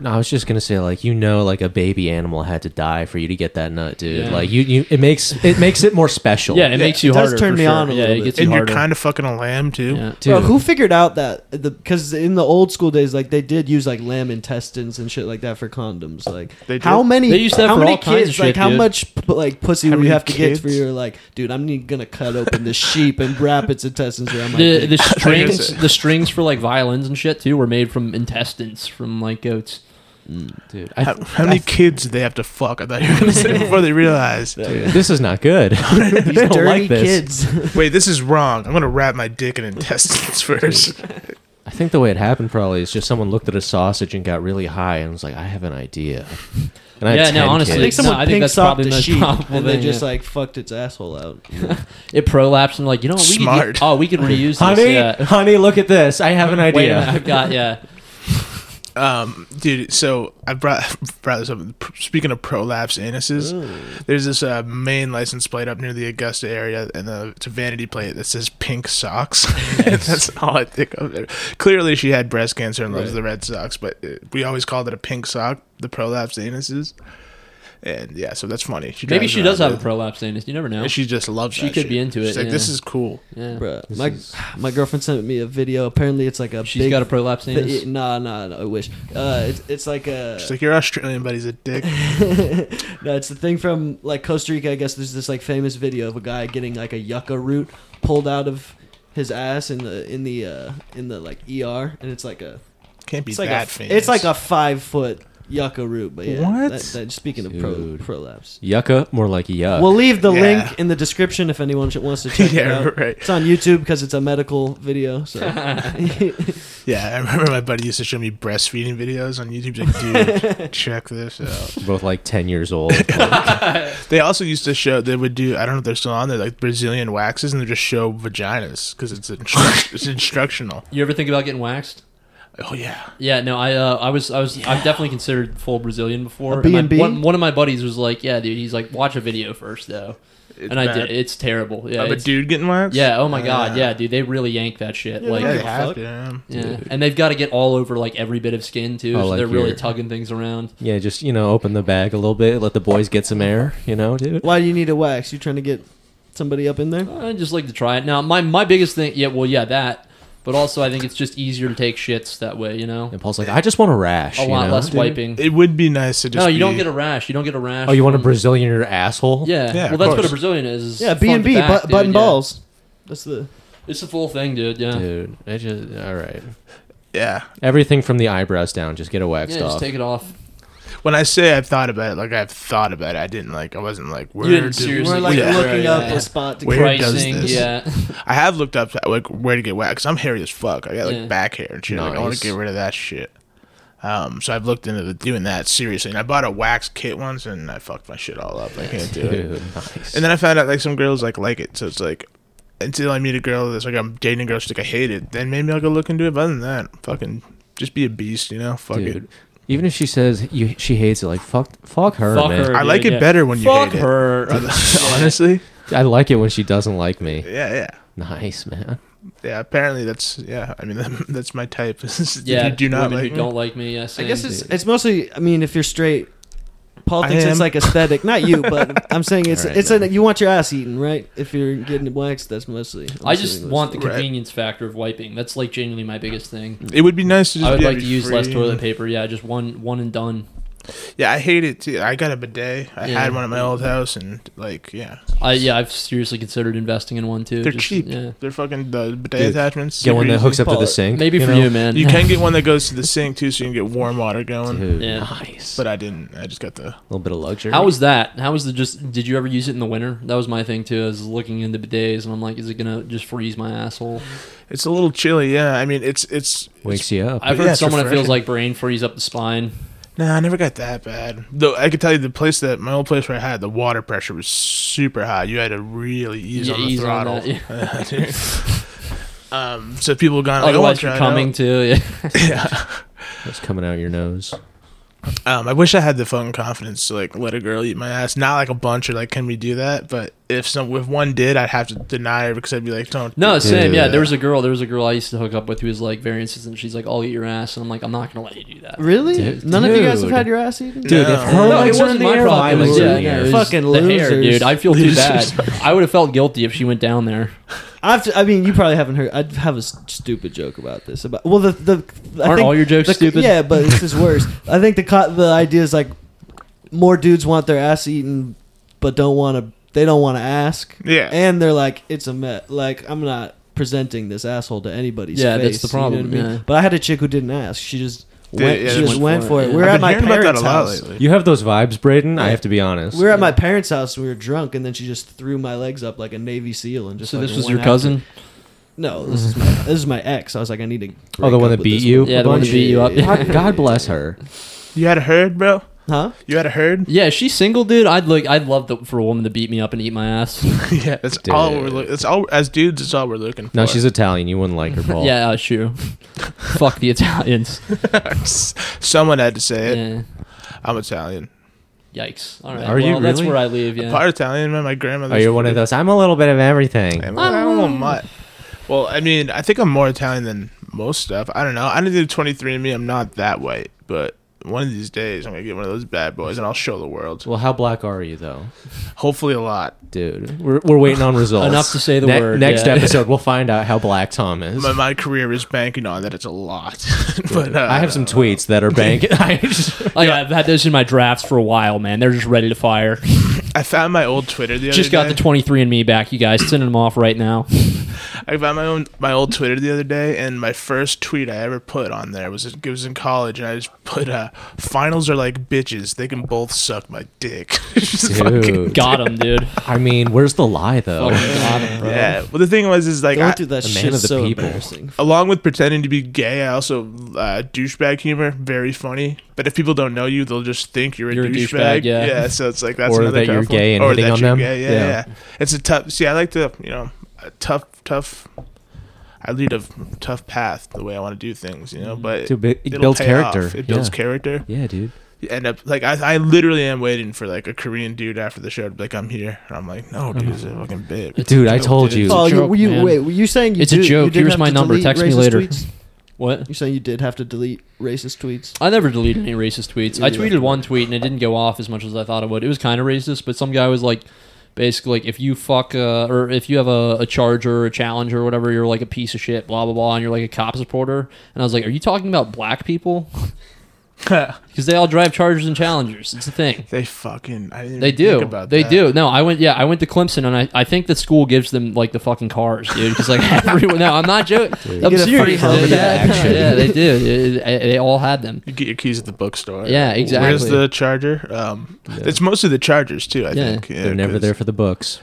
no, I was just gonna say like you know like a baby animal had to die for you to get that nut, dude.
Yeah.
Like you, you it makes it makes it more special.
yeah, it makes you
it does
harder.
turn
for
me
sure.
on a
yeah,
little
it
bit.
gets
and
you
you're
harder.
kind of fucking a lamb too.
yeah.
dude.
Bro, who figured out that? Because in the old school days, like they did use like lamb intestines and shit like that for condoms. Like
They did?
how many?
They used that
how
for
many
all
kids?
kinds of
like
shit,
how
dude.
much p- like pussy
How
would
many
you have to get for
kids?
your like, dude? I'm ne- gonna cut open this sheep and wrap its intestines around my
The,
dick."
the
gonna
strings,
say.
the strings for like violins and shit too, were made from intestines from like goats.
dude. I,
How, how many kids did they have to fuck? I thought you were gonna say before they realized.
dude, this is not good. they
These
don't
dirty
like this.
kids.
Wait, this is wrong. I'm gonna wrap my dick in intestines first.
I think the way it happened probably is just someone looked at a sausage and got really high and was like, I have an idea. And I had
Yeah, no,
10
honestly,
I
kids.
think
No,
someone
I think
pink
that's
socked
probably the
a
most
sheep
probable
and they
thing,
just
yeah.
like fucked its asshole out.
It prolapsed and like you know what, we Could,
Smart.
u- oh, we could reuse this.
honey,
yeah.
honey, look at this. I have an
Wait a
idea.
minute, I've got yeah.
Um, dude, so I brought brought this up. Speaking of prolapse anuses, there's this uh, main license plate up near the Augusta area, and uh it's a vanity plate that says "pink socks." That's all I think of. There. Clearly, she had breast cancer and loves
Right.
the red socks, but uh, we always called it a pink sock. The prolapse anuses, and yeah, so that's funny.
Maybe
drives
she does
around
have a
with-
prolapse anus. You never know.
and She just loves.
She
that
could
shit.
be into
She's
it,
Like this
yeah.
is cool.
yeah.
Bruh,
This
my
is-
my girlfriend sent me a video. Apparently, it's like a
She's
big
got a prolapse
thi-
anus.
Nah, nah, nah, I wish. Uh, it's, it's like a.
She's like your Australian buddy's a dick.
no, it's the thing from like Costa Rica. I guess there's this like famous video of a guy getting like a yucca root pulled out of his ass in the in the uh, in the like ER, E and it's like a
Can't be
It's like,
that
a,
famous.
it's like a five foot yucca root. But yeah,
What?
That, that- speaking of pro,
Dude.
prolapse,
Yucca, more like yuck.
we'll leave the
Yeah.
link in the description if anyone sh- wants to check it
yeah,
out.
right.
It's on YouTube because it's a medical video. So
Yeah, I remember my buddy used to show me breastfeeding videos on YouTube. He's Like, dude, check this out.
Both like ten years old.
They also used to show they would do. I don't know if they're still on there, like Brazilian waxes, and they just show vaginas because it's instru- it's instructional.
You ever think about getting waxed?
Oh yeah,
Yeah, no, I uh, I was I was I've definitely considered full Brazilian before.
A
and my-
B&B?
One, one of my buddies was like, "Yeah, dude." He's like, "Watch a video first, though."
It's
and I
bad.
did. It's terrible. Yeah,
Of a
it's-
dude getting waxed.
Yeah. Oh my
Uh,
god. Yeah, dude. They really yank that shit. like.
Yeah,
Yeah.
they have to, yeah.
and they've got to get all over like every bit of skin too.
Oh,
so
like
they're really
your-
tugging things around.
yeah, just you know, open the bag a little bit, let the boys get some air. You know, dude.
why do you need a wax? You trying to get somebody up in there?
I just like to try it. Now, my my biggest thing, yeah, well, yeah, that, but also I think it's just easier to take shits that way, you know,
And Paul's like, I just want a rash.
a
you
lot
know,
less
dude.
wiping.
It would be nice to just.
No, you don't
be-
get a rash. You don't get a rash.
Oh, you want a
from-
Brazilian in your asshole?
Yeah,
Yeah,
well,
of
that's what
course.
a Brazilian is. is
Yeah,
front
B and B,
to back,
butt
dude,
butt and
yeah.
balls. That's the
It's the full thing, dude. Yeah,
Dude, I just all right.
Yeah.
Everything from the eyebrows down, just get a
yeah,
waxed
just
off.
take it off.
When I say I've thought about it, like I've thought about it, I didn't like. I wasn't like. Where
didn't
do-
seriously-
we're like
Yeah.
looking
Yeah.
up
Yeah.
a spot to
Where
crack.
does
Pricing,
this?
yeah.
I have looked up like where to get waxed. i I'm hairy as fuck. I got like
Yeah.
back hair and shit. Like I want
Nice.
to get rid of that shit. Um, so I've looked into the, doing that seriously, and I bought a wax kit once, and I fucked my shit all up. I can't do it.
Dude, nice.
And then I found out like some girls like like it, so it's like until I meet a girl that's like I'm dating a girl that's like I hate it, then maybe I'll go look into it. But other than that, fucking just be a beast, you know? Fuck
Dude,
it.
even if she says you, she hates it, like fuck, fuck her,
Fuck
man.
her.
I like
dude,
it
yeah.
better when you
Fuck
hate
her.
it. Honestly,
I like it when she doesn't like me.
yeah, yeah.
Nice, man.
Yeah, apparently that's yeah. I mean, that's my type. If
yeah,
you do not
women
like me.
who don't like me. Yeah,
I
same.
guess it's it's mostly. I mean, if you're straight, Paul
I
thinks
am.
it's like aesthetic. Not you, but I'm saying it's
Alright,
it's
no.
a, you want your ass eaten, right? If you're getting waxed, that's mostly. I'm
I just
assuming that's-
want the
Right.
convenience factor of wiping. That's like genuinely my biggest thing.
It would be nice to just
I would
be
like
able
to use less
free.
toilet paper. Yeah, just one one and done.
Yeah, I hate it too. I got a bidet. I
Yeah.
had one at my old house, and like, yeah,
I yeah, I've seriously considered investing in one too.
they're
Just-
cheap.
Yeah.
They're fucking the bidet
Dude,
attachments.
Get one
super
that hooks
easy.
up to
Paul,
the sink.
Maybe for
know?
you, man.
You can get one that goes to the sink too, so you can get warm water going.
Dude,
Yeah.
nice.
But I didn't. I just got the.
a little bit of luxury.
How was that? How was the just? Did you ever use it in the winter? That was my thing too. I was looking into bidets, and I'm like, is it gonna just freeze my asshole?
It's a little chilly. Yeah, I mean, it's it's.
wakes you up?
I've
Yeah,
heard
it's
someone it feels
refreshing.
like brain freeze up the spine.
Nah, I never got that bad. Though I could tell you the place that my old place where I had the water pressure was super high. You had to really ease
Yeah,
on the
ease on
throttle.
that,
Dude. um, so people gone. Like,
Otherwise,
oh, I'll try
you're
it
coming
out."
too. Yeah.
It's coming out your nose.
Um, I wish I had the fucking confidence to like let a girl eat my ass. Not like a bunch or like, can we do that? But if some, if one did, I'd have to deny her because I'd be like, don't.
No, same. Yeah,
Yeah.
there was a girl. There was a girl I used to hook up with who was like very insistent. She's like, "I'll eat your ass," and I'm like, "I'm not gonna let you do that."
Really?
Dude.
None of you guys have
Dude.
had your ass eaten?
Dude, if her
No, it wasn't my problem.
I
It
was
was,
in
yeah,
the
yeah,
air.
it was
Fucking
the hair,
losers.
dude. I feel too
Losers.
bad. I would have felt guilty if she went down there.
I've, I mean, you probably haven't heard. I have a s- stupid joke about this. About well, the the I
Aren't
think
all your jokes
the-
stupid?
Yeah, but this is worse. I think the co- the idea is like more dudes want their ass eaten, but don't want to. They don't want to ask.
Yeah.
and they're like, it's a met. Like I'm not presenting this asshole to anybody's.
Yeah,
face,
that's the
you know what
problem,
I mean?
yeah.
But I had a chick who didn't ask. She just
Dude,
went.
yeah,
she
they
just went for it. We
yeah.
were
I've been
at my
hearing about that
parents'
a lot
house.
lately.
You have those vibes, Braden. I have to be honest.
We were at my parents' house. We were drunk, and then she just threw my legs up like a Navy SEAL, and just.
So this
fucking
was
went
your
after
cousin.
no, this is my this is my ex. I was like, I need to.
oh, the
break
one
up
that
with
beat
this
you.
one.
Yeah,
a
the one that
bunch?
beat you up.
God, God bless her.
You had a herd, bro.
Huh?
You had a herd.
Yeah, if she's single, dude. I'd like, I'd love to, for a woman to beat me up and eat my ass.
yeah, that's all we're. Lo- that's all as dudes. That's all we're looking for.
No, she's Italian. You wouldn't like her, Paul.
yeah, uh, sure. Fuck the Italians.
Someone had to say it.
Yeah.
I'm Italian.
Yikes. All right.
Are
well,
you
That's
really?
where I leave. Yeah.
Part Italian, man. My grandmother.
Are you one of those? I'm a little bit of everything.
I'm, I'm a little mutt. Well, I mean, I think I'm more Italian than most stuff. I don't know. I didn't do 23andMe. I'm not that white, but one of these days I'm gonna get one of those bad boys and I'll show the world.
Well, how black are you, though,
Hopefully, a lot.
dude? We're, we're waiting on results.
Enough to say the
Ne-
word,
Next
yeah.
episode, we'll find out how black Tom is.
My, my career is banking on that. It's a lot. but uh,
I have some tweets that are bank. I just-
Like, Oh, I've had those in my drafts for a while, man. They're just ready to fire.
I found my old Twitter the other
just got
day.
the 23andMe back, you guys. Sending them off right now.
I found my own my old Twitter the other day, and my first tweet I ever put on there was it was in college, and I just put uh, "Finals are like bitches. They can both suck my dick." Just fucking-
Dude,
Got him, dude.
I mean, where's the lie though?
Fucking got him, bro.
yeah. Well, the thing was, is like
Going
I-
through that
the man
shit
of the
so
people.
embarrassing.
along with pretending to be gay, I also uh, douchebag humor, very funny. But if people don't know you, they'll just think you're a,
You're a
douchebag.
douchebag, yeah.
so it's like that's
Or
another
that you're
tough one.
gay and
or
hitting
that
on
you're
them.
Gay. Yeah,
Yeah.
yeah, It's a tough. See, I like to, you know, a tough, tough. I lead a tough path the way I want to do things, you know. But
Dude, but Mm-hmm. it
it'll
builds
pay
character.
off. It builds
Yeah.
character.
Yeah, dude.
You end up like I, I literally am waiting for like a Korean dude after the show to be like, "I'm here," and I'm like, "No, dude, it's a fucking bit."
Uh-huh. Dude, I told
dude.
you.
Oh,
Oh,
joke,
you,
man.
you, wait, were you saying you
It's a
did- you
joke.
didn't
Here's
have
my
to
number.
delete
Text me
racist
later.
Tweets?
What?
You're saying you did have to delete racist tweets?
I never deleted any racist tweets. I
Yeah.
tweeted one tweet and it didn't go off as much as I thought it would. It was kind of racist, but some guy was like, basically, like if you fuck uh, or if you have a, a charger or a challenger or whatever, you're like a piece of shit, blah blah blah, and you're like a cop supporter. And I was like, are you talking about black people? Because they all drive chargers and challengers. It's a thing.
They fucking. I didn't
They
even think
do.
about
They
that.
do. No, I went. Yeah, I went to Clemson, and I, I think the school gives them like the fucking cars, dude. Because like everyone. No, I'm not joking. I'm
get a free
serious.
helmet
Yeah,
and action.
yeah, they do. They- they all had them.
You get your keys at the bookstore.
Yeah,
Where's
exactly.
the charger? Um, It's mostly the chargers too. I
Yeah.
think
They're never there for the books.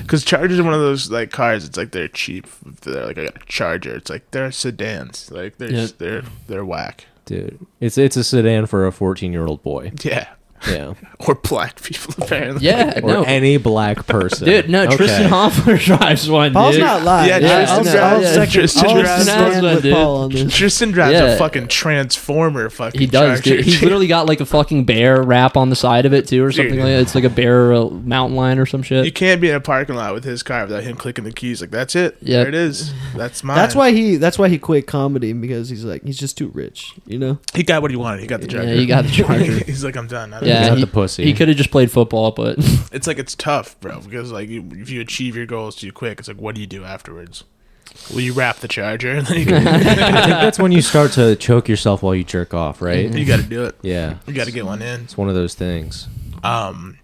because chargers are one of those like cars. It's like they're cheap. They're like a charger. It's like they're sedans. Like they're
Yeah.
just- they're they're whack.
Dude, it's it's a sedan for a 14-year-old boy.
Yeah,
Yeah.
or black people apparently.
Yeah,
or
Uh, no,
any black person.
dude, no.
Okay.
Tristan Hoffler drives one.
Paul's
dude.
not lying.
Yeah,
I-
Tristan
I'll-
Brown-
I'll
yeah,
second-
Tristan
I'll
Brown-
stand
Brown-
with
dude.
Paul on this.
Tristan drives
Yeah.
a fucking transformer. Fucking
He does,
charger.
dude. He's literally got like a fucking bear wrap on the side of it too, or something
Dude.
like that. It's like a bear uh, mountain lion or some
You
shit.
can't be in a parking lot with his car without him clicking the keys. Like that's it.
Yeah.
there it is. That's mine.
That's why he. That's why he quit comedy because he's like he's just too rich. You know.
he got what he wanted. He got the charger.
Yeah, he got the charger.
He's like, I'm done. I don't
Yeah,
He's not
he,
the pussy.
He could have just played football, but
it's like it's tough, bro, because like you, if you achieve your goals too quick, it's like what do you do afterwards? Well, you wrap the charger, and then you, go-
I think that's when you start to choke yourself while you jerk off, right?
you got to do it.
Yeah.
Mm-hmm. You got to get one in.
It's one of those things.
Um,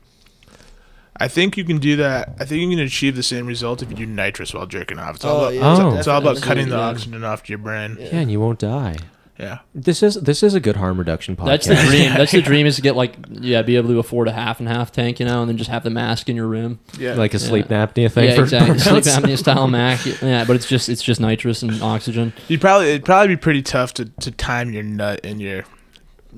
I think you can do that. I think you can achieve the same result if you do nitrous while jerking off. It's all about,
Oh.
definitely.
it's all about cutting the
Yeah.
oxygen off to your brain. Yeah,
Yeah, and you won't die. This is this is a good harm reduction podcast.
that's the dream. That's the dream is to get like yeah, be able to afford a half and half tank, you know, and then just have the mask in your room.
yeah.
like a sleep apnea thing
yeah,
for
exactly. Sleep
burnouts.
apnea style Mac. Yeah, but it's just it's just nitrous and oxygen.
you probably it'd probably be pretty tough to, to time your nut and your.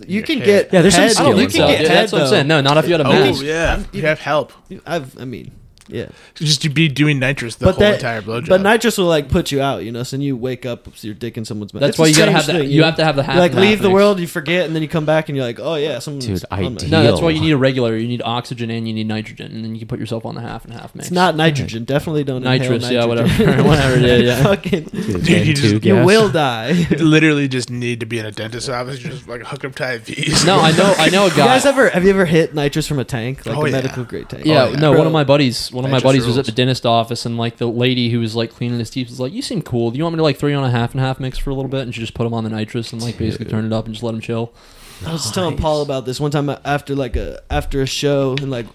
You can
Yeah.
get.
Yeah, there's some
head-
skill
you
in
can
So,
that.
get
yeah,
head,
that's what I'm
though.
saying. No, not if you had a mask.
Oh yeah, you have help.
I've, I mean, yeah,
Just to be doing nitrous the
but
whole
that,
entire blowjob.
but nitrous will like put you out, you know. So then you wake up, with your dick in someone's mouth.
That's
It's
why
the
you gotta
same
have that-
thing,
you have to have the half
Like
and half
leave the
mix.
world, you forget, and then you come back and you're like, oh yeah, someone's
Dude,
on my-
ideal.
No, that's why
Deal.
you need a regular. You need oxygen and you need nitrogen, and then you can put yourself on the half and half mix.
It's not nitrogen. Definitely don't inhale
Nitrous, yeah,
nitrogen.
whatever. Whatever it is, yeah.
Fucking,
Dude,
you
Gen
just-
two
you
you
gas.
will die. you
literally just need to be in a dentist's office, just like hook up to IVs.
No, I know, I know a guy.
guys ever have you ever hit nitrous from a tank, like
Oh,
a
yeah.
medical grade tank?
yeah,
Oh, yeah.
no.
Bro.
One of my buddies, one of my
Nitrous
buddies was
rules.
at the dentist office, and like the lady who was like cleaning his teeth was like, "You seem cool. Do you want me to like throw you on a half and half mix for a little bit?" And she just put him on the nitrous and like basically turned it up and just let him chill.
I was telling Paul about this one time after like a after a show in like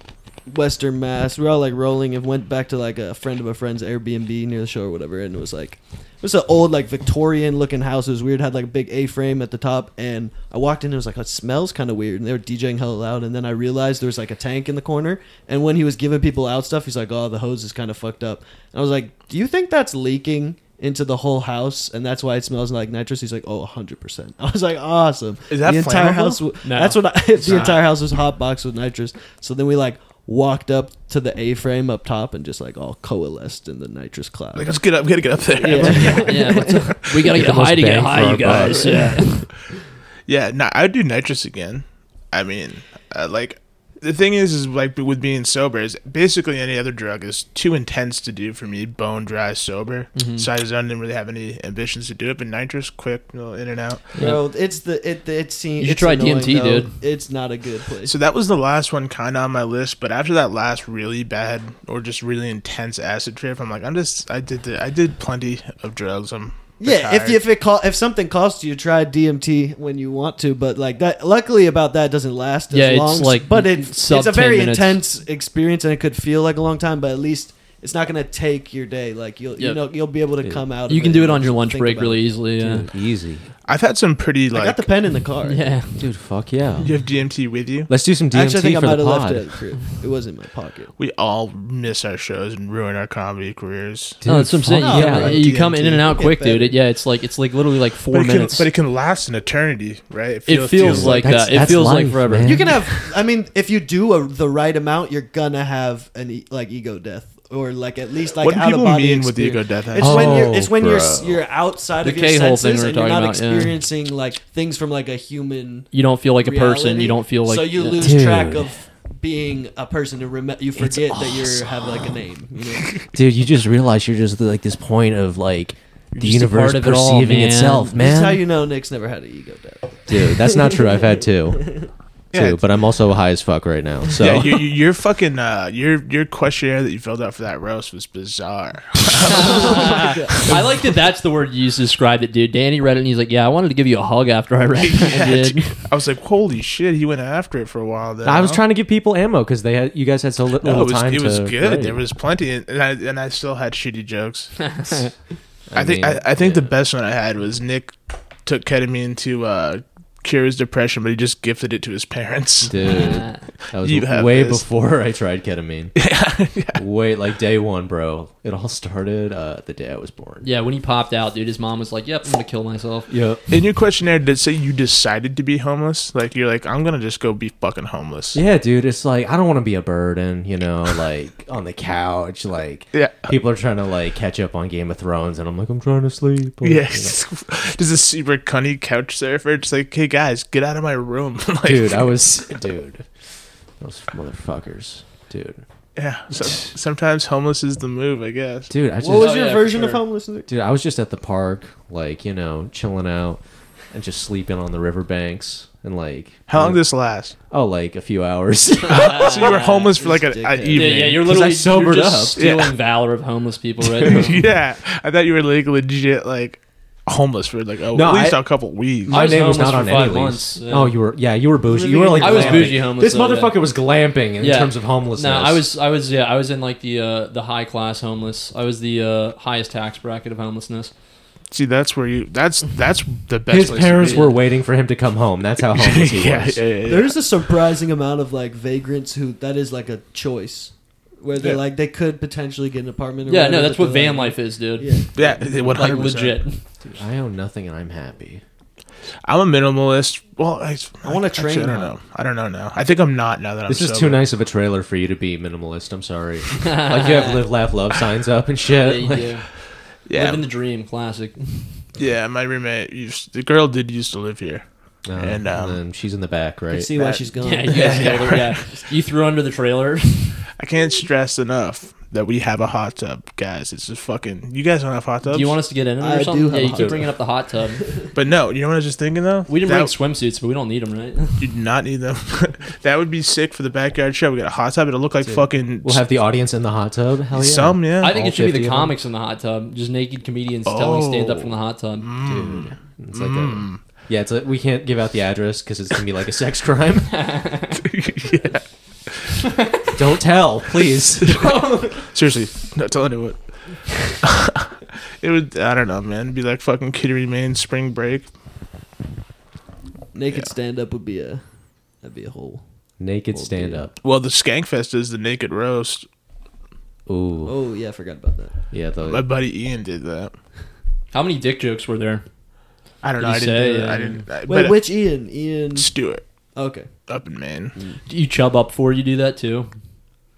Western Mass. We were all like rolling and went back to like a friend of a friend's Airbnb near the show or whatever, and it was like it was an old like Victorian looking house. It was weird. Had like a big A frame at the top, and I walked in. and It was like it smells kind of weird, and they were DJing hella loud. And then I realized there was like a tank in the corner, and when he was giving people out stuff, he's like, "Oh, the hose is kind of fucked up." And I was like, "Do you think that's leaking?" into the whole house and that's why it smells like nitrous he's like oh 100% i was like awesome
Is that
the entire
flammable?
house w-
No.
that's what I, the entire house was hot boxed with nitrous. So then we like walked up to the A frame up top and just like all coalesced in the nitrous cloud.
Like, let's get up, get, get up there. Yeah,
yeah, yeah, but uh, we gotta get,
the most
high to get
bang for
high,
our
you guys.
buck.
Yeah.
no, I would do nitrous again. I mean, uh, like, the thing is, is like with being sober is basically any other drug is too intense to do for me. Bone dry sober, so I just I didn't really have any ambitions to do it. But nitrous, quick, you know, in and out.
Bro, it's the it it seems.
You should
it's
try
annoying,
DMT,
though.
dude.
It's not a good place.
So that was the last one kind of on my list, but after that last really bad or just really intense acid trip, I'm like, I'm just I did the, I did plenty of drugs. I'm
Yeah, if
retired.
if it co- if something costs you, try DMT when you want to. But like that, luckily about that doesn't last
Yeah,
as
it's
long.
like
but it,
sub
it's a
10
very
minutes.
intense experience, and it could feel like a long time. But at least it's not gonna take your day. Like you'll you
Yep.
know you'll be able to
Yeah.
come out.
You
of
can do it
and
on your
just
lunch
think
break
about
really
it.
easily. Yeah.
Dude, easy.
I've had some pretty
I got
like.
the pen in the car.
Yeah.
Dude, fuck yeah.
you have DMT with you.
Let's do some DMT
Actually, I think I
for
might
the
have left
pod.
it. at the crib. It was in my pocket.
We all miss our shows and ruin our comedy careers.
Dude,
no, Oh, that's what I'm saying.
fuck
You-
yeah.
you come in and out
Get
quick, dude.
better.
It, yeah, it's like it's like literally like four
But it, can,
minutes.
but it can last an eternity, right?
it, feels, like
That's-
that. It
that's
feels like
life,
forever.
man.
You can have. I mean, if you do a, the right amount, you're gonna have an e- like ego death or like at least like
What do
out of
people
body
mean with ego
experience.
death?
It's when you're it's
Oh,
when you're
bro.
s- you're outside
The
of your
K-hole thing
senses
we were
and you're
talking
not
about, yeah.
experiencing like things from like a human.
You don't feel like a person.
reality.
You don't feel like
so you
yeah.
lose
Dude.
track of being a person and rem- you forget that you have like a name. You know?
Dude, you just realize you're just like this point of like the
just a
universe
part of it all,
perceiving
man.
itself,
This is how
man.
you know Nick's never had an ego death.
Dude, that's not true. I've had two.
Yeah.
Two, but I'm also high as fuck right now. So
Yeah, you, you, your fucking uh, your your questionnaire that you filled out for that roast was bizarre.
I like that. That's the word you used to describe it, dude. Danny read it and he's like, "Yeah, I wanted to give you a hug after I read it."
Yeah,
dude.
dude. I was like, holy shit, he went after it for a while. Then
I was trying to give people ammo because they had you guys had so li-
No,
little
it was,
time.
it was
to
good.
write.
There was plenty, and and I, and I still had shitty jokes. I, think
mean,
I, I think the best one I had was Nick took ketamine to uh, cure his depression, but he just gifted it to his parents.
dude. That was
You have
way
this.
before I tried ketamine. Yeah, Way like day one, bro. It all started uh, the day I was born.
yeah, when he popped out, dude, his mom was like, "Yep, I'm gonna kill myself."
Yep.
In your questionnaire, did it say you decided to be homeless? Like you're like, I'm gonna just go be fucking homeless.
Yeah, dude. It's like I don't want to be a burden, you know, like on the couch, like
Yeah.
people are trying to like catch up on Game of Thrones, and I'm like, I'm trying to sleep. or, you know.
Yes. Just a super cunny couch surfer. Just like, hey guys, get out of my room. like,
dude. I was, dude. Those motherfuckers, dude.
yeah. So, sometimes homeless is the move, I guess.
Dude, I just,
What was your
Oh, yeah, for
version of
sure.
homeless? Nick?
dude, I was just at the park, like you know, chilling out and just sleeping on the riverbanks, and like
How long did this last?
Oh, like a few hours.
so you were homeless for like an
ridiculous.
evening.
Uh, Yeah, yeah, you're
'Cause I
literally
sobered
you're just
up.
stealing
Yeah.
valor of homeless people right now.
yeah, I thought you were like legit like homeless for like a,
No,
at least
I-
a couple weeks.
I
My
was
name was
homeless
not on
for
any
five
lease.
months, yeah.
Oh, you were. Yeah, you were bougie. You were like
I was
glamping.
bougie homeless,
This
though, yeah.
motherfucker was glamping in
Yeah.
terms of homelessness.
No, I was, I was, yeah, I was in like the uh, the high class homeless. I was the uh, highest tax bracket of homelessness.
See, that's where you. That's that's the best.
His
place to
parents
be.
were waiting for him to come home. That's how homeless he
yeah,
was.
yeah, yeah, yeah.
There's a surprising amount of like vagrants who that is like a choice, where they're
Yeah.
like they could potentially get an apartment. Or
Yeah,
whatever,
no, that's
but
what
they're
van
like-
life is, dude.
Yeah,
Yeah, one
Like
hundred
legit.
Dude, I own nothing and I'm happy.
I'm a minimalist. Well, I,
I want a
actually,
train
I don't
ride.
know. I don't know now. I think I'm not now that I'm.
This is
sober.
too nice of a trailer for you to be minimalist. I'm sorry. like you have live, laugh, love signs up and
Yeah,
shit.
you
Like,
do.
Yeah,
Living the dream, classic.
yeah. My roommate, used, the girl did used to live here.
uh,
And,
and
um,
then she's in the back,
I
right?
see why
That-
she's gone.
Yeah, you just killed her. Yeah, you threw under the trailer.
I can't stress enough that we have a hot tub, guys. It's just fucking. You guys don't have hot tubs,
Do you want us to get in it or
I do
something?
have
yeah,
a
you
hot
keep
tub.
bringing up the hot tub.
but no. You know what I was just thinking though.
We didn't
That-
bring swimsuits, but we don't need them, right?
You do not need them. that would be sick for the backyard show. We got a hot tub. It'll look like fucking
We'll have the audience in the hot tub.
Oh,
Hell yeah.
some, yeah.
I think
All
it should
50
be the
of them?
comics in the hot tub, just naked comedians telling
Oh.
stand up from the hot tub.
Dude,
Mm.
Mm.
it's like a. Yeah, it's like we can't give out the address because it's gonna be like a sex crime. Don't tell, please.
Seriously, not telling you what. it would. I don't know, man. It'd be like fucking Kitty Remain spring break.
Naked
Yeah.
stand up would be a that'd be a whole.
Naked
Well,
stand
dude.
up.
Well, the Skankfest is the naked roast.
Ooh,
Oh yeah, I forgot about that.
yeah.
My
The,
buddy Ian did that.
How many dick jokes were there?
I don't know.
You
I didn't.
say,
do it. I
uh,
didn't. I,
Wait,
but
which Ian? Ian.
Stewart
Okay.
up in Maine.
Mm.
Do you chub up for you do that too?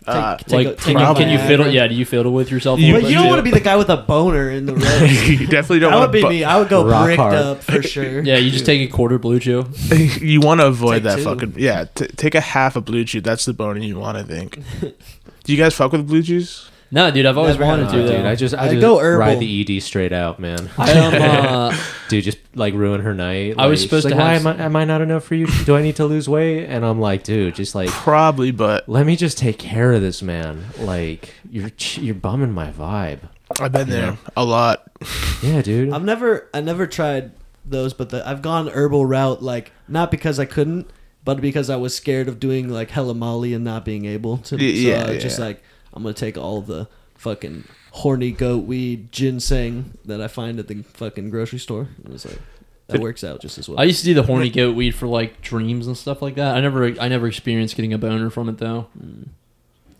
Uh,
Take
like,
a-
can,
take
you,
a
can you
Viagra.
fiddle? Yeah, do you fiddle with yourself? a
You-
But
little
you
bit,
don't want to
too?
be the guy with a boner in the road.
you definitely don't
that would
want
be
to.
me. I would go
Rock
bricked
hard.
up for sure.
Yeah, you just take a quarter blue chew.
you want to avoid
Take
that
two.
fucking. Yeah, t- take a half of blue chew. That's the bone you want. I think. do you guys fuck with blue chews?
No, dude, I've always
Never
wanted
had
to.
one.
Though.
Uh, dude, I just I
I
just
go herbal.
ride the ED straight out, man.
I, um, uh,
Dude, just like ruin her night.
I was
Like,
supposed
she's
to
like,
have
Why am I, am I not enough for you? Do I need to lose weight? And I'm like, dude, just like
Probably, but
let me just take care of this man. Like you're ch- you're bumming my vibe.
I've been there a lot.
Yeah, dude.
I've never I never tried those, but the, I've gone herbal route like not because I couldn't, but because I was scared of doing like hella molly and not being able to.
Y- yeah,
so I was just
yeah.
like I'm gonna take all the fucking horny goat weed ginseng that I find at the fucking grocery store. It was like that works out just as well.
I used to do the horny goat weed for like dreams and stuff like that. I never, I never experienced getting a boner from it though.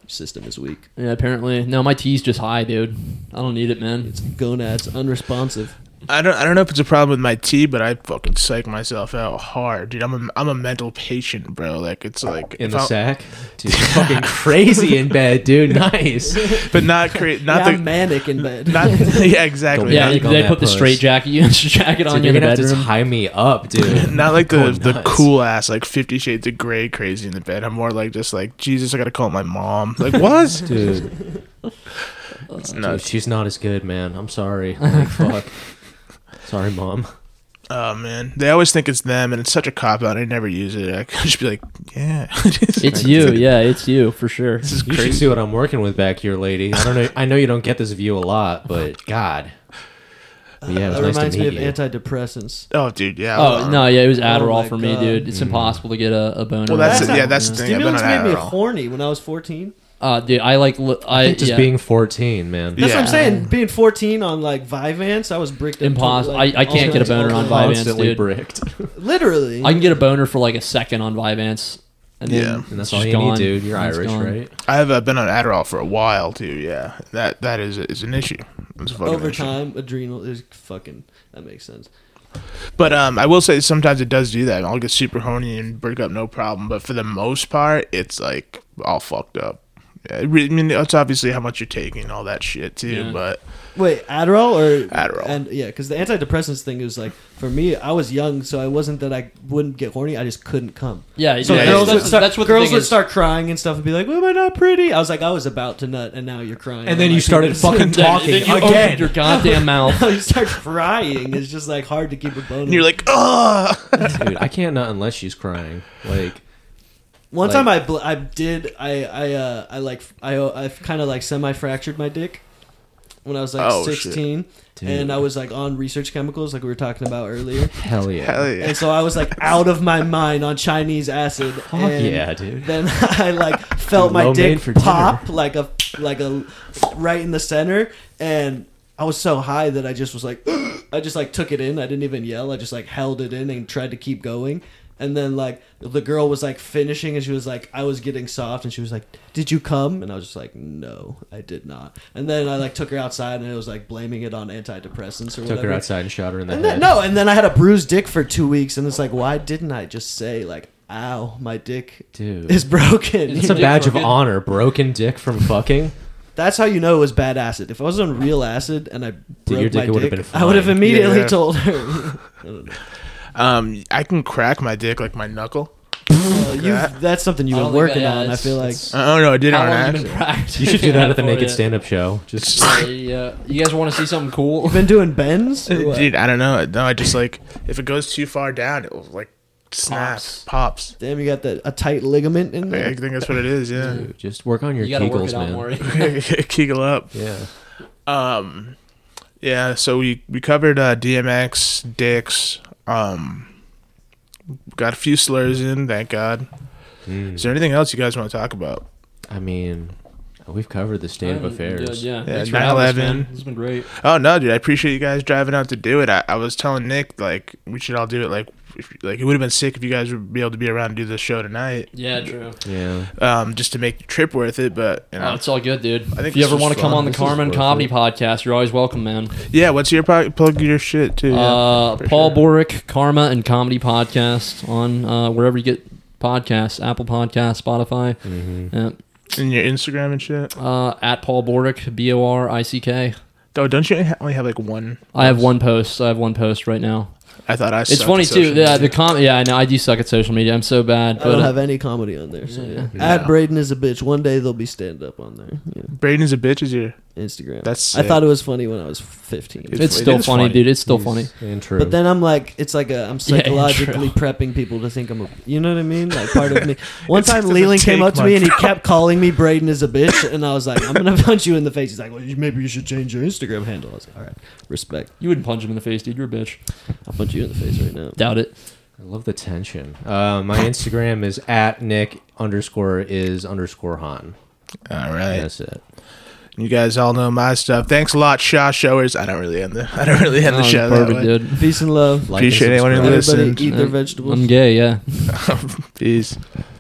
System is weak.
Yeah, apparently, no, my T's just high, dude. I don't need it, man.
It's gonads unresponsive.
I don't I don't know if it's a problem with my tea, but I fucking psych myself out hard, dude. I'm a I'm a mental patient, bro. Like it's like
in
if
the
I'm-
sack. Dude, you're fucking crazy in bed, dude. Nice.
but not create not
yeah,
the
manic in bed.
not yeah exactly
Yeah,
not,
they,
Manic on
they
that
put the
puss.
straight jacket, you jacket on
Dude, you're
you in the
gonna have to
bedroom.
tie me up, dude.
not like the
Going
the
nuts.
cool ass like Fifty Shades of Grey crazy in the bed. I'm more like just like Jesus, I gotta call my mom. Like what?
Dude,
it's
dude,
nuts.
she's not as good, man. I'm sorry. Like, fuck. Sorry, mom.
Oh man, they always think it's them, and it's such a cop out. I never use it. I could just be like, yeah,
It's you, yeah, it's you for sure.
This is
You should
crazy.
see what I'm working with back here, lady. I don't know. I know you don't get this view a lot, but God. But yeah, it was
that
nice
reminds
to meet
me of
you.
antidepressants.
Oh dude, yeah.
Oh no, yeah, it was Adderall
my
for me,
God.
dude. It's impossible to get a, a boner.
Well, that's
without
yeah,
it,
that's the
you know?
thing. I've been on
Stimulants made me
Adderall.
horny when I was 14.
Uh, dude, I like li-
I
I
think just
yeah.
being 14, man.
Yeah.
That's what I'm saying. Being 14 on like Vyvanse, I was bricked. up to,
Impossible.
like,
I- I can't
all
get a
kinds of
boner on
alcohol.
Vyvanse,
Constantly
dude.
bricked.
Literally,
I can get a boner for like a second on Vyvanse. And then
Yeah.
it's
And that's
just
all you
gone.
need, dude. You're
It's
Irish,
gone.
right?
I've uh, been on Adderall for a while too. Yeah, that that is is an issue. It's a fucking
over
issue.
time, adrenal is fucking. That makes sense.
But um, I will say sometimes it does do that. I'll get super horny and break up no problem. But for the most part, it's like all fucked up. Yeah, it re- I mean, it's obviously how much you're taking, all that shit too.
Yeah.
But
Wait, Adderall or
Adderall.
And yeah, because the antidepressants thing is like for me, I was young, so I wasn't that I wouldn't get horny. I just couldn't come.
Yeah,
So
yeah,
girls
that's,
would start,
that's what the
girls
thing
would
is.
start crying and stuff and be like, "Well, am I not pretty?" I was like, "I was about to nut, and now you're crying."
And then
I'm
you
like,
started fucking
Then-
talking
then you opened
again.
your goddamn mouth.
No, you start crying. It's just like hard to keep a boner.
and you're like, oh,
Dude, I can't not unless she's crying. Like,
One
Like-
time I bl- I did I I uh, I like I I kind of like semi fractured my dick when I was like
Oh, shit.
16
Dude.
and I was like on research chemicals like we were talking about earlier
hell yeah.
hell yeah.
and so I was like out of my mind on Chinese acid
Fuck
and
yeah, dude.
then I like felt
Low
my
main
dick
for
pop like a like a right in the center and I was so high that I just was like I just like took it in. I didn't even yell. I just like held it in and tried to keep going. And then like the girl was like finishing and she was like I was getting soft and she was like did you come and I was just like no I did not and then I like took her outside and it was like blaming it on antidepressants or
Took
whatever
her outside and shot her in the
and
head.
then, no, and then I had a bruised dick for two weeks, and it's like, why didn't I just say like, "Ow, my dick
Dude.
is broken"?
It's a badge of honor. Broken dick from fucking.
That's how you know it was bad acid. If I was on real acid and I broke
your
my
dick would've
dick,
been
I would have
fine.
immediately
Yeah.
told her.
Um, I can crack my dick like my knuckle.
Well, you've- that's something you've
I
been
don't think
working
that- yeah,
on. I
it's-
feel like
it's-
I don't know. Uh, oh, I did it
How
on
long you been
accident.
practicing?
You should do that at the
for
naked
it?
stand-up show. Just
Uh, yeah. You guys want to see something cool?
been doing bends. or what?
Dude, I don't know. No, I just like if it goes too far down, it will like snap,
Pops.
pops.
Damn, you got that a tight ligament in
I
there.
think that's what it is. Yeah,
dude, just work on your
You gotta work
kegels,
it out
man.
more.
Kegel up.
Yeah.
Um, yeah. So we we covered uh, DMX, Dicks. Um, got a few slurs in. Thank God.
Hmm.
Mm.
Is there anything else you guys want to talk about?
I mean, we've covered the state of
Um,
affairs.
Yeah, yeah.
Yeah,
Thanks for having us,
9/11.
man. This has been great.
Oh no, dude! I appreciate you guys driving out to do it. I, I was telling Nick like we should all do it. Like, if, like it would have been sick if you guys would be able to be around and do this show tonight,
Yeah, true.
Yeah.
um, just to make the trip worth it. But you
Oh,
know.
it's all good, dude.
think
if you
this
ever
was
want to come
fun.
on the
This
is
Carmen
worth
Comedy
it.
Podcast, you're always welcome, man.
yeah, what's your pro- plug your shit too? yeah,
uh,
for
Paul
sure.
Boric, Karma and Comedy Podcast on uh, wherever you get podcasts, Apple Podcasts, Spotify,
Mm-hmm.
Yeah.
and your Instagram and shit.
uh, at Paul Boric, B O R I C K.
Oh, don't you ha- only have like one?
I have one post. I have one post right now.
I thought I.
It's funny too. Yeah, the com- Yeah, I know. I do suck at social media. I'm so bad.
I
But
don't
uh,
have any comedy on there. So yeah.
Yeah.
Ad Braden is a bitch. One day they'll be stand up on there. Yeah.
Braden's a bitch. Is your
Instagram.
That's
I
sick.
thought it was funny when I was 15.
It's
it's
it
still
is
funny,
funny.
dude. It's still funny.
And true.
But then I'm like, it's like a, I'm
Yeah, yeah,
psychologically prepping people to think I'm a, you know what I mean? Like part of me. One
It's
time
gonna
Leland came
take
up to
my
me and he
pro-
kept calling me Braden is a bitch, and I was like, I'm gonna punch you in the face. He's like, well, you- maybe you should change your Instagram handle. I was like, all right, respect.
You wouldn't punch him in the face, dude. You're a bitch.
I'll punch you in the face right now.
Doubt it.
I love the tension. Uh, my Instagram is at Nick underscore is underscore Han.
All right.
That's it.
You guys all know my stuff. Thanks a lot, Shaw Showers. I don't really end the I don't really end the
Oh,
show that
perfect,
way.
dude.
Peace and love.
Like and
Appreciate anyone who
subscribe.
listened.
Everybody eat their
I'm
vegetables.
gay, yeah.
Peace.